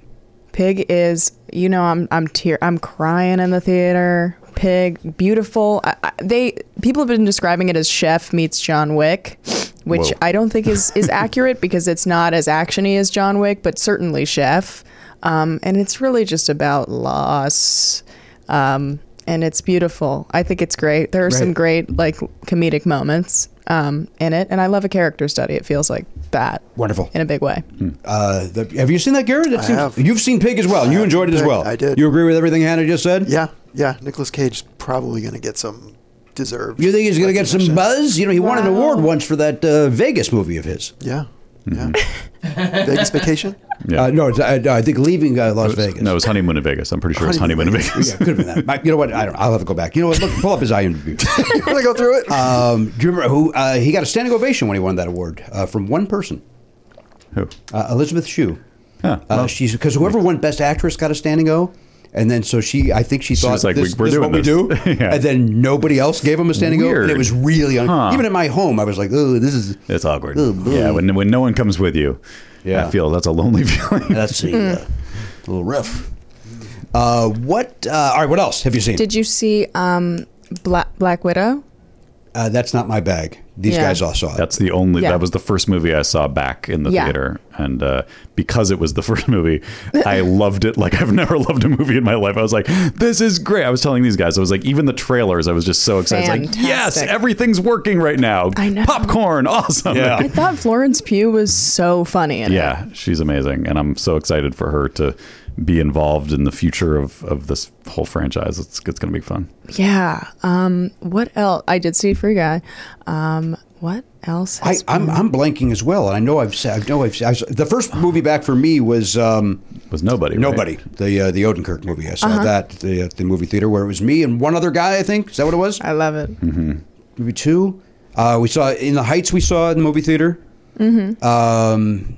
Speaker 10: Pig is. You know, I'm I'm tear I'm crying in the theater. Pig, beautiful. I, I, they people have been describing it as Chef meets John Wick, which
Speaker 12: Whoa.
Speaker 10: I don't think is is accurate because it's not as actiony as John Wick, but certainly Chef. Um, and it's really just about loss. Um, and it's beautiful. I think it's great. There are some
Speaker 12: Right.
Speaker 10: great like comedic moments um, in it, and I love a character study. It feels like that.
Speaker 2: Wonderful.
Speaker 10: in a big way.
Speaker 2: Uh, the, have you seen that, Garrett? That
Speaker 8: I
Speaker 2: seems-
Speaker 8: have.
Speaker 2: You've seen Pig as well. and You enjoyed it as
Speaker 8: Pig,
Speaker 2: well.
Speaker 8: I did.
Speaker 2: You agree with everything Hannah just said?
Speaker 8: Yeah, yeah. Nicolas Cage's probably going to get some deserved.
Speaker 2: You think he's going to get some buzz? You know, he won an award once for that uh, Vegas movie of his.
Speaker 8: Yeah.
Speaker 2: Mm-hmm.
Speaker 8: Vegas vacation?
Speaker 2: Uh, no, it's- I, no, I think leaving uh, Las Vegas.
Speaker 6: No, it was honeymoon in Vegas. I'm pretty sure it's honeymoon in Vegas.
Speaker 2: Yeah, could have been that. But You know what? I don't. I'll have to go back. You know what? Look, pull up his IMDb.
Speaker 8: I'm going to go through it.
Speaker 2: Um, do you remember who? Uh, he got a standing ovation when he won that award uh, from one person.
Speaker 6: Who?
Speaker 2: Uh, Elizabeth Shue.
Speaker 6: Huh,
Speaker 2: Uh, she's because whoever won Best Actress got a standing O, and then so she, I think she
Speaker 6: She
Speaker 2: thought
Speaker 6: was like,
Speaker 2: this,
Speaker 6: "We- we're
Speaker 2: this is
Speaker 6: doing
Speaker 2: what
Speaker 6: this."
Speaker 2: we do,
Speaker 6: Yeah.
Speaker 2: and then nobody else gave him a standing O, and it
Speaker 6: Weird.
Speaker 2: was really un-
Speaker 6: Huh.
Speaker 2: even at my home, I was like, oh, this is
Speaker 6: It's awkward.
Speaker 2: Ugh, bleh.
Speaker 6: yeah, when when no one comes with you,
Speaker 2: Yeah.
Speaker 6: I feel that's a lonely feeling.
Speaker 2: that's a,
Speaker 10: Mm.
Speaker 2: uh, a little rough. Uh, what? Uh, all right, what else have you seen?
Speaker 10: Did you see um, Black Black Widow?
Speaker 2: uh, that's not my bag. These
Speaker 10: Yeah.
Speaker 2: guys all saw it.
Speaker 6: That's the only.
Speaker 10: Yeah.
Speaker 6: That was the first movie I saw back in the
Speaker 10: Yeah.
Speaker 6: theater, and uh, because it was the first movie, I loved it like I've never loved a movie in my life. I was like, "This is great!" I was telling these guys, I was like, even the trailers, I was just so excited. It's Like, yes,
Speaker 10: Fantastic.
Speaker 6: everything's working right now. I know. Popcorn, awesome.
Speaker 10: I thought Florence Pugh was so funny in it.
Speaker 6: yeah, she's amazing, and I'm so excited for her to be involved in the future of of this whole franchise. It's it's gonna be fun.
Speaker 10: Yeah. Um, what else? I did see Free Guy. Um, what else?
Speaker 2: I,
Speaker 10: has
Speaker 2: I'm,
Speaker 10: been-
Speaker 2: I'm blanking as well, and I know I've said, I know I've said, the first movie back for me was um,
Speaker 6: was nobody, right?
Speaker 2: nobody, the uh, the Odenkirk movie. I saw
Speaker 10: Uh-huh.
Speaker 2: that at the, at the movie theater where it was me and one other guy. I think is that what it was?
Speaker 10: I love it.
Speaker 2: Mm-hmm. Maybe two. Uh, we saw in the Heights. We saw in the movie theater.
Speaker 10: Mm-hmm.
Speaker 2: Um,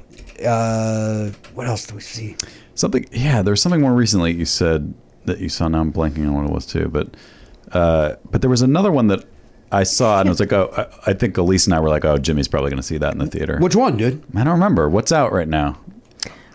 Speaker 2: uh, what else do we see?
Speaker 6: Something, yeah. There was something more recently you said that you saw. Now I'm blanking on what it was too, but uh, but there was another one that I saw and I was like, oh, I, I think Elise and I were like, oh, Jimmy's probably going to see that in the theater.
Speaker 2: Which one, dude?
Speaker 6: I don't remember. What's out right now?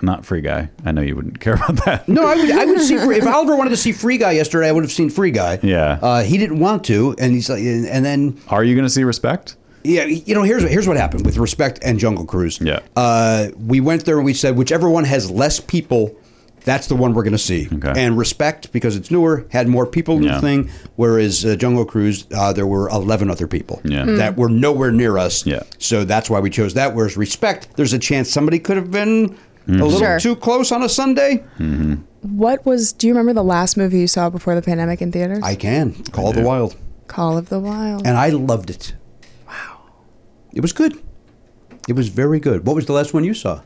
Speaker 6: Not Free Guy. I know you wouldn't care about that.
Speaker 2: No, I would. I would see Free- if Oliver wanted to see Free Guy yesterday. I would have seen Free Guy.
Speaker 6: Yeah.
Speaker 2: Uh, he didn't want to, and he's like, and and then
Speaker 6: Are you going to see Respect?
Speaker 2: Yeah, you know, here's what here's what happened with Respect and Jungle Cruise. Yeah, uh, we went there and we said whichever one has less people, that's the one we're going to see. And Respect because it's newer had more people in the
Speaker 6: Yeah.
Speaker 2: thing, whereas uh, Jungle Cruise uh, there were eleven other people
Speaker 6: Yeah. Mm.
Speaker 2: that were nowhere near us. Yeah, so that's why we chose that. Whereas Respect, there's a chance somebody could have been
Speaker 6: Mhm.
Speaker 2: a little
Speaker 10: Sure.
Speaker 2: too close on a Sunday.
Speaker 6: Mm-hmm.
Speaker 10: What was? Do you remember the last movie you saw before the pandemic in theaters?
Speaker 2: I can Call of the Wild,
Speaker 10: Call of the Wild.
Speaker 2: and I loved it. Wow, it was good. It was very good. What was the last one you saw?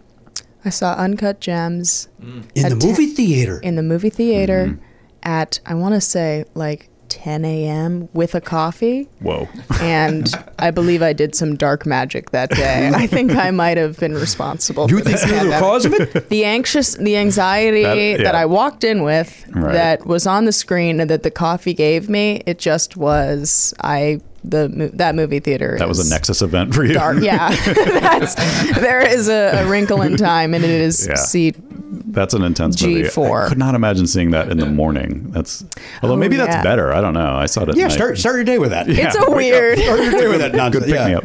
Speaker 10: I saw Uncut Gems
Speaker 2: In
Speaker 10: at
Speaker 2: the
Speaker 10: ten-
Speaker 2: movie theater.
Speaker 10: In the movie theater
Speaker 2: Mm-hmm.
Speaker 10: at I want to say like 10 a.m. with a coffee.
Speaker 6: Whoa.
Speaker 10: And I believe I did some dark magic that day. I think I might have been responsible.
Speaker 13: You
Speaker 10: for
Speaker 13: think
Speaker 10: this
Speaker 13: you were the
Speaker 10: pandemic.
Speaker 13: cause of it?
Speaker 10: The anxious, the anxiety
Speaker 13: That-
Speaker 10: that,
Speaker 13: yeah.
Speaker 10: I walked in with,
Speaker 13: Right.
Speaker 10: that was on the screen, and that the coffee gave me, it just was. I the mo- that movie theater.
Speaker 6: That was
Speaker 10: is-
Speaker 6: a Nexus event for you.
Speaker 10: Dark, yeah. That's, there is a, a wrinkle in time, and it is
Speaker 6: Yeah.
Speaker 10: seat
Speaker 6: That's an intense movie.
Speaker 10: G4.
Speaker 6: I could not imagine seeing that in the morning. That's although
Speaker 10: Oh,
Speaker 6: maybe that's
Speaker 10: yeah.
Speaker 6: better. I don't know. I saw it. At
Speaker 10: Yeah,
Speaker 6: night.
Speaker 10: start-
Speaker 2: start your day with that.
Speaker 10: It's a weird-
Speaker 2: Start your day with that
Speaker 6: Good
Speaker 2: nonsense.
Speaker 6: pick me
Speaker 2: Yeah.
Speaker 6: up.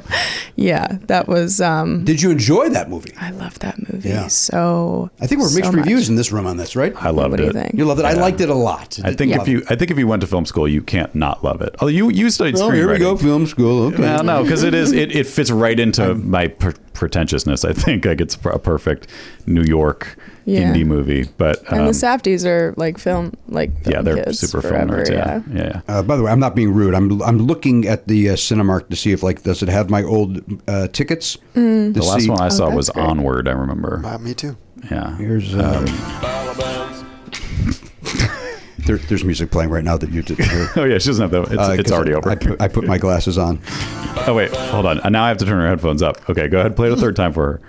Speaker 10: Yeah, that was. um
Speaker 2: Did you enjoy that movie?
Speaker 10: I love that movie
Speaker 2: Yeah.
Speaker 10: so.
Speaker 2: I think we're
Speaker 10: so
Speaker 2: mixed
Speaker 10: much.
Speaker 2: reviews in this room on this, right?
Speaker 6: I loved
Speaker 10: What do you
Speaker 6: it.
Speaker 10: think?
Speaker 2: You loved it. I liked it a lot.
Speaker 6: I think if you, I think if you went to film school, you can't not love it. Oh, you you studied
Speaker 2: Oh,
Speaker 6: screenwriting.
Speaker 2: here we go, film school. Okay.
Speaker 6: No, no, because it is it, it fits right into my per- pretentiousness. I think like it's a perfect New York
Speaker 10: Yeah.
Speaker 6: indie movie. But
Speaker 10: and
Speaker 6: um,
Speaker 10: the Safdies are like film, like
Speaker 6: yeah,
Speaker 10: film
Speaker 6: they're
Speaker 10: kids
Speaker 6: super film
Speaker 10: forever,
Speaker 6: nerds. Yeah, yeah.
Speaker 2: Uh, by the way, I'm not being rude. I'm I'm looking at the uh, Cinemark to see if like does it have my old uh, tickets.
Speaker 10: Mm.
Speaker 6: The
Speaker 2: to
Speaker 6: last
Speaker 2: see- oh,
Speaker 6: one I saw was Onward. I remember.
Speaker 8: Uh, me too.
Speaker 6: Yeah.
Speaker 2: Here's um, there, there's music playing right now that you didn't hear.
Speaker 6: oh yeah, she doesn't have that. It's,
Speaker 2: Uh,
Speaker 6: it's
Speaker 2: 'cause
Speaker 6: already over.
Speaker 2: I put, I put my glasses on.
Speaker 6: oh wait, hold on. Uh, Now I have to turn her headphones up. Okay, go ahead. Play it a third time for her.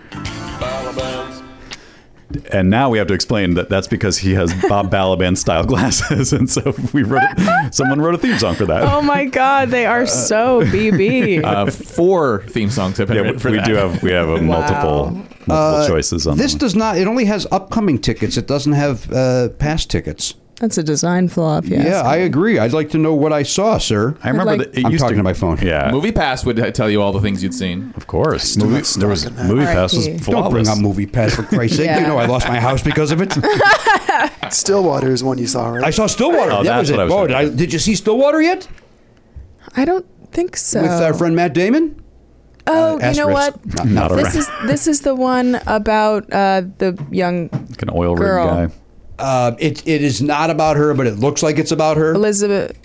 Speaker 6: And now we have to explain that that's because he has Bob Balaban style glasses, and so we wrote someone wrote a theme song for that.
Speaker 10: Oh my God, they
Speaker 6: Uh,
Speaker 10: are so BB.
Speaker 7: Uh, four theme songs have been written for
Speaker 6: we
Speaker 7: that.
Speaker 6: do have we have a
Speaker 10: Wow.
Speaker 6: multiple multiple
Speaker 2: Uh,
Speaker 6: choices on
Speaker 2: this
Speaker 6: them.
Speaker 2: does not. It only has upcoming tickets. It doesn't have uh, past tickets.
Speaker 10: That's a design flaw. If you
Speaker 2: yeah,
Speaker 10: ask
Speaker 2: I
Speaker 10: me.
Speaker 2: agree. I'd like to know what I saw, sir.
Speaker 6: I remember
Speaker 10: like-
Speaker 6: that it
Speaker 2: I'm
Speaker 6: used
Speaker 2: talking
Speaker 6: to,
Speaker 2: to my phone.
Speaker 6: Yeah,
Speaker 7: Movie Pass would tell you all the things you'd seen.
Speaker 6: of course. Movie, there was
Speaker 8: stalking that.
Speaker 6: movie pass was
Speaker 10: RIP.
Speaker 6: flawless.
Speaker 2: Don't bring up Movie Pass for Christ's sake.
Speaker 10: Yeah.
Speaker 2: You know I lost my house because of it.
Speaker 8: Stillwater is one you saw, right?
Speaker 2: I saw Stillwater.
Speaker 6: Oh,
Speaker 2: that
Speaker 6: that's
Speaker 2: was
Speaker 6: what
Speaker 2: it.
Speaker 6: I was
Speaker 2: oh, did,
Speaker 6: thinking
Speaker 2: I, did you see Stillwater yet?
Speaker 10: I don't think so.
Speaker 2: With our friend Matt Damon.
Speaker 10: oh, you
Speaker 2: Asterisk.
Speaker 10: know what?
Speaker 2: Not, not
Speaker 6: a
Speaker 2: a
Speaker 10: This is this is the one about uh, the young
Speaker 6: Like an oil rig
Speaker 10: Girl.
Speaker 6: guy.
Speaker 2: Uh, it it is not about her, but it looks like it's about her.
Speaker 10: Elizabeth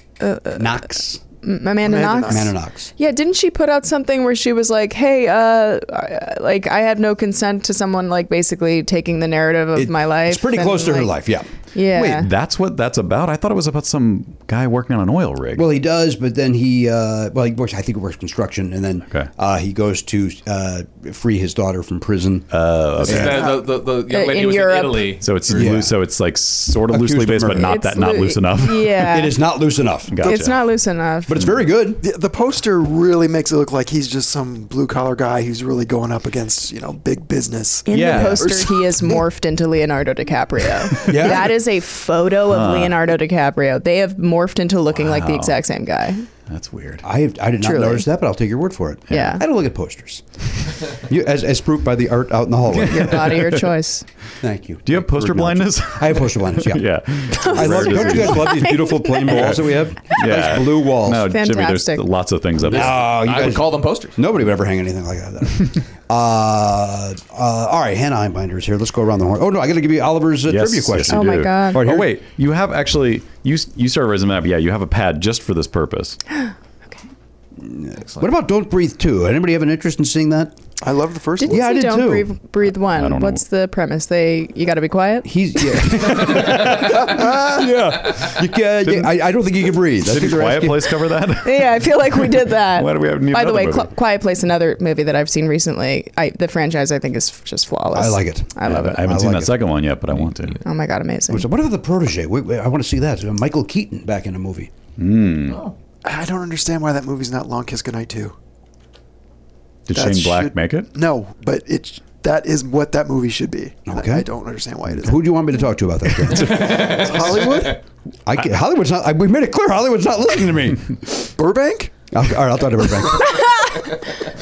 Speaker 2: Knox.
Speaker 10: M- Amanda, Knox.
Speaker 2: Amanda Knox.
Speaker 10: Yeah, didn't she put out something where she was like, "Hey, uh, I- like I had no consent to someone like basically taking the narrative of
Speaker 2: It-
Speaker 10: my life."
Speaker 2: It's pretty
Speaker 10: and,
Speaker 2: close to her life.
Speaker 10: like-
Speaker 2: Yeah.
Speaker 10: Yeah.
Speaker 6: Wait, that's what that's about. I thought it was about some guy working on an oil rig.
Speaker 2: Well, he does, but then he uh, well, he works. I think he works construction, and then
Speaker 6: Okay.
Speaker 2: uh, he goes to uh, free his daughter from prison. Uh,
Speaker 7: This is the, the, the, the young
Speaker 10: Uh,
Speaker 7: lady
Speaker 10: in
Speaker 7: who was
Speaker 10: Europe.
Speaker 7: in Italy.
Speaker 6: so it's
Speaker 2: Yeah.
Speaker 6: loose, so it's like sort of
Speaker 2: Accused
Speaker 6: loosely
Speaker 2: of
Speaker 6: based, but
Speaker 2: murder.
Speaker 6: not
Speaker 10: It's
Speaker 6: that not
Speaker 10: loo-
Speaker 6: loose enough.
Speaker 10: Yeah.
Speaker 2: it is not loose enough,
Speaker 6: Gotcha.
Speaker 10: It's not loose enough.
Speaker 2: but it's very good.
Speaker 8: The, the poster really makes it look like he's just some blue collar guy who's really going up against you know big business.
Speaker 10: In
Speaker 6: Yeah.
Speaker 10: the
Speaker 8: Or
Speaker 10: poster, he is morphed into Leonardo DiCaprio.
Speaker 2: Yeah.
Speaker 10: That is a photo of Leonardo DiCaprio. They have morphed into looking like the exact same guy.
Speaker 6: That's weird.
Speaker 2: I have, I did not
Speaker 10: Truly.
Speaker 2: notice that, but I'll take your word for it.
Speaker 10: Yeah.
Speaker 2: I don't look at posters, you, as as proved by the art out in the hallway.
Speaker 10: Your body, your choice.
Speaker 2: Thank you.
Speaker 6: Do you have poster blindness?
Speaker 2: I have poster blindness. Yeah.
Speaker 6: yeah.
Speaker 2: I love, don't you guys love these beautiful plain walls that we have? Nice blue walls.
Speaker 6: No, Jimmy, there's
Speaker 10: Fantastic.
Speaker 6: lots of things up there.
Speaker 2: Oh, you
Speaker 7: I would
Speaker 2: guys,
Speaker 7: call them posters.
Speaker 2: nobody would ever hang anything like that. uh, uh, all right, Hannah Einbinder's here. Let's go around the horn. Oh no, I got to give you Oliver's uh, trivia question.
Speaker 6: you
Speaker 10: Oh my
Speaker 6: do.
Speaker 10: God.
Speaker 6: Oh
Speaker 2: Right here.
Speaker 6: wait, you have actually you you started raising map. Yeah, you have a pad just for this purpose.
Speaker 10: Oh,
Speaker 2: What about Don't Breathe Two? Anybody have an interest in seeing that?
Speaker 8: I love the 1st
Speaker 10: Didn't
Speaker 8: one.
Speaker 2: Yeah, I
Speaker 10: see
Speaker 2: did
Speaker 10: Don't
Speaker 2: too.
Speaker 10: Breathe, breathe
Speaker 6: don't know.
Speaker 10: One. What's the premise? They You got to be quiet?
Speaker 2: He's yeah. yeah. You can, yeah, I, I don't think he can breathe. I
Speaker 6: Didn't
Speaker 2: think they're
Speaker 6: Quiet
Speaker 2: asking-
Speaker 6: Place cover that?
Speaker 10: Yeah, I feel like we did that.
Speaker 6: Why do we have- need
Speaker 10: By the
Speaker 6: another
Speaker 10: way,
Speaker 6: movie?
Speaker 10: Cl- Quiet Place, another movie that I've seen recently. I, the franchise, I think, is f- just flawless.
Speaker 2: I like it.
Speaker 10: I love
Speaker 6: I
Speaker 10: it.
Speaker 6: haven't
Speaker 2: I
Speaker 6: seen
Speaker 2: like
Speaker 6: that
Speaker 2: it.
Speaker 6: second one yet, but I want to.
Speaker 10: Oh my God, amazing.
Speaker 2: So what about the protege? Wait, wait, I want to see that. Uh, Michael Keaton back in a movie.
Speaker 8: I don't understand why that movie's not Long Kiss Goodnight too.
Speaker 6: Did
Speaker 8: That
Speaker 6: Shane Black
Speaker 8: should-
Speaker 6: make it?
Speaker 8: No, but it that is what that movie should be. And I-
Speaker 2: Okay.
Speaker 8: I, don't understand why it is.
Speaker 2: Who do you want me to talk to about that? Karen?
Speaker 8: Hollywood?
Speaker 2: I can't, Hollywood's not. I, we made it clear Hollywood's not listening to me.
Speaker 8: Burbank?
Speaker 2: I'll, all right, I'll talk to Burbank.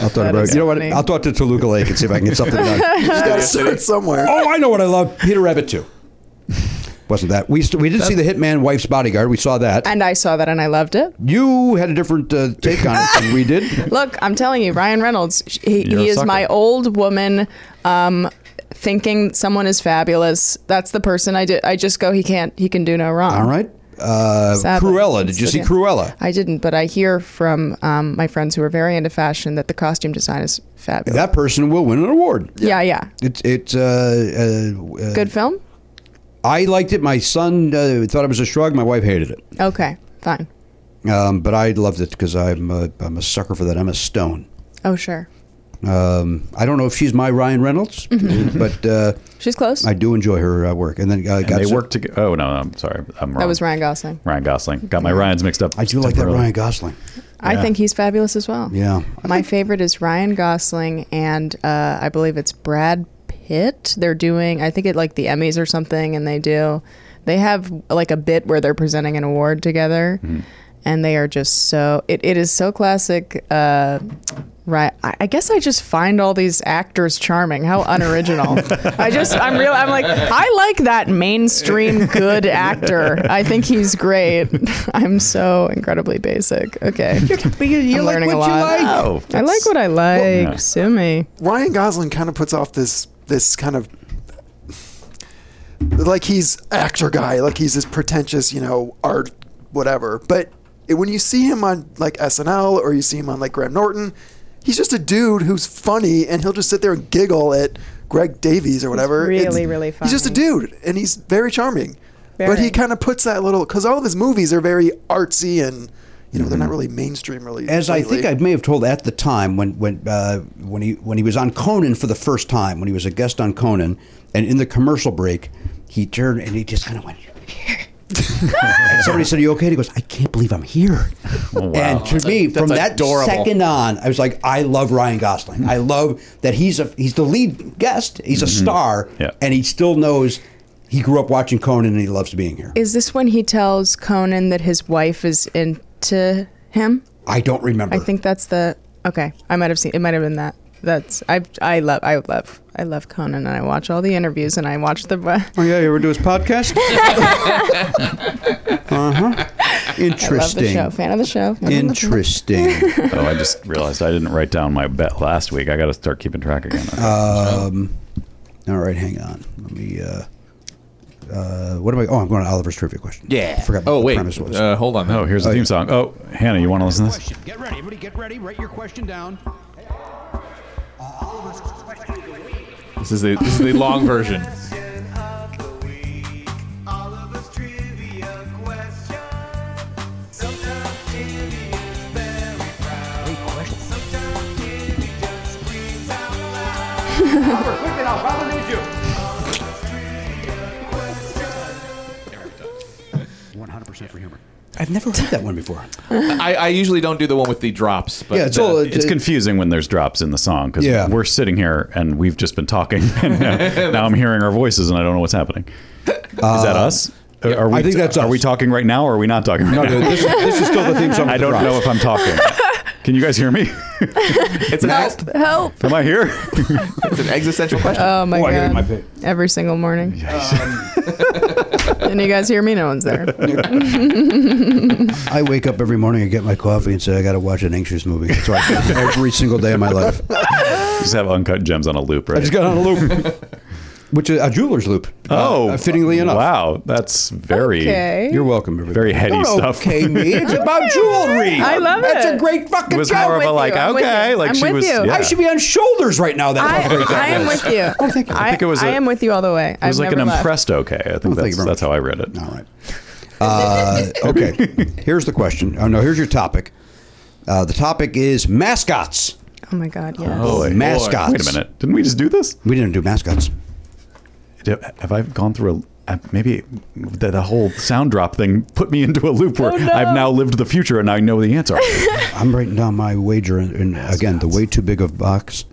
Speaker 2: I'll talk to Burbank.
Speaker 10: is
Speaker 2: You know what?
Speaker 10: funny.
Speaker 2: I'll talk to Toluca Lake and see if I can get something done.
Speaker 8: You just gotta start somewhere.
Speaker 2: oh, I know what I love. Peter Rabbit too. Wasn't that we? St- we did see the Hitman Wife's Bodyguard. We saw that.
Speaker 10: and I saw that and I loved it.
Speaker 2: you had a different uh, take on it than we did.
Speaker 10: Look, I'm telling you, Ryan Reynolds, sh- he,
Speaker 6: You're a
Speaker 10: he is
Speaker 6: sucker.
Speaker 10: my old woman. Um, thinking someone is fabulous. That's the person I did. I just go. He can't. He can do no wrong.
Speaker 2: All right. uh,
Speaker 10: Sadly.
Speaker 2: Cruella. Did you see
Speaker 10: Yeah.
Speaker 2: Cruella?
Speaker 10: I didn't, but I hear from um, my friends who are very into fashion that the costume design is fabulous.
Speaker 2: That person will win an award.
Speaker 10: yeah, yeah.
Speaker 2: It's it's uh, uh, uh,
Speaker 10: Good film?
Speaker 2: I liked it. My son uh, thought it was a shrug. My wife hated it.
Speaker 10: Okay, fine.
Speaker 2: Um, but I loved it because I'm a, I'm a sucker for that Emma Stone.
Speaker 10: Oh, sure.
Speaker 2: Um, I don't know if she's my Ryan Reynolds, but uh,
Speaker 10: She's close.
Speaker 2: I do enjoy her uh, work. And then uh,
Speaker 6: And they work together. Oh no, no, I'm sorry, I'm wrong.
Speaker 10: that was Ryan Gosling.
Speaker 6: Ryan Gosling. Got my Ryan's mixed up.
Speaker 2: I do like that Ryan Gosling.
Speaker 10: I think he's fabulous as well.
Speaker 2: Yeah.
Speaker 10: My favorite is Ryan Gosling and uh, I believe it's Brad Pitt. They're doing, I think it like the Emmys or something, and they do, they have like a bit where they're presenting an award together, and they are just so, it, it is so classic. Uh, Right, I I guess I just find all these actors charming. How unoriginal! I just, I'm real. I'm like, I like that mainstream good actor. I think he's great. I'm so incredibly basic. Okay,
Speaker 2: you
Speaker 10: I'm
Speaker 2: like
Speaker 10: learning a
Speaker 2: what you
Speaker 10: lot.
Speaker 2: like. Oh,
Speaker 10: I like what I like.
Speaker 8: Well,
Speaker 10: Sue me.
Speaker 8: Ryan Gosling kind of puts off this this kind of like he's actor guy, like he's this pretentious, you know, art whatever. But it- when you see him on like SNL or you see him on like Graham Norton, he's just a dude who's funny and he'll just sit there and giggle at Greg Davies or whatever.
Speaker 10: really, really
Speaker 8: He's just a dude and he's very charming. But
Speaker 10: Very.
Speaker 8: he kind of puts that little because all of his movies are very artsy and you know they're
Speaker 10: Mm-hmm.
Speaker 8: not really mainstream really.
Speaker 2: As I think I may have told at the time when when uh, when he when he was on Conan for the first time, when he was a guest on Conan, and in the commercial break, he turned and he just kind of went. and somebody said, "Are you okay?" And he goes, "I can't believe I'm here." And to me,
Speaker 7: That's
Speaker 2: from that
Speaker 7: adorable.
Speaker 2: second on, I was like, "I love Ryan Gosling. I love that he's a he's the lead guest. He's a star, and he still knows he grew up watching Conan and he loves being here."
Speaker 10: Is this when he tells Conan that his wife is into him?
Speaker 2: I don't remember.
Speaker 10: I think that's the okay. I might have seen. It might have been that. That's I. I love. I love. I love Conan, and I watch all the interviews, and I watch the.
Speaker 2: Oh yeah, you ever do his podcast? uh huh.
Speaker 10: I love the
Speaker 2: Interesting.
Speaker 10: show. Fan of the show.
Speaker 2: Interesting.
Speaker 6: oh, I just realized I didn't write down my bet last week. I got to start keeping track again.
Speaker 2: Um, all right, hang on. Let me. Uh, uh, what am I? Oh, I'm going to Oliver's trivia question.
Speaker 7: Yeah.
Speaker 2: I forgot what
Speaker 7: Oh
Speaker 2: the
Speaker 7: wait.
Speaker 2: premise was.
Speaker 7: Uh, hold on.
Speaker 6: Oh, here's the theme song. Oh, Hannah, you want to listen to this?
Speaker 14: Get ready, everybody. Get ready. Write your question down.
Speaker 7: This is the this is the long version.
Speaker 14: One hundred percent for humor.
Speaker 2: I've never heard that one before.
Speaker 7: I, I usually don't do the one with the drops, but
Speaker 6: it's, confusing when there's drops in the song because
Speaker 2: Yeah.
Speaker 6: we're sitting here and we've just been talking. And now, now I'm hearing our voices and I don't know what's happening. Is that us? Are- Are we,
Speaker 2: Uh, I think that's
Speaker 6: are
Speaker 2: us.
Speaker 6: we talking right now or are we not talking right
Speaker 2: No,
Speaker 6: now?
Speaker 2: no, this, this is still the theme song.
Speaker 6: I
Speaker 2: with the
Speaker 6: don't
Speaker 2: Bronx.
Speaker 6: know if I'm talking. Can you guys hear me?
Speaker 7: it's an ex-
Speaker 10: Help!
Speaker 6: Am I here?
Speaker 7: it's an existential question.
Speaker 10: Oh my
Speaker 2: Oh, I
Speaker 10: god!
Speaker 2: gotta get my pick.
Speaker 10: Every single morning. and you guys hear me? No one's there.
Speaker 2: I wake up every morning and get my coffee and say I got to watch an anxious movie. That's what I do every single day of my life.
Speaker 6: just have uncut gems on a loop, right?
Speaker 2: I just got on a loop, which is a jeweler's loop.
Speaker 6: oh,
Speaker 2: uh, fittingly enough.
Speaker 6: Wow, that's very
Speaker 10: Okay.
Speaker 2: You're welcome, everybody.
Speaker 6: very heady
Speaker 2: Don't
Speaker 6: stuff.
Speaker 2: Okay, me. It's about jewelry.
Speaker 10: I love
Speaker 2: That's
Speaker 10: it.
Speaker 2: a great
Speaker 6: It
Speaker 2: fucking
Speaker 6: was
Speaker 2: joke.
Speaker 6: more of
Speaker 10: with
Speaker 6: a
Speaker 10: you,
Speaker 6: like
Speaker 10: I'm with
Speaker 6: okay,
Speaker 10: you,
Speaker 6: like
Speaker 10: I'm
Speaker 6: she
Speaker 10: with
Speaker 6: was.
Speaker 10: you.
Speaker 6: yeah.
Speaker 2: I should be on shoulders right now. That's how
Speaker 10: I,
Speaker 2: great that
Speaker 10: I am
Speaker 2: was.
Speaker 10: with you.
Speaker 2: Oh, thank you.
Speaker 10: I,
Speaker 6: think it was
Speaker 10: I
Speaker 6: a-
Speaker 10: am with you all the way.
Speaker 6: It was
Speaker 10: I've
Speaker 6: like an
Speaker 10: never left.
Speaker 6: impressed okay. I think
Speaker 2: you
Speaker 6: that's,
Speaker 2: very
Speaker 6: that's how I read it.
Speaker 2: All right. Uh, okay. Here's the question. Oh no. Here's your topic. Uh, the topic is mascots.
Speaker 10: Oh my god! Yes.
Speaker 6: Boy.
Speaker 2: Mascots.
Speaker 6: Wait a minute. Didn't we just do this?
Speaker 2: We didn't do mascots.
Speaker 6: Did- Have I gone through a uh, maybe the, the whole sound drop thing put me into a loop where
Speaker 10: Oh, no.
Speaker 6: I've now lived the future and I know the answer.
Speaker 2: I'm writing down my wager, and, and again, the way too big of box.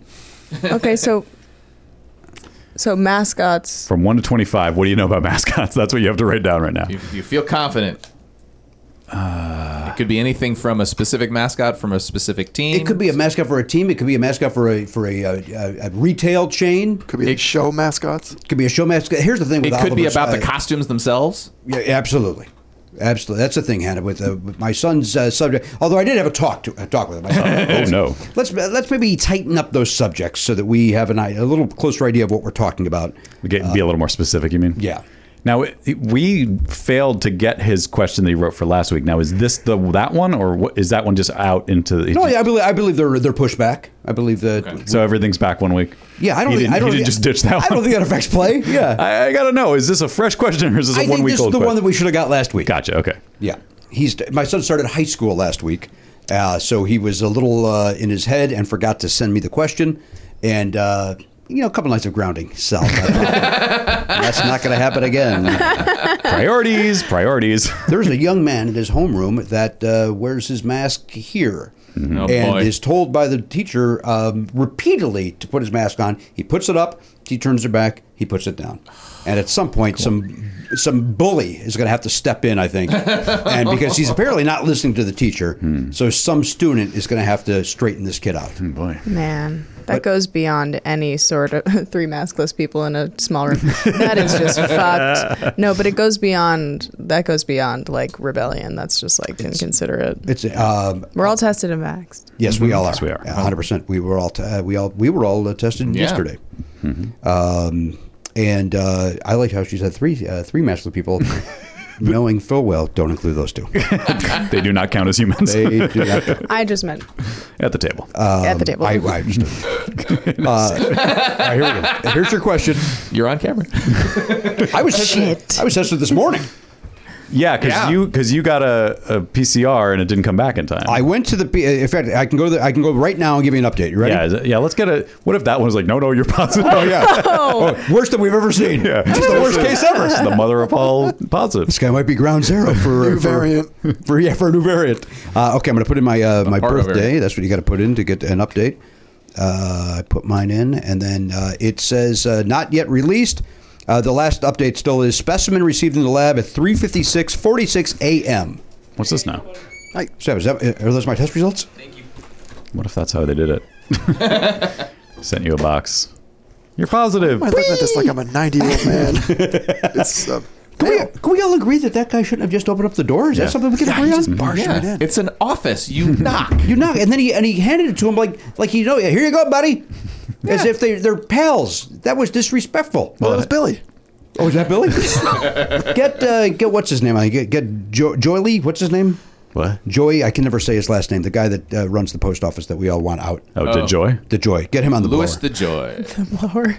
Speaker 10: Okay, so so mascots.
Speaker 6: From 1 to 25, what do you know about mascots? That's what you have to write down right now.
Speaker 2: Oh,
Speaker 7: You, you feel confident. it could be anything from a specific mascot from a specific team.
Speaker 2: It could be a mascot for a team. It could be a mascot for a for a, uh a, a retail chain.
Speaker 8: could be show mascots.
Speaker 2: It could be a show mascot. Here's the thing. With
Speaker 7: It could be
Speaker 2: Oliver's,
Speaker 7: about the
Speaker 2: uh,
Speaker 7: costumes themselves.
Speaker 2: Yeah, absolutely. Absolutely, that's the thing, Hannah. With, uh, with my son's uh, subject, although I did have a talk to a talk with him. My son.
Speaker 6: Oh, no.
Speaker 2: let's let's maybe tighten up those subjects so that we have an, i- a little closer idea of what we're talking about.
Speaker 6: Get, be a little more specific, you mean?
Speaker 2: Yeah.
Speaker 6: Now it- it- we failed to get his question that he wrote for last week. Now is this the that one or what, is that one just out into? The,
Speaker 2: No, yeah, I believe I believe they're they're pushed back. I believe that.
Speaker 6: So everything's back one week.
Speaker 2: Yeah, I don't.
Speaker 6: He
Speaker 2: think,
Speaker 6: didn't,
Speaker 2: I don't
Speaker 6: he didn't
Speaker 2: think-
Speaker 6: just ditch that. One.
Speaker 2: I don't think that affects play. Yeah.
Speaker 6: I, I gotta know: is this a fresh question or is this a
Speaker 2: I think
Speaker 6: one week
Speaker 2: this
Speaker 6: old?
Speaker 2: is the one that we should have got last week.
Speaker 6: Gotcha. Okay.
Speaker 2: Yeah, he's my son started high school last week, uh, so he was a little uh, in his head and forgot to send me the question, and uh, you know, a couple nights of grounding. So uh, that's not going to happen again.
Speaker 6: priorities, priorities.
Speaker 2: There's a young man in his homeroom that uh, wears his mask here.
Speaker 7: Oh,
Speaker 2: and
Speaker 7: boy.
Speaker 2: is told by the teacher um, repeatedly to put his mask on. He puts it up. He turns it back. He puts it down. And at some point, some some bully is going to have to step in, I think, and because he's apparently not listening to the teacher, so some student is going to have to straighten this kid out.
Speaker 6: boy,
Speaker 10: Man, that goes beyond any sort of three maskless people in a small room. That is just fucked. No, but it goes beyond. That goes beyond like rebellion. That's just like inconsiderate.
Speaker 2: it's um,
Speaker 10: We're all tested and vaxxed.
Speaker 2: yes, we all are.
Speaker 6: we are.
Speaker 2: one hundred percent. We were all t- uh, we all we were all uh, tested
Speaker 7: Yeah.
Speaker 2: yesterday. Um, and uh, I like how she said three uh, three maskless people, knowing full well don't include those two.
Speaker 6: they do not count as humans
Speaker 2: They Uh, do not count.
Speaker 10: I just meant
Speaker 6: at the table.
Speaker 10: at the table.
Speaker 2: Um, I, I understood. Uh, all right, here we go. Here's your question.
Speaker 7: You're on camera.
Speaker 2: I was tested, I was tested this morning.
Speaker 6: yeah, because
Speaker 7: Yeah.
Speaker 6: you because you got a, a PCR and it didn't come back in time.
Speaker 2: I went to the. P- uh, In fact, I can go. The, I can go right now and give you an update. You ready?
Speaker 6: yeah, is it- yeah. Let's get a. What if that one was like, no, no, you're positive.
Speaker 2: Oh yeah. Oh, worst that we've ever seen.
Speaker 6: Yeah.
Speaker 2: It's the worst case ever.
Speaker 6: It's the mother of all positives.
Speaker 2: This guy might be ground zero for uh,
Speaker 8: New
Speaker 2: for-
Speaker 8: variant.
Speaker 2: For yeah, for a new variant. Uh, okay, I'm going to put in my uh, my
Speaker 7: Pardo
Speaker 2: birthday.
Speaker 7: variant.
Speaker 2: That's what you got to put in to get an update. Uh, I put mine in, and then uh, it says uh, not yet released. Uh, the last update still is specimen received in the lab at 3:56:46 a.m.
Speaker 6: What's this now?
Speaker 2: Hi, Seb, is that, are those my test results?
Speaker 6: What if that's how they did it? Sent you a box. You're positive.
Speaker 8: I'm looking at this like I'm a 90 year old man. it's uh,
Speaker 2: Can we, can we all agree that that guy shouldn't have just opened up the door? Is
Speaker 6: Yeah.
Speaker 2: that something we can
Speaker 8: yeah,
Speaker 2: agree
Speaker 8: he
Speaker 2: on?
Speaker 8: just barged
Speaker 7: Yeah.
Speaker 8: right in.
Speaker 7: It's an office. You knock.
Speaker 2: You knock, and then he and he handed it to him like like you know, here you go, buddy, as if they they're pals. That was disrespectful.
Speaker 8: well, it was Billy.
Speaker 2: oh, is that Billy? get uh, get what's his name? I get get jo- Joy Lee. What's his name?
Speaker 6: What?
Speaker 2: Joy. I can never say his last name. The guy that uh, runs the post office that we all want out.
Speaker 6: Oh, did Joy?
Speaker 2: The Joy. Get him on the
Speaker 7: Lewis
Speaker 2: blower.
Speaker 7: the Joy.
Speaker 10: blower.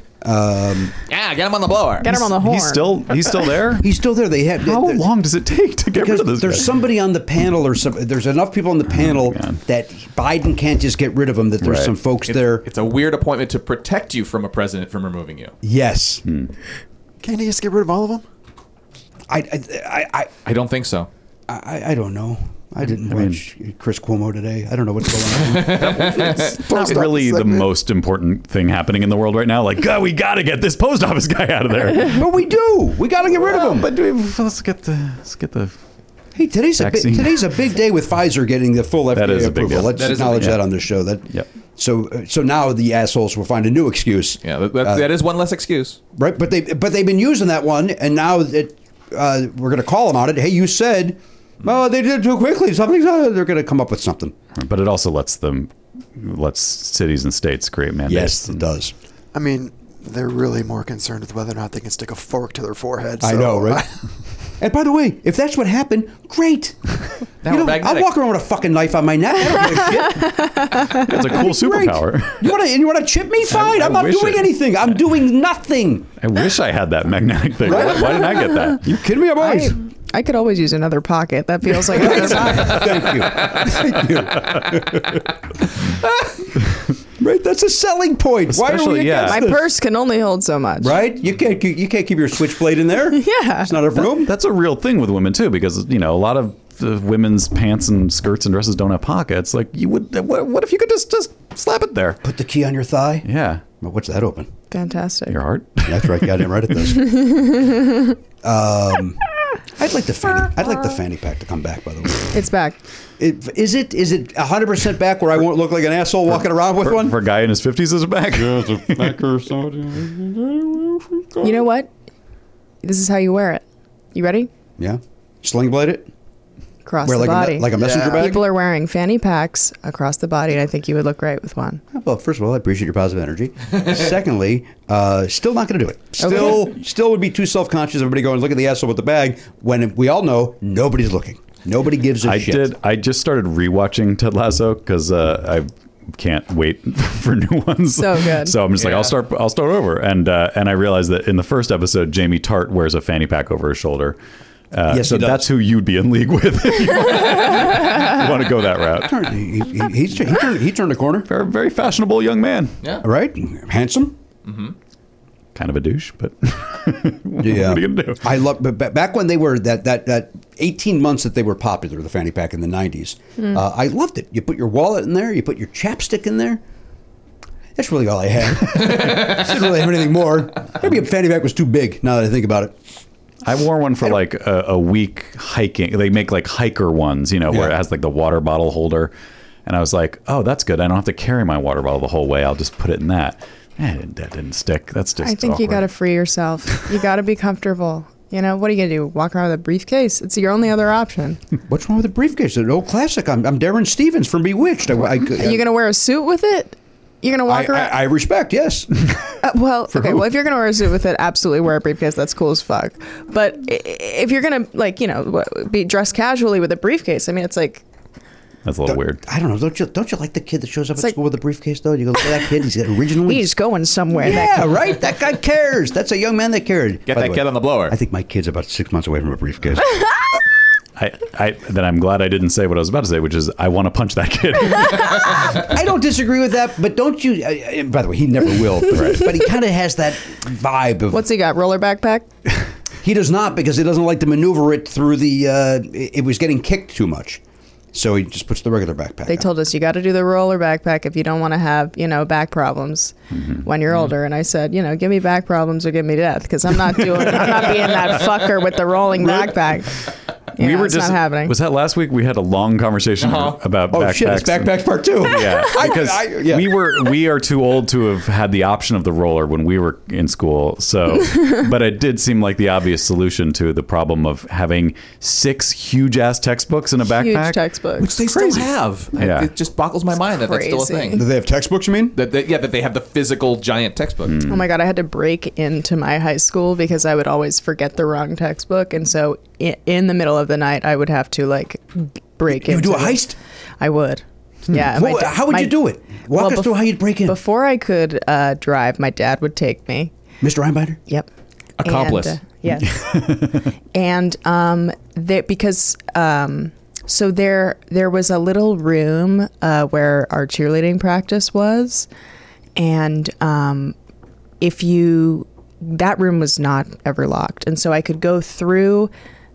Speaker 7: Yeah, get him on the blower.
Speaker 10: Get him on the horn.
Speaker 6: He's still he's still there.
Speaker 2: He's still there. They had
Speaker 6: How
Speaker 2: there-
Speaker 6: long does it take to get rid
Speaker 2: Because
Speaker 6: of this?
Speaker 2: there's
Speaker 6: guy?
Speaker 2: somebody on the panel, or some, there's enough people on the panel
Speaker 6: Oh, God.
Speaker 2: that Biden can't just get rid of them. That there's
Speaker 6: Right.
Speaker 2: some folks there.
Speaker 7: It's a weird appointment to protect you from a president from removing you.
Speaker 2: yes,
Speaker 6: Hmm.
Speaker 8: Can't he just get rid of all of them?
Speaker 2: I, I, I,
Speaker 7: I don't think so.
Speaker 2: I, I, I don't know. I didn't watch Chris Cuomo today. I don't know what's going on.
Speaker 6: It's
Speaker 8: office
Speaker 6: really the
Speaker 8: segment.
Speaker 6: most important thing happening in the world right now. Like, God, we got to get this post office guy out of there.
Speaker 2: but we do. We got to get rid of him.
Speaker 6: but do we- let's get the let's get the.
Speaker 2: hey, today's a big,
Speaker 6: Vaccine.
Speaker 2: today's a big day with Pfizer getting the full FDA
Speaker 6: That is a big
Speaker 2: approval.
Speaker 6: deal.
Speaker 2: Let's
Speaker 7: That is a big
Speaker 2: acknowledge
Speaker 6: deal.
Speaker 2: that on this show. That
Speaker 6: Yep.
Speaker 2: So uh, so now the assholes will find a new excuse.
Speaker 7: Yeah, that,
Speaker 2: Uh,
Speaker 7: that, that is one less excuse.
Speaker 2: Right, but they but they've been using that one, and now that uh, we're going to call them on it. Hey, you said, well, they did it too quickly. Something's uh, they're going to come up with something.
Speaker 6: But it also lets them lets cities and states create mandates.
Speaker 2: Yes, it does.
Speaker 8: I mean, they're really more concerned with whether or not they can stick a fork to their forehead.
Speaker 2: I
Speaker 8: so-
Speaker 2: know, right? and by the way, if that's what happened, great. You
Speaker 7: Now we're
Speaker 2: know, I'll
Speaker 7: magnetic.
Speaker 2: walk around with a fucking knife on my neck. I don't give a shit.
Speaker 6: It's a cool
Speaker 2: Great.
Speaker 6: superpower.
Speaker 2: You want to you want to chip me? Fine.
Speaker 6: I
Speaker 2: I, am not
Speaker 6: wish
Speaker 2: doing
Speaker 6: it-
Speaker 2: anything. I'm doing nothing.
Speaker 6: I wish I had that magnetic thing. Why, why didn't I get that?
Speaker 2: You kidding me? I'm
Speaker 10: I,
Speaker 2: always.
Speaker 10: I could always use another pocket. That feels like another pocket.
Speaker 2: Thank you. Thank you. right, that's a selling point. Why are we
Speaker 6: Especially, yeah.
Speaker 2: against
Speaker 10: My
Speaker 2: this?
Speaker 10: purse can only hold so much.
Speaker 2: Right? You can't keep- you can't keep your switchblade in there.
Speaker 10: Yeah.
Speaker 2: It's not enough room.
Speaker 6: That's a real thing with women too, because you know a lot of the women's pants and skirts and dresses don't have pockets. Like you would. What, what if you could just just slap it there?
Speaker 2: Put the key on your thigh.
Speaker 6: Yeah,
Speaker 2: Well, What's that open?
Speaker 10: Fantastic.
Speaker 6: your heart.
Speaker 2: That's right. Goddamn right it does. Um, I'd like the fanny. I'd like the fanny pack to come back. By the way,
Speaker 10: It's back.
Speaker 2: it, is it is it hundred percent back where I won't look like an asshole walking around with
Speaker 6: For,
Speaker 2: one?
Speaker 6: for a guy in his fifties is back.
Speaker 10: You know what? This is how you wear it. You ready?
Speaker 2: yeah, sling blade it.
Speaker 10: across
Speaker 2: Wear
Speaker 10: the
Speaker 2: like a me-
Speaker 10: body.
Speaker 2: like a messenger Yeah. bag?
Speaker 10: People are wearing fanny packs across the body, and I think you would look great with one.
Speaker 2: Ah, Well, first of all, I appreciate your positive energy. Secondly, uh, still not going to do it. Still, still would be too self conscious. Everybody going, look at the asshole with the bag. When we all know nobody's looking, nobody gives a
Speaker 6: I
Speaker 2: shit.
Speaker 6: did. I just started rewatching Ted Lasso because uh, I can't wait for new ones.
Speaker 10: So good.
Speaker 6: So I'm just like, I'll start. I'll start over. And uh, and I realized that in the first episode, Jamie Tart wears a fanny pack over his shoulder. Uh,
Speaker 2: Yes,
Speaker 6: so
Speaker 2: he does.
Speaker 6: that's who you'd be in league with if you want to go that route.
Speaker 2: Turned- He, he, he's- he turned, he turned a corner.
Speaker 6: Very, very fashionable young man.
Speaker 7: Yeah.
Speaker 2: Right? Handsome.
Speaker 6: Kind of a douche, but
Speaker 2: Yeah.
Speaker 6: what are you gonna do?
Speaker 2: I love, but ba- back when they were that that that eighteen months that they were popular, the fanny pack in the nineties.
Speaker 10: Hmm.
Speaker 6: Mm.
Speaker 2: Uh, I loved it. You put your wallet in there. You put your chapstick in there. That's really all I had. I didn't really have anything more. Maybe a fanny pack was too big. Now that I think about it.
Speaker 6: I wore one for like a, a week hiking. They make like hiker ones, you know, where it has like the water bottle holder. And I was like, oh, that's good. I don't have to carry my water bottle the whole way. I'll just put it in that. Man, that didn't stick. That's just.
Speaker 10: I think you got
Speaker 6: awkward.
Speaker 10: to free yourself. You got to be comfortable. You know, what are you going to do? Walk around with a briefcase? It's your only other option.
Speaker 2: What's wrong with the briefcase? An old classic. I'm, I'm Darren Stevens from Bewitched. I, I, I,
Speaker 10: Are you going to wear a suit with it? You're going to walk
Speaker 2: I-
Speaker 10: around?
Speaker 2: I respect. Yes.
Speaker 10: Uh, well, okay. Well, if you're gonna wear a suit with it, absolutely wear a briefcase. That's cool as fuck. But i- i- if you're gonna like, you know, w- be dressed casually with a briefcase, I mean, it's like
Speaker 6: That's a little weird.
Speaker 2: I don't know. Don't you don't you like the kid that shows up at school with a briefcase though? You go look at that kid. He's originally
Speaker 10: he's going somewhere.
Speaker 2: Yeah,
Speaker 10: that-
Speaker 2: right. That guy cares. That's a young man that cared.
Speaker 7: Get
Speaker 2: By
Speaker 7: that
Speaker 2: way,
Speaker 7: kid on the blower.
Speaker 2: I think my kid's about six months away from a briefcase.
Speaker 6: I, I, then I'm glad I didn't say what I was about to say, which is I want to punch that kid.
Speaker 2: I don't disagree with that, but don't you? Uh, uh, by the way, he never will. But, but he kind of has that vibe of.
Speaker 10: What's he got? Roller backpack?
Speaker 2: He does not because he doesn't like to maneuver it through the. Uh, it, it was getting kicked too much, so he just puts the regular backpack.
Speaker 10: They told us you got to do the roller backpack if you don't want to have, you know, back problems
Speaker 6: Mm-hmm.
Speaker 10: when you're older. And I said, you know, give me back problems or give me death because I'm not doing. I'm not being that fucker with the rolling backpack. You know, it's not happening. Uh-huh.
Speaker 6: Was that last week? We had a long conversation about
Speaker 2: Oh
Speaker 6: backpacks.
Speaker 2: shit! It's
Speaker 6: and-
Speaker 2: backpacks part two.
Speaker 6: Yeah,
Speaker 2: I-
Speaker 6: because
Speaker 2: I- yeah.
Speaker 6: we were we are too old to have had the option of the roller when we were in school. So, but it did seem like the obvious solution to the problem of having six huge ass textbooks in a
Speaker 10: Huge
Speaker 6: backpack.
Speaker 10: textbooks.
Speaker 7: Which they still have. I-
Speaker 6: Yeah.
Speaker 7: It just boggles my mind that that's still a
Speaker 10: crazy.
Speaker 7: thing.
Speaker 2: Do they have textbooks? You mean?
Speaker 7: That they, yeah, that they have the physical giant textbook.
Speaker 2: Hmm.
Speaker 10: Oh my god, I had to break into my high school because I would always forget the wrong textbook, and so in, in the middle of the night, I would have to like break
Speaker 2: You
Speaker 10: into
Speaker 2: do a
Speaker 10: it.
Speaker 2: heist?
Speaker 10: I would. Yeah.
Speaker 2: What- how would you do it? Walk us through how you'd break in.
Speaker 10: Before I could uh, drive, my dad would take me.
Speaker 2: Mr. Einbinder.
Speaker 10: Yep.
Speaker 2: Accomplice.
Speaker 10: And, uh, yes. and um, they, because um, so there there was a little room uh, where our cheerleading practice was, and um, if you that room was not ever locked, and so I could go through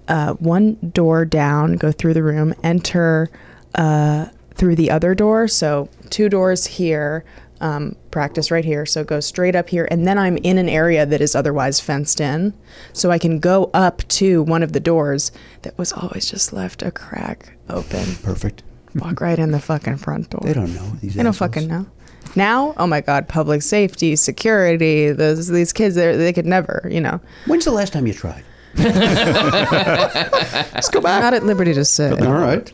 Speaker 10: uh, one door down, go through the room, enter uh, through the other door. So two doors here, um, practice right here. So go straight up here, and then I'm in an area that is otherwise fenced in. So I can go up to one of the doors that was always just left a crack open.
Speaker 2: Perfect.
Speaker 10: Walk right in the fucking front door.
Speaker 2: They don't know. These
Speaker 10: They don't fucking know. Now, oh my God, public safety, security, those, these kids, they're- they could never, you know.
Speaker 2: When's the last time you tried?
Speaker 10: Let's go back. Not at liberty to sit.
Speaker 2: All right.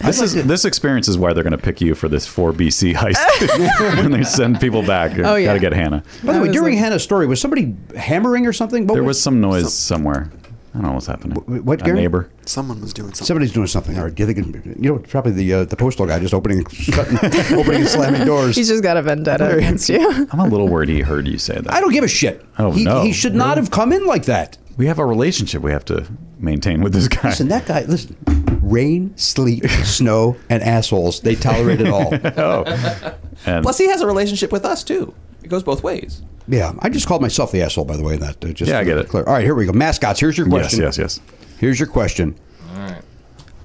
Speaker 6: This is this experience is why they're going to pick you for this four BC heist when they send people back.
Speaker 10: Oh, yeah.
Speaker 6: got to get Hannah.
Speaker 2: By the way, during Hannah's story, was somebody hammering or something? What
Speaker 6: There was some noise somewhere. I don't know what's happening.
Speaker 2: what,
Speaker 6: A
Speaker 2: Gary?
Speaker 6: neighbor.
Speaker 8: Someone was doing something.
Speaker 2: Somebody's doing something. All right, do you think it- you know probably the uh, the postal guy just opening, and shutting, opening and slamming doors.
Speaker 10: He's just got a vendetta against you.
Speaker 6: I'm a little worried he heard you say that.
Speaker 2: I don't give a shit.
Speaker 6: Oh,
Speaker 2: he,
Speaker 6: no.
Speaker 2: he should not have come in like that.
Speaker 6: We have a relationship we have to maintain with this guy.
Speaker 2: Listen, that guy. Listen, rain, sleet, snow, and assholes. They tolerate it all.
Speaker 6: oh. And
Speaker 7: Plus, he has a relationship with us too. It goes both ways.
Speaker 2: Yeah, I just called myself the asshole. By the way, in that uh, just
Speaker 6: Yeah, I
Speaker 2: to
Speaker 6: get
Speaker 2: be
Speaker 6: it.
Speaker 2: Clear. All right, here we go. Mascots. Here's your
Speaker 6: yes,
Speaker 2: question.
Speaker 6: yes, yes.
Speaker 2: Here's your question.
Speaker 7: All right.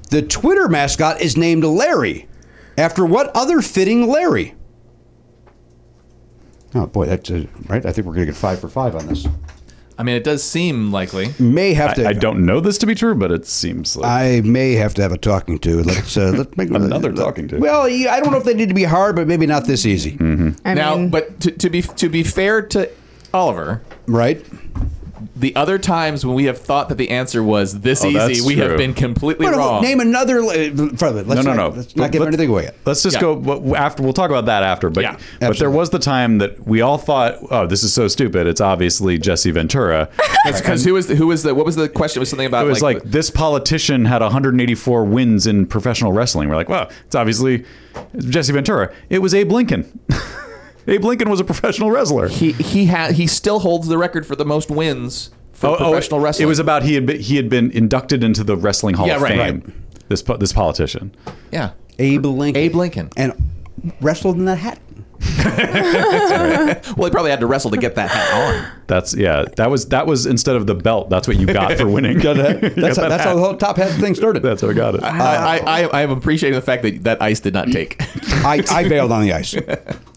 Speaker 2: The Twitter mascot is named Larry. After what other fitting Larry? Oh boy, that's uh, right. I think we're going to get five for five on this.
Speaker 7: I mean, it does seem likely.
Speaker 2: May have to.
Speaker 6: I, I don't know this to be true, but it seems like
Speaker 2: I may have to have a talking to. Let's uh, let's make
Speaker 6: another talking to. Hmm.
Speaker 2: Well, yeah, I don't know if they need to be hard, but maybe not this easy,
Speaker 10: I
Speaker 7: now,
Speaker 10: mean,
Speaker 7: but to, to be to be fair to Oliver,
Speaker 2: right?
Speaker 7: The other times when we have thought that the answer was this
Speaker 6: Oh, that's
Speaker 7: easy, we
Speaker 6: true.
Speaker 7: have been completely
Speaker 10: uh,
Speaker 2: Wait,
Speaker 7: wrong.
Speaker 2: Name another. uh, Let's
Speaker 6: no, no, no.
Speaker 2: not, Let's not give anything away yet.
Speaker 6: Let's just
Speaker 2: Yeah.
Speaker 6: go but after. We'll talk about that after. But but there was the time that we all thought, oh, this is so stupid. It's obviously Jesse Ventura.
Speaker 7: That's because who was the, who was the what was the question? It was something about
Speaker 6: It was like, this politician had 184 wins in professional wrestling. We're like, well, it's obviously Jesse Ventura. It was Abe Lincoln. Abe Lincoln was a professional wrestler.
Speaker 7: He he had he still holds the record for the most wins for professional wrestling.
Speaker 6: Oh, It was about he had been, he had been inducted into the wrestling hall
Speaker 7: Yeah,
Speaker 6: of
Speaker 7: right,
Speaker 6: fame. This po- this politician.
Speaker 7: yeah.
Speaker 2: Abe Lincoln.
Speaker 7: Abe Lincoln.
Speaker 2: And wrestled in that hat.
Speaker 7: well, he probably had to wrestle to get that hat on.
Speaker 6: That's yeah. That was that was instead of the belt. That's what you got for winning.
Speaker 2: Got that.
Speaker 6: You got
Speaker 2: That's how-
Speaker 6: that
Speaker 2: that's how
Speaker 6: hat.
Speaker 2: the whole top hat thing started.
Speaker 6: That's how I got it.
Speaker 7: I, I, I, I am appreciating the fact that that ice did not take.
Speaker 2: I, I bailed on the ice.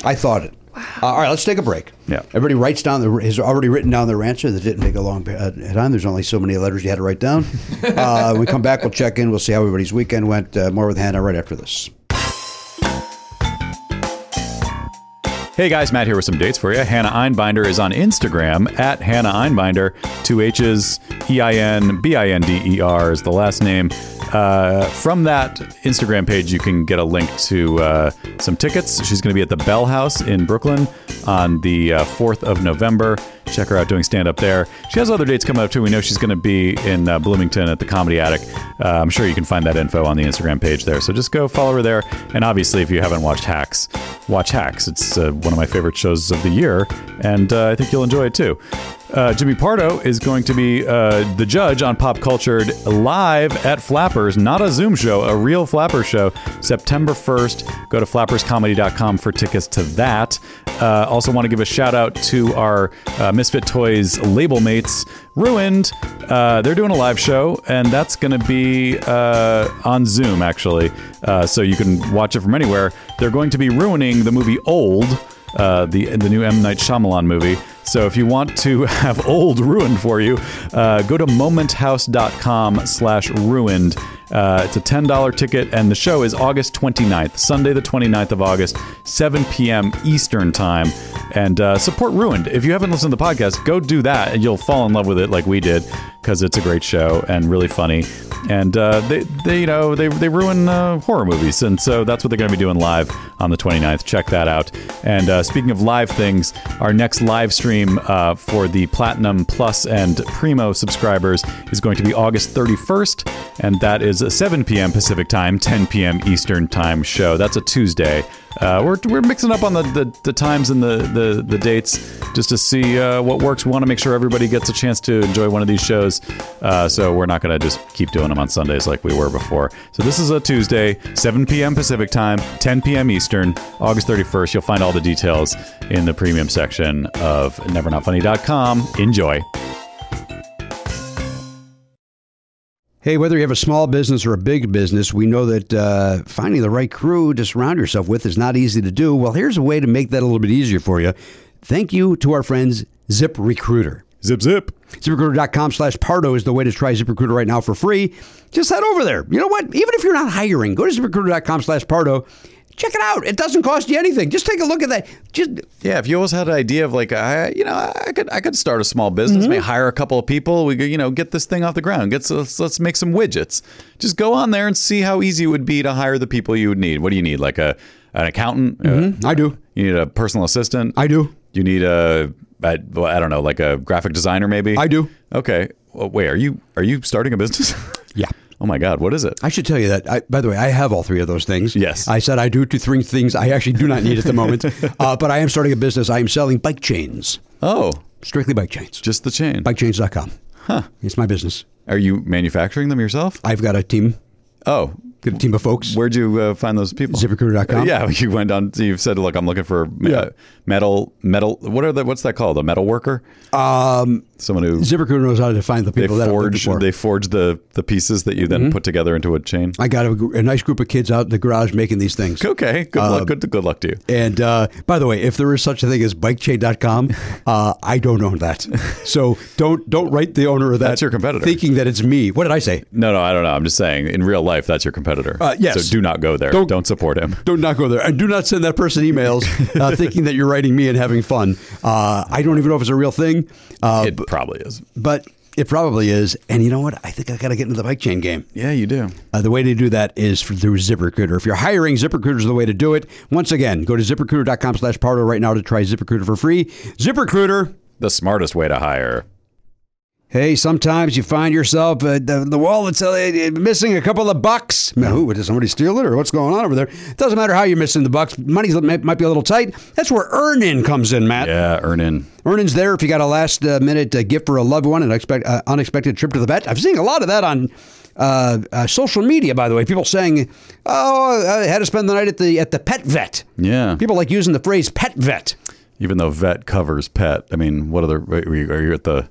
Speaker 2: I thought it. Uh, all right, let's take a break.
Speaker 6: Yeah.
Speaker 2: Everybody writes down the has already written down their answer that didn't take a long uh, time. There's only so many letters you had to write down. Uh, when we come back, we'll check in. We'll see how everybody's weekend went. Uh, more with Hannah right after this.
Speaker 6: Hey guys, Matt here with some dates for you. Hannah Einbinder is on Instagram at Hannah Einbinder. Two H's, E I N B I N D E R is the last name. Uh, from that Instagram page, you can get a link to uh, some tickets. She's going to be at the Bell House in Brooklyn on the uh, 4th of November. Check her out doing stand up there. She has other dates coming up too. We know she's going to be in uh, Bloomington at the Comedy Attic. Uh, I'm sure you can find that info on the Instagram page there. So just go follow her there. And obviously, if you haven't watched Hacks, watch Hacks. It's uh, one of my favorite shows of the year, and uh, I think you'll enjoy it too. Uh, Jimmy Pardo is going to be uh, the judge on Pop Cultured live at Flappers, not a Zoom show, a real Flapper show, September 1st. Go to flapperscomedy.com for tickets to that. Uh, also, want to give a shout out to our uh, Misfit Toys label mates, Ruined. Uh, they're doing a live show, and that's going to be uh, on Zoom, actually. Uh, so you can watch it from anywhere. They're going to be ruining the movie Old uh, the the new M Night Shyamalan movie. So if you want to have old ruined for you, uh, go to momenthouse.com/ruined. Uh, it's a $10 ticket, and the show is August 29th, Sunday the 29th of August, 7 p.m. Eastern Time. And uh, support Ruined. If you haven't listened to the podcast, go do that, and you'll fall in love with it like we did, because it's a great show and really funny. And uh, they, they, you know, they, they ruin uh, horror movies. And so that's what they're going to be doing live on the 29th. Check that out. And uh, speaking of live things, our next live stream uh, for the Platinum Plus and Primo subscribers is going to be August 31st. And that is a 7 p.m. Pacific time, 10 p.m. Eastern time show. That's a Tuesday. Uh, we're, we're mixing up on the, the, the times and the, the, the dates just to see uh, what works. We want to make sure everybody gets a chance to enjoy one of these shows. Uh, so we're not going to just keep doing them on Sundays like we were before. So this is a Tuesday, 7 p.m. Pacific time, 10 p.m. Eastern, August 31st. You'll find all the details in the premium section of nevernotfunny.com. Enjoy.
Speaker 2: Hey, whether you have a small business or a big business, we know that uh, finding the right crew to surround yourself with is not easy to do. Well, here's a way to make that a little bit easier for you. Thank you to our friends Zip Recruiter.
Speaker 6: Zip zip.
Speaker 2: ZipRecruiter.com slash Pardo is the way to try ZipRecruiter right now for free. Just head over there. You know what? Even if you're not hiring, go to ZipRecruiter.com slash Pardo. Check it out. It doesn't cost you anything. Just take a look at that. Just
Speaker 6: Yeah, if you always had an idea of like, I, you know, I could I could start a small business, maybe
Speaker 2: Mm-hmm.
Speaker 6: hire a couple of people, we could, you know, get this thing off the ground, get let's, let's make some widgets. Just go on there and see how easy it would be to hire the people you would need. What do you need? Like a an accountant? Uh,
Speaker 2: Mm-hmm. I do.
Speaker 6: You need a personal assistant?
Speaker 2: I do.
Speaker 6: You need a I, well, I don't know, like a graphic designer maybe?
Speaker 2: I do.
Speaker 6: Okay. Well, wait, are you are you starting a business?
Speaker 2: Yeah.
Speaker 6: Oh my god, what is it?
Speaker 2: I should tell you that. I, by the way, I have all three of those things.
Speaker 6: Yes.
Speaker 2: I said I do two, three things I actually do not need at the moment, uh, but I am starting a business. I am selling bike chains.
Speaker 6: Oh,
Speaker 2: strictly bike chains.
Speaker 6: Just the chain.
Speaker 2: Bikechains.com. Huh. It's my business.
Speaker 6: Are you manufacturing them yourself?
Speaker 2: I've got a team.
Speaker 6: Oh,
Speaker 2: got a team of folks.
Speaker 6: Where'd you uh, find those people?
Speaker 2: ZipRecruiter.com.
Speaker 6: Uh, yeah, you went on. You said, "Look, I'm looking for me-
Speaker 2: Yeah.
Speaker 6: uh, metal, metal. What are the? What's that called? A metal worker?
Speaker 2: Um,
Speaker 6: Someone who
Speaker 2: ZipRecruiter knows how to find the
Speaker 6: they
Speaker 2: people that I'm looking
Speaker 6: forge.
Speaker 2: for.
Speaker 6: They forge the the pieces that you then put together into a chain.
Speaker 2: Mm-hmm. I got a, gr- a nice group of kids out in the garage making these things.
Speaker 6: Okay, good
Speaker 2: Uh,
Speaker 6: luck. Good good luck to you.
Speaker 2: And uh, by the way, if there is such a thing as bikechain.com, uh, I don't own that. So don't don't write the owner of that.
Speaker 6: That's your competitor.
Speaker 2: Thinking that it's me. What did I say?
Speaker 6: No, no, I don't know. I'm just saying, in real life, that's your competitor.
Speaker 2: Uh, yes.
Speaker 6: So do not go there. Don't,
Speaker 2: Don't-
Speaker 6: support him.
Speaker 2: Don't not go there, and do not send that person emails uh, thinking that you're writing me and having fun. Uh, I don't even know if it's a real thing. Uh,
Speaker 6: It, It probably is.
Speaker 2: But it probably is. And you know what? I think I got to get into the bike chain game.
Speaker 6: Yeah, you do.
Speaker 2: Uh, the way to do that is for, through ZipRecruiter. If you're hiring, ZipRecruiter is the way to do it. Once again, go to ZipRecruiter.com slash Pardo right now to try ZipRecruiter for free. ZipRecruiter.
Speaker 6: The smartest way to hire.
Speaker 2: Hey, sometimes you find yourself uh, the, the wallet's uh, missing a couple of bucks. Man, who, did somebody steal it or what's going on over there? doesn't matter how you're missing the bucks. Money might might be a little tight. That's where earning comes in, Matt.
Speaker 6: Yeah, earn in.
Speaker 2: Earnings there if you got a last uh, minute uh, gift for a loved one, an expect, uh, unexpected trip to the vet. I've seen a lot of that on uh, uh, social media, by the way. People saying, "Oh, I had to spend the night at the at the pet vet."
Speaker 6: Yeah.
Speaker 2: People like using the phrase "pet vet."
Speaker 6: Even though vet covers pet, I mean, what other are you, are you at the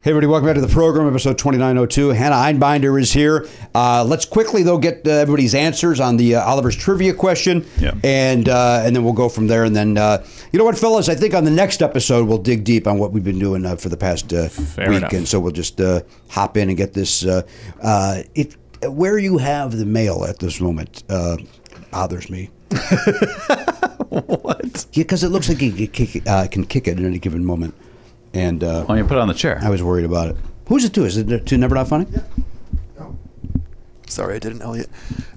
Speaker 15: Hey, everybody, welcome back to the program, episode 2902. Hannah Einbinder is here. Uh, let's quickly, though, get uh, everybody's answers on the uh, Oliver's trivia question.
Speaker 6: Yeah.
Speaker 15: And, uh, and then we'll go from there. And then, uh, you know what, fellas? I think on the next episode, we'll dig deep on what we've been doing uh, for the past uh, week.
Speaker 3: enough.
Speaker 15: And so we'll just uh, hop in and get this. Uh, uh, it, where you have the mail at this moment uh, bothers me.
Speaker 6: What?
Speaker 15: Because it looks like it can kick, uh, can kick it at any given moment. And uh,
Speaker 6: Why don't you put it on the chair?
Speaker 15: I was worried about it. Who's it to? Is it to Never Not Funny?
Speaker 8: Sorry, I didn't, Elliot.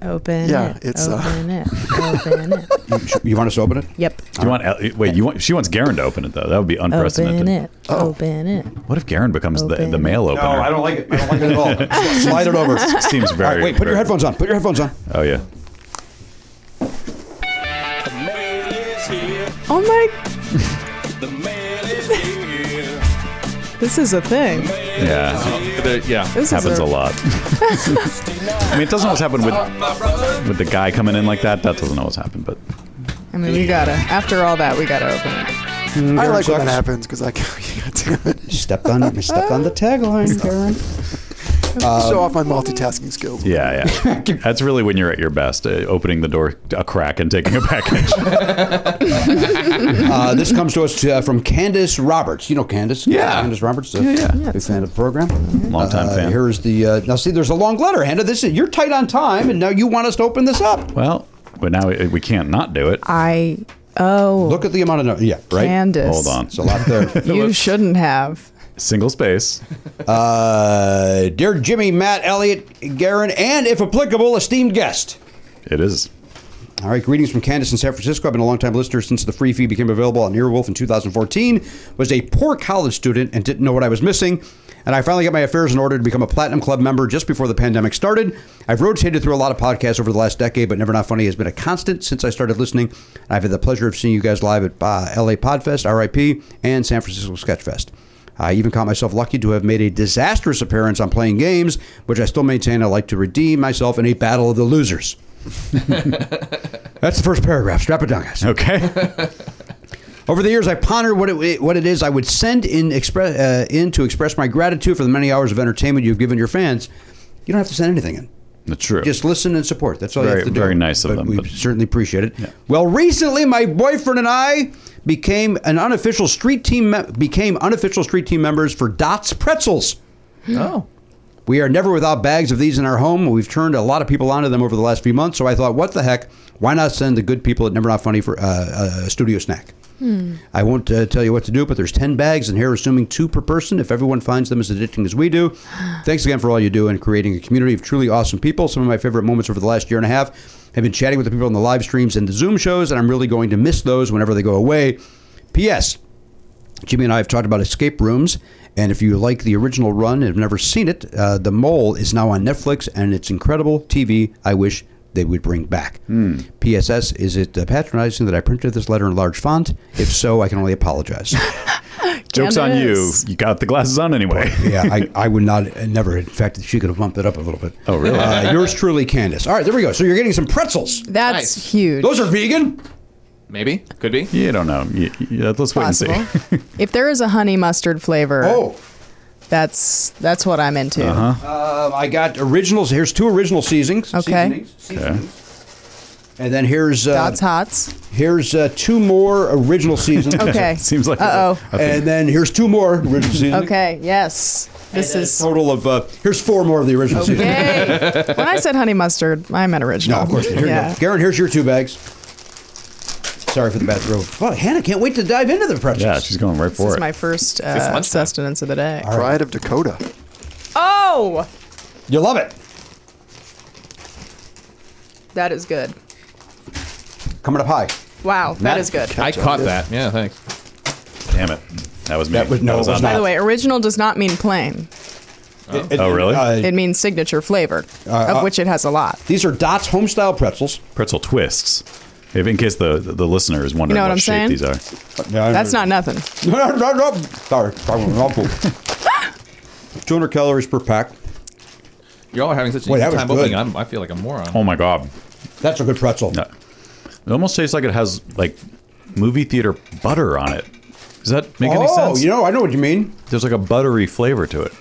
Speaker 10: Open
Speaker 8: Yeah,
Speaker 10: it.
Speaker 8: it's, uh,
Speaker 10: open it. Open it.
Speaker 15: You, you want us to open it?
Speaker 10: Yep.
Speaker 6: Do you want El- wait? You want? She wants Garen to open it though. That would be unprecedented.
Speaker 10: Open it.
Speaker 2: Oh.
Speaker 10: Open it.
Speaker 6: What if Garen becomes the,
Speaker 10: Open
Speaker 6: the
Speaker 10: it.
Speaker 6: mail opener?
Speaker 15: don't like it. I don't like it at all. Slide it over.
Speaker 6: Seems
Speaker 15: All
Speaker 6: very.
Speaker 15: right, wait, put your
Speaker 6: very-
Speaker 15: headphones on. Put your headphones on.
Speaker 6: Oh yeah.
Speaker 1: The mail is here.
Speaker 10: Oh my!
Speaker 1: The mail is here.
Speaker 10: This is a thing.
Speaker 6: Yeah.
Speaker 7: The- yeah.
Speaker 10: This
Speaker 6: happens
Speaker 10: is
Speaker 6: a lot. I mean, it doesn't always happen with with the guy coming in like that. That doesn't always happen, but
Speaker 10: I mean, we gotta. After all that, we gotta open it.
Speaker 8: I like when
Speaker 15: sucks.
Speaker 8: that happens because I can't
Speaker 15: Stepped on, stepped on the tagline, Karen.
Speaker 8: show off my multitasking skills.
Speaker 6: yeah, yeah. That's really when you're at your best, uh, opening the door a crack and taking a package.
Speaker 15: Uh, this comes to us uh, from Candace Roberts. You know Candace?
Speaker 6: Yeah.
Speaker 15: Candace Roberts. A
Speaker 6: Yeah, yeah.
Speaker 15: Big fan of the program.
Speaker 6: Longtime
Speaker 15: Uh,
Speaker 6: fan.
Speaker 15: Here's the. Uh, now, see, there's a long letter, Hannah. This is, you're tight on time, and now you want us to open this up.
Speaker 6: Well, but now we, we can't not do it,
Speaker 10: I. Oh,
Speaker 15: Look at the amount of. No- yeah, right?
Speaker 10: Candace.
Speaker 6: Hold on.
Speaker 15: It's a lot there.
Speaker 10: You shouldn't have.
Speaker 6: Single space.
Speaker 15: Uh, dear Jimmy, Matt, Elliot, Garen, and if applicable, esteemed guest.
Speaker 6: It is.
Speaker 15: All right, greetings from Candace in San Francisco. I've been a longtime listener since the free feed became available on Earwolf in 2014. Was a poor college student and didn't know what I was missing. And I finally got my affairs in order to become a Platinum Club member just before the pandemic started. I've rotated through a lot of podcasts over the last decade, but Never Not Funny has been a constant since I started listening. I've had the pleasure of seeing you guys live at uh, LA Podfest, RIP, and San Francisco Sketchfest. I even caught myself lucky to have made a disastrous appearance on playing games, which I still maintain I like to redeem myself in a battle of the losers. That's the first paragraph. Strap it down, guys.
Speaker 6: Okay.
Speaker 2: Over the years, I pondered what it what it is I would send in express uh, in to express my gratitude for the many hours of entertainment you've given your fans. You don't have to send anything in.
Speaker 6: That's true.
Speaker 2: Just listen and support. That's all you
Speaker 6: Very-
Speaker 2: have to do.
Speaker 6: very nice of
Speaker 2: But
Speaker 6: them,
Speaker 2: We
Speaker 6: but-
Speaker 2: certainly appreciate it. Well, recently, my boyfriend and I became an unofficial street team me- became unofficial street team members for Dots Pretzels.
Speaker 7: Oh.
Speaker 2: We are never without bags of these in our home. We've turned a lot of people onto them over the last few months. So I thought, what the heck? Why not send the good people at Never Not Funny for uh, a studio snack?
Speaker 16: Hmm.
Speaker 2: I won't uh, tell you what to do, but there's 10 bags in here, assuming two per person if everyone finds them as addicting as we do. Thanks again for all you do and creating a community of truly awesome people. Some of my favorite moments over the last year and a half have been chatting with the people on the live streams and the Zoom shows, and I'm really going to miss those whenever they go away. P.S. Jimmy and I have talked about escape rooms, and if you like the original run and have never seen it, uh, The Mole is now on Netflix, and it's incredible TV. I wish they would bring back.
Speaker 6: Hmm.
Speaker 2: PSS: Is it uh, patronizing that I printed this letter in large font? If so, I can only apologize.
Speaker 6: Jokes on you. You got the glasses on anyway.
Speaker 2: yeah, I, I would not, uh, never. In fact, she could have bumped it up a little bit.
Speaker 6: Oh, really?
Speaker 2: Uh, yours truly, Candace. All right, there we go. So you're getting some pretzels.
Speaker 10: That's
Speaker 7: Nice.
Speaker 10: huge.
Speaker 2: Those are vegan.
Speaker 7: Maybe. Could be.
Speaker 6: You don't know. You- you- let's wait and see.
Speaker 10: If there is a honey mustard flavor,
Speaker 2: oh,
Speaker 10: that's that's what I'm into.
Speaker 2: Um, I got originals. Here's two original seasonings.
Speaker 10: Okay.
Speaker 2: Seasonings. And then here's uh,
Speaker 10: Dots Hots.
Speaker 2: Here's uh, two more original seasons.
Speaker 10: Okay. Seems like a- Uh-oh. a thing.
Speaker 2: And then here's two more original seasons.
Speaker 10: Okay. Yes. This
Speaker 2: And a
Speaker 10: is.
Speaker 2: total of uh, here's four more of the original seasons.
Speaker 10: Okay. when I said honey mustard, I meant original.
Speaker 2: No, of course. not. Here
Speaker 10: yeah.
Speaker 2: you go. Garen, here's your two bags. Sorry for the bad throw. Well, Hannah can't wait to dive into the pretzels.
Speaker 6: Yeah, she's going right
Speaker 10: This
Speaker 6: for
Speaker 10: is
Speaker 6: it.
Speaker 10: my first
Speaker 2: It's
Speaker 10: uh,
Speaker 2: lunchtime.
Speaker 10: sustenance of the day.
Speaker 8: Pride of Dakota.
Speaker 10: Oh,
Speaker 2: You love it.
Speaker 10: that is good.
Speaker 2: Coming up high.
Speaker 10: Wow, that
Speaker 2: Matt,
Speaker 10: is good.
Speaker 7: I caught that. Yeah, thanks.
Speaker 6: Damn it. That was me.
Speaker 2: That was- no, it was
Speaker 6: on
Speaker 2: not.
Speaker 10: By the
Speaker 6: me.
Speaker 10: way, original does not mean plain.
Speaker 2: It-
Speaker 6: oh, really?
Speaker 10: it means signature flavor,
Speaker 6: uh,
Speaker 10: of which it has a lot.
Speaker 2: uh, These are Dots homestyle pretzels.
Speaker 6: Pretzel twists. If, in case the, the listener is wondering
Speaker 10: You know what
Speaker 6: what,
Speaker 10: I'm
Speaker 6: shape
Speaker 10: saying?
Speaker 6: these are.
Speaker 10: That's not nothing.
Speaker 2: No, no, no. Sorry, problem. Awful. 200 calories per pack.
Speaker 7: Y'all are having such a
Speaker 2: Wait,
Speaker 7: easy
Speaker 2: that was
Speaker 7: time opening.
Speaker 2: good.
Speaker 7: I'm, I feel like a moron.
Speaker 6: Oh my god,
Speaker 2: that's a good pretzel.
Speaker 6: It almost tastes like it has like movie theater butter on it. Does that make any
Speaker 2: Oh,
Speaker 6: sense?
Speaker 2: you know, I know what you mean.
Speaker 6: There's like a buttery flavor to it.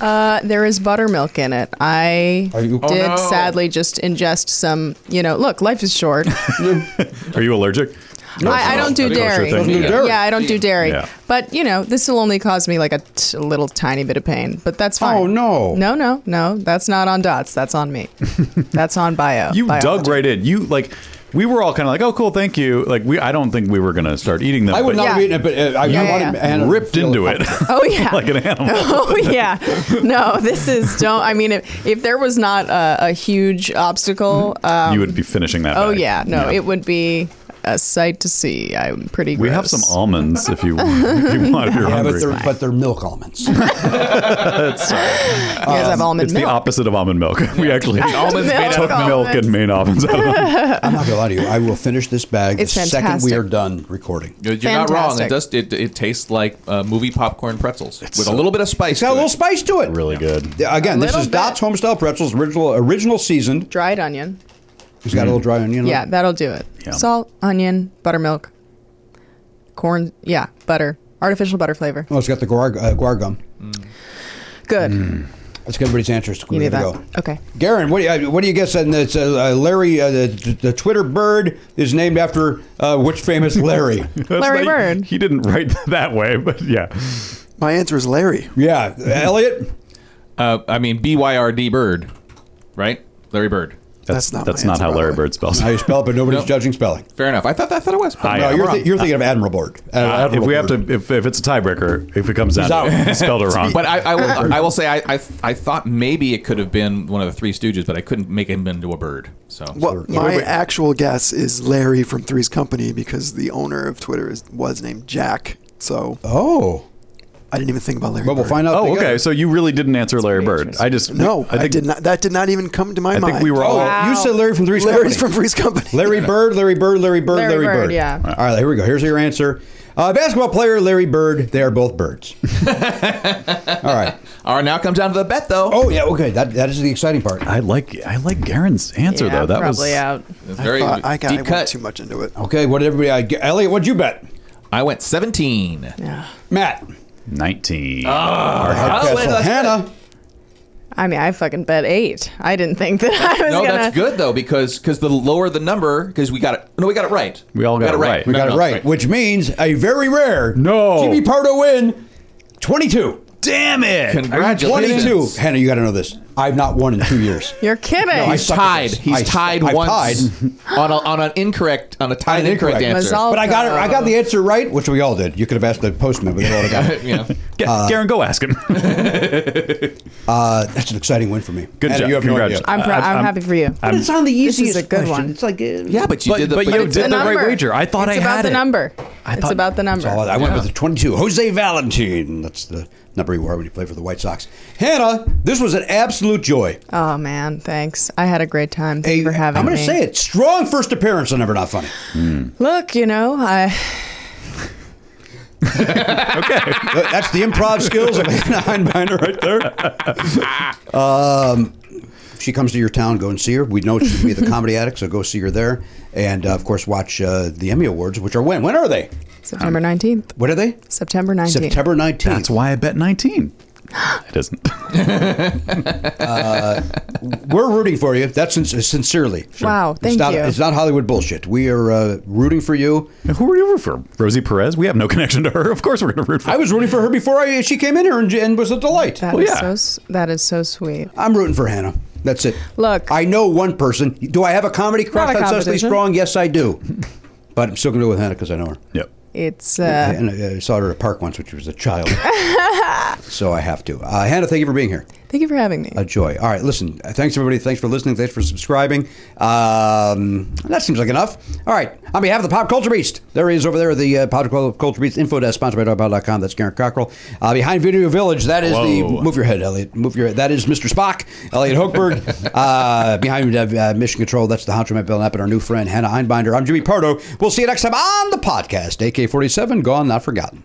Speaker 10: Uh, there is buttermilk in it. I
Speaker 6: Are you- Oh,
Speaker 10: did
Speaker 6: no.
Speaker 10: sadly just ingest some. You know, look, life is short.
Speaker 6: Are you allergic?
Speaker 10: I, I don't do dairy. Yeah, I don't do dairy.
Speaker 6: Yeah.
Speaker 10: But you know, this will only cause me like a, t- a little tiny bit of pain. But that's fine. Oh
Speaker 2: no!
Speaker 10: No, no, no. That's not on dots. That's on me. that's on bio.
Speaker 6: You
Speaker 10: Bio.
Speaker 6: dug right in. You like. We were all kind of like, "Oh, cool, thank you." Like, we I don't think we were gonna start eating them.
Speaker 2: I would
Speaker 6: but
Speaker 2: not have eaten it, but uh, I,
Speaker 6: you
Speaker 2: I wanted Anna to
Speaker 6: ripped
Speaker 2: feel
Speaker 6: into it.
Speaker 10: Oh yeah.
Speaker 6: like an animal.
Speaker 10: oh yeah no this is don't i mean if, if there was not a, a huge obstacle um,
Speaker 6: you would be finishing that.
Speaker 10: oh
Speaker 6: bag.
Speaker 10: yeah no it would be a sight to see i'm pretty
Speaker 6: We have
Speaker 10: gross.
Speaker 6: some almonds if you, if you want. If you're
Speaker 2: Yeah, but
Speaker 6: hungry,
Speaker 2: they're, but they're milk almonds.
Speaker 10: you guys have almond
Speaker 6: it's
Speaker 10: milk
Speaker 6: the opposite of almond milk. We actually
Speaker 10: It's almonds made out of
Speaker 6: took milk
Speaker 10: almonds.
Speaker 6: and made almonds out of them.
Speaker 2: I'm not gonna lie to you. I will finish this bag
Speaker 10: It's
Speaker 2: the second we
Speaker 10: fantastic.
Speaker 2: are done recording.
Speaker 7: You're, you're not wrong. It
Speaker 10: Fantastic.
Speaker 7: does. It, it tastes like uh, movie popcorn pretzels with a little bit of spice.
Speaker 2: It's got a
Speaker 7: to
Speaker 2: little
Speaker 7: it.
Speaker 2: spice to it.
Speaker 6: Really good.
Speaker 2: Yeah, Again,
Speaker 10: A
Speaker 2: this
Speaker 10: little
Speaker 2: is Dot's homestyle pretzels, original original seasoned.
Speaker 10: dried onion
Speaker 2: It's got a little dry onion. on it.
Speaker 10: yeah that'll do it
Speaker 2: Yeah.
Speaker 10: salt onion buttermilk corn yeah butter artificial butter flavor
Speaker 2: Oh, it's got the guar, uh, guar gum.
Speaker 10: good
Speaker 2: That's good. Everybody's answers.
Speaker 10: you
Speaker 2: We
Speaker 10: need
Speaker 2: gotta
Speaker 10: that
Speaker 2: go.
Speaker 10: okay
Speaker 2: Garen, what do you, uh, what do you guess? And it's uh, uh, Larry, uh, the, the Twitter bird is named after uh, which famous Larry?
Speaker 6: That's
Speaker 10: Larry
Speaker 6: not-
Speaker 10: Bird.
Speaker 6: He didn't write that way, but yeah.
Speaker 8: My answer is Larry.
Speaker 2: Yeah, Elliot.
Speaker 7: Uh, I mean, B Y R D Bird, right? Larry Bird.
Speaker 6: That's,
Speaker 8: That's not
Speaker 6: That's
Speaker 8: my
Speaker 6: not
Speaker 8: answer,
Speaker 6: how
Speaker 8: by the
Speaker 6: Larry
Speaker 8: way.
Speaker 6: Bird spells.
Speaker 2: How you spell it, but nobody's
Speaker 7: No.
Speaker 2: judging spelling.
Speaker 7: Fair enough. I thought I thought it was.
Speaker 6: I
Speaker 2: no,
Speaker 6: am
Speaker 2: you're,
Speaker 6: wrong.
Speaker 2: thi- you're thinking of Admiral Bird. Uh,
Speaker 6: Uh, if
Speaker 2: Admiral
Speaker 6: we have
Speaker 2: Bird.
Speaker 6: to, if, if it's a tiebreaker, if it comes down,
Speaker 2: He's
Speaker 6: to
Speaker 2: out.
Speaker 6: it, he spelled it wrong.
Speaker 7: But I, I will. I will say I, I I thought maybe it could have been one of the Three Stooges, but I couldn't make him into a bird. So
Speaker 8: Well, my actual guess is Larry from Three's Company because the owner of Twitter is, was named Jack. So
Speaker 2: Oh.
Speaker 8: I didn't even think about Larry.
Speaker 2: Well, we'll
Speaker 8: Bird.
Speaker 2: find out.
Speaker 6: oh,
Speaker 2: together.
Speaker 6: okay. So you really didn't answer Larry Bird. I just
Speaker 8: No,
Speaker 6: I
Speaker 8: I,
Speaker 6: think
Speaker 8: did not. That did not even come to my
Speaker 6: I
Speaker 8: mind.
Speaker 6: think we were all.
Speaker 2: Oh, you said Larry from Three's Company.
Speaker 8: Larry's from Three's Company.
Speaker 2: Larry Bird, Larry Bird, Larry Bird, Larry,
Speaker 10: Larry Bird,
Speaker 2: Bird.
Speaker 10: yeah.
Speaker 2: All right, here we go. Here's your answer. Uh, basketball player Larry Bird. They are both birds. All right.
Speaker 7: all right, now it comes down to the bet though.
Speaker 2: Oh yeah. Okay. That that is the exciting part.
Speaker 6: Oh, I like I like Garen's answer
Speaker 10: yeah,
Speaker 6: though. That
Speaker 10: probably
Speaker 6: was
Speaker 10: out
Speaker 7: It's
Speaker 8: I
Speaker 7: very
Speaker 8: thought I, got, I
Speaker 7: deep
Speaker 8: went
Speaker 7: cut.
Speaker 8: too much into it.
Speaker 2: Okay. What did everybody? I, Elliot, what'd you bet?
Speaker 7: I went 17.
Speaker 2: Matt.
Speaker 7: Oh,
Speaker 6: 19.
Speaker 7: Ah,
Speaker 10: oh, wait, that's
Speaker 2: Hannah.
Speaker 10: I mean, I fucking bet eight. I didn't think that I was
Speaker 7: no,
Speaker 10: gonna.
Speaker 7: that's good though because because the lower the number because we got it. No, we got it right.
Speaker 6: We all got it right.
Speaker 2: We
Speaker 7: No,
Speaker 2: got
Speaker 7: no,
Speaker 2: it right, which means a very rare no Jimmy Pardo win, twenty two.
Speaker 6: Damn it!
Speaker 7: Congratulations.
Speaker 2: twenty two. Hannah, you got to know this. I've not won in two years.
Speaker 10: You're kidding.
Speaker 2: I
Speaker 7: He's
Speaker 2: suck at
Speaker 7: tied.
Speaker 2: this.
Speaker 7: He's
Speaker 2: I-
Speaker 7: tied
Speaker 2: I've
Speaker 7: once
Speaker 2: tied.
Speaker 7: on a, on an incorrect on a tied incorrect, answer.
Speaker 10: Mazal-
Speaker 2: But I got it. I got the answer right, which we all did. You could have asked the postman, but they all got it.
Speaker 7: yeah.
Speaker 6: Ga- Garen, go ask him.
Speaker 2: Uh, that's an exciting win for me.
Speaker 6: Good
Speaker 2: Hannah,
Speaker 6: job.
Speaker 2: You have
Speaker 6: Congrats.
Speaker 2: no idea.
Speaker 10: I'm, pro- I'm, happy for you.
Speaker 6: I'm-
Speaker 2: But it's on the
Speaker 10: This is
Speaker 2: easiest
Speaker 10: a good
Speaker 2: question.
Speaker 10: one.
Speaker 2: It's like uh,
Speaker 7: Yeah, but you
Speaker 6: But-
Speaker 7: did the
Speaker 6: but
Speaker 7: but
Speaker 6: you
Speaker 10: It's
Speaker 6: did
Speaker 10: the
Speaker 6: the right
Speaker 10: number.
Speaker 6: wager. I thought
Speaker 10: it's
Speaker 6: I
Speaker 10: about
Speaker 6: had
Speaker 10: the
Speaker 6: it.
Speaker 10: number.
Speaker 6: I
Speaker 10: it's
Speaker 6: thought-
Speaker 10: about the number.
Speaker 2: That's all I I went with the 22. Jose Valentin. That's the number he wore when he played for the White Sox. Hannah, this was an absolute joy.
Speaker 10: Oh man, thanks. I had a great time. Thank
Speaker 2: A-
Speaker 10: you for having
Speaker 2: I'm
Speaker 10: me.
Speaker 2: going to say it. Strong first appearance on Never Not Funny.
Speaker 10: Look, you know, I
Speaker 2: Uh, That's the improv skills of Hannah Heinbeiner right there. Um, if she comes to your town, go and see her. We know she'll be at the Comedy Attic, so go see her there. And, uh, of course, watch uh, the Emmy Awards, which are when? When are they?
Speaker 10: September nineteenth.
Speaker 2: What are they?
Speaker 10: September nineteenth.
Speaker 2: September 19th.
Speaker 6: That's why I bet 19. It isn't.
Speaker 2: We're rooting for you. That's sin- sincerely.
Speaker 10: Wow,
Speaker 2: it's
Speaker 10: thank
Speaker 2: not,
Speaker 10: you.
Speaker 2: It's not Hollywood bullshit. We are uh, rooting for you.
Speaker 6: Who are you rooting for? Rosie Perez? We have no connection to her. Of course we're going to root for
Speaker 2: I was rooting for her before I, she came in here and, and was a delight.
Speaker 10: That
Speaker 6: Well,
Speaker 10: is
Speaker 6: yeah.
Speaker 10: so s- that is so sweet.
Speaker 2: I'm rooting for Hannah. That's it.
Speaker 10: Look.
Speaker 2: I know one person. Do I have a comedy crush
Speaker 10: Not a
Speaker 2: on Cecily
Speaker 10: competition.
Speaker 2: Strong? Yes, I do. But I'm still going to go with Hannah because I know her.
Speaker 6: Yep.
Speaker 10: It's uh,
Speaker 2: and I, I saw her at a park once when she was a child. so I have to. Uh, Hannah, thank you for being here.
Speaker 10: thank you for having me.
Speaker 2: A joy. All right, listen. uh, Thanks, everybody. Thanks for listening. Thanks for subscribing. Um, that seems like enough. All right. On behalf of the Pop Culture Beast, there he is over there, the uh, Pop Culture Beast info desk sponsored by DogPod.com. That's Garrett Cockrell. Uh, behind Video Village, that is the.
Speaker 6: Whoa.
Speaker 2: Move your head, Elliot. Move your head. That is Mr. Spock, Elliot Hochberg. uh, behind uh, uh, Mission Control, that's the Honcho Matt Bell Knapp and our new friend, Hannah Einbinder. I'm Jimmy Pardo. We'll see you next time on the podcast. AK 47, Gone, Not Forgotten.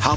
Speaker 17: How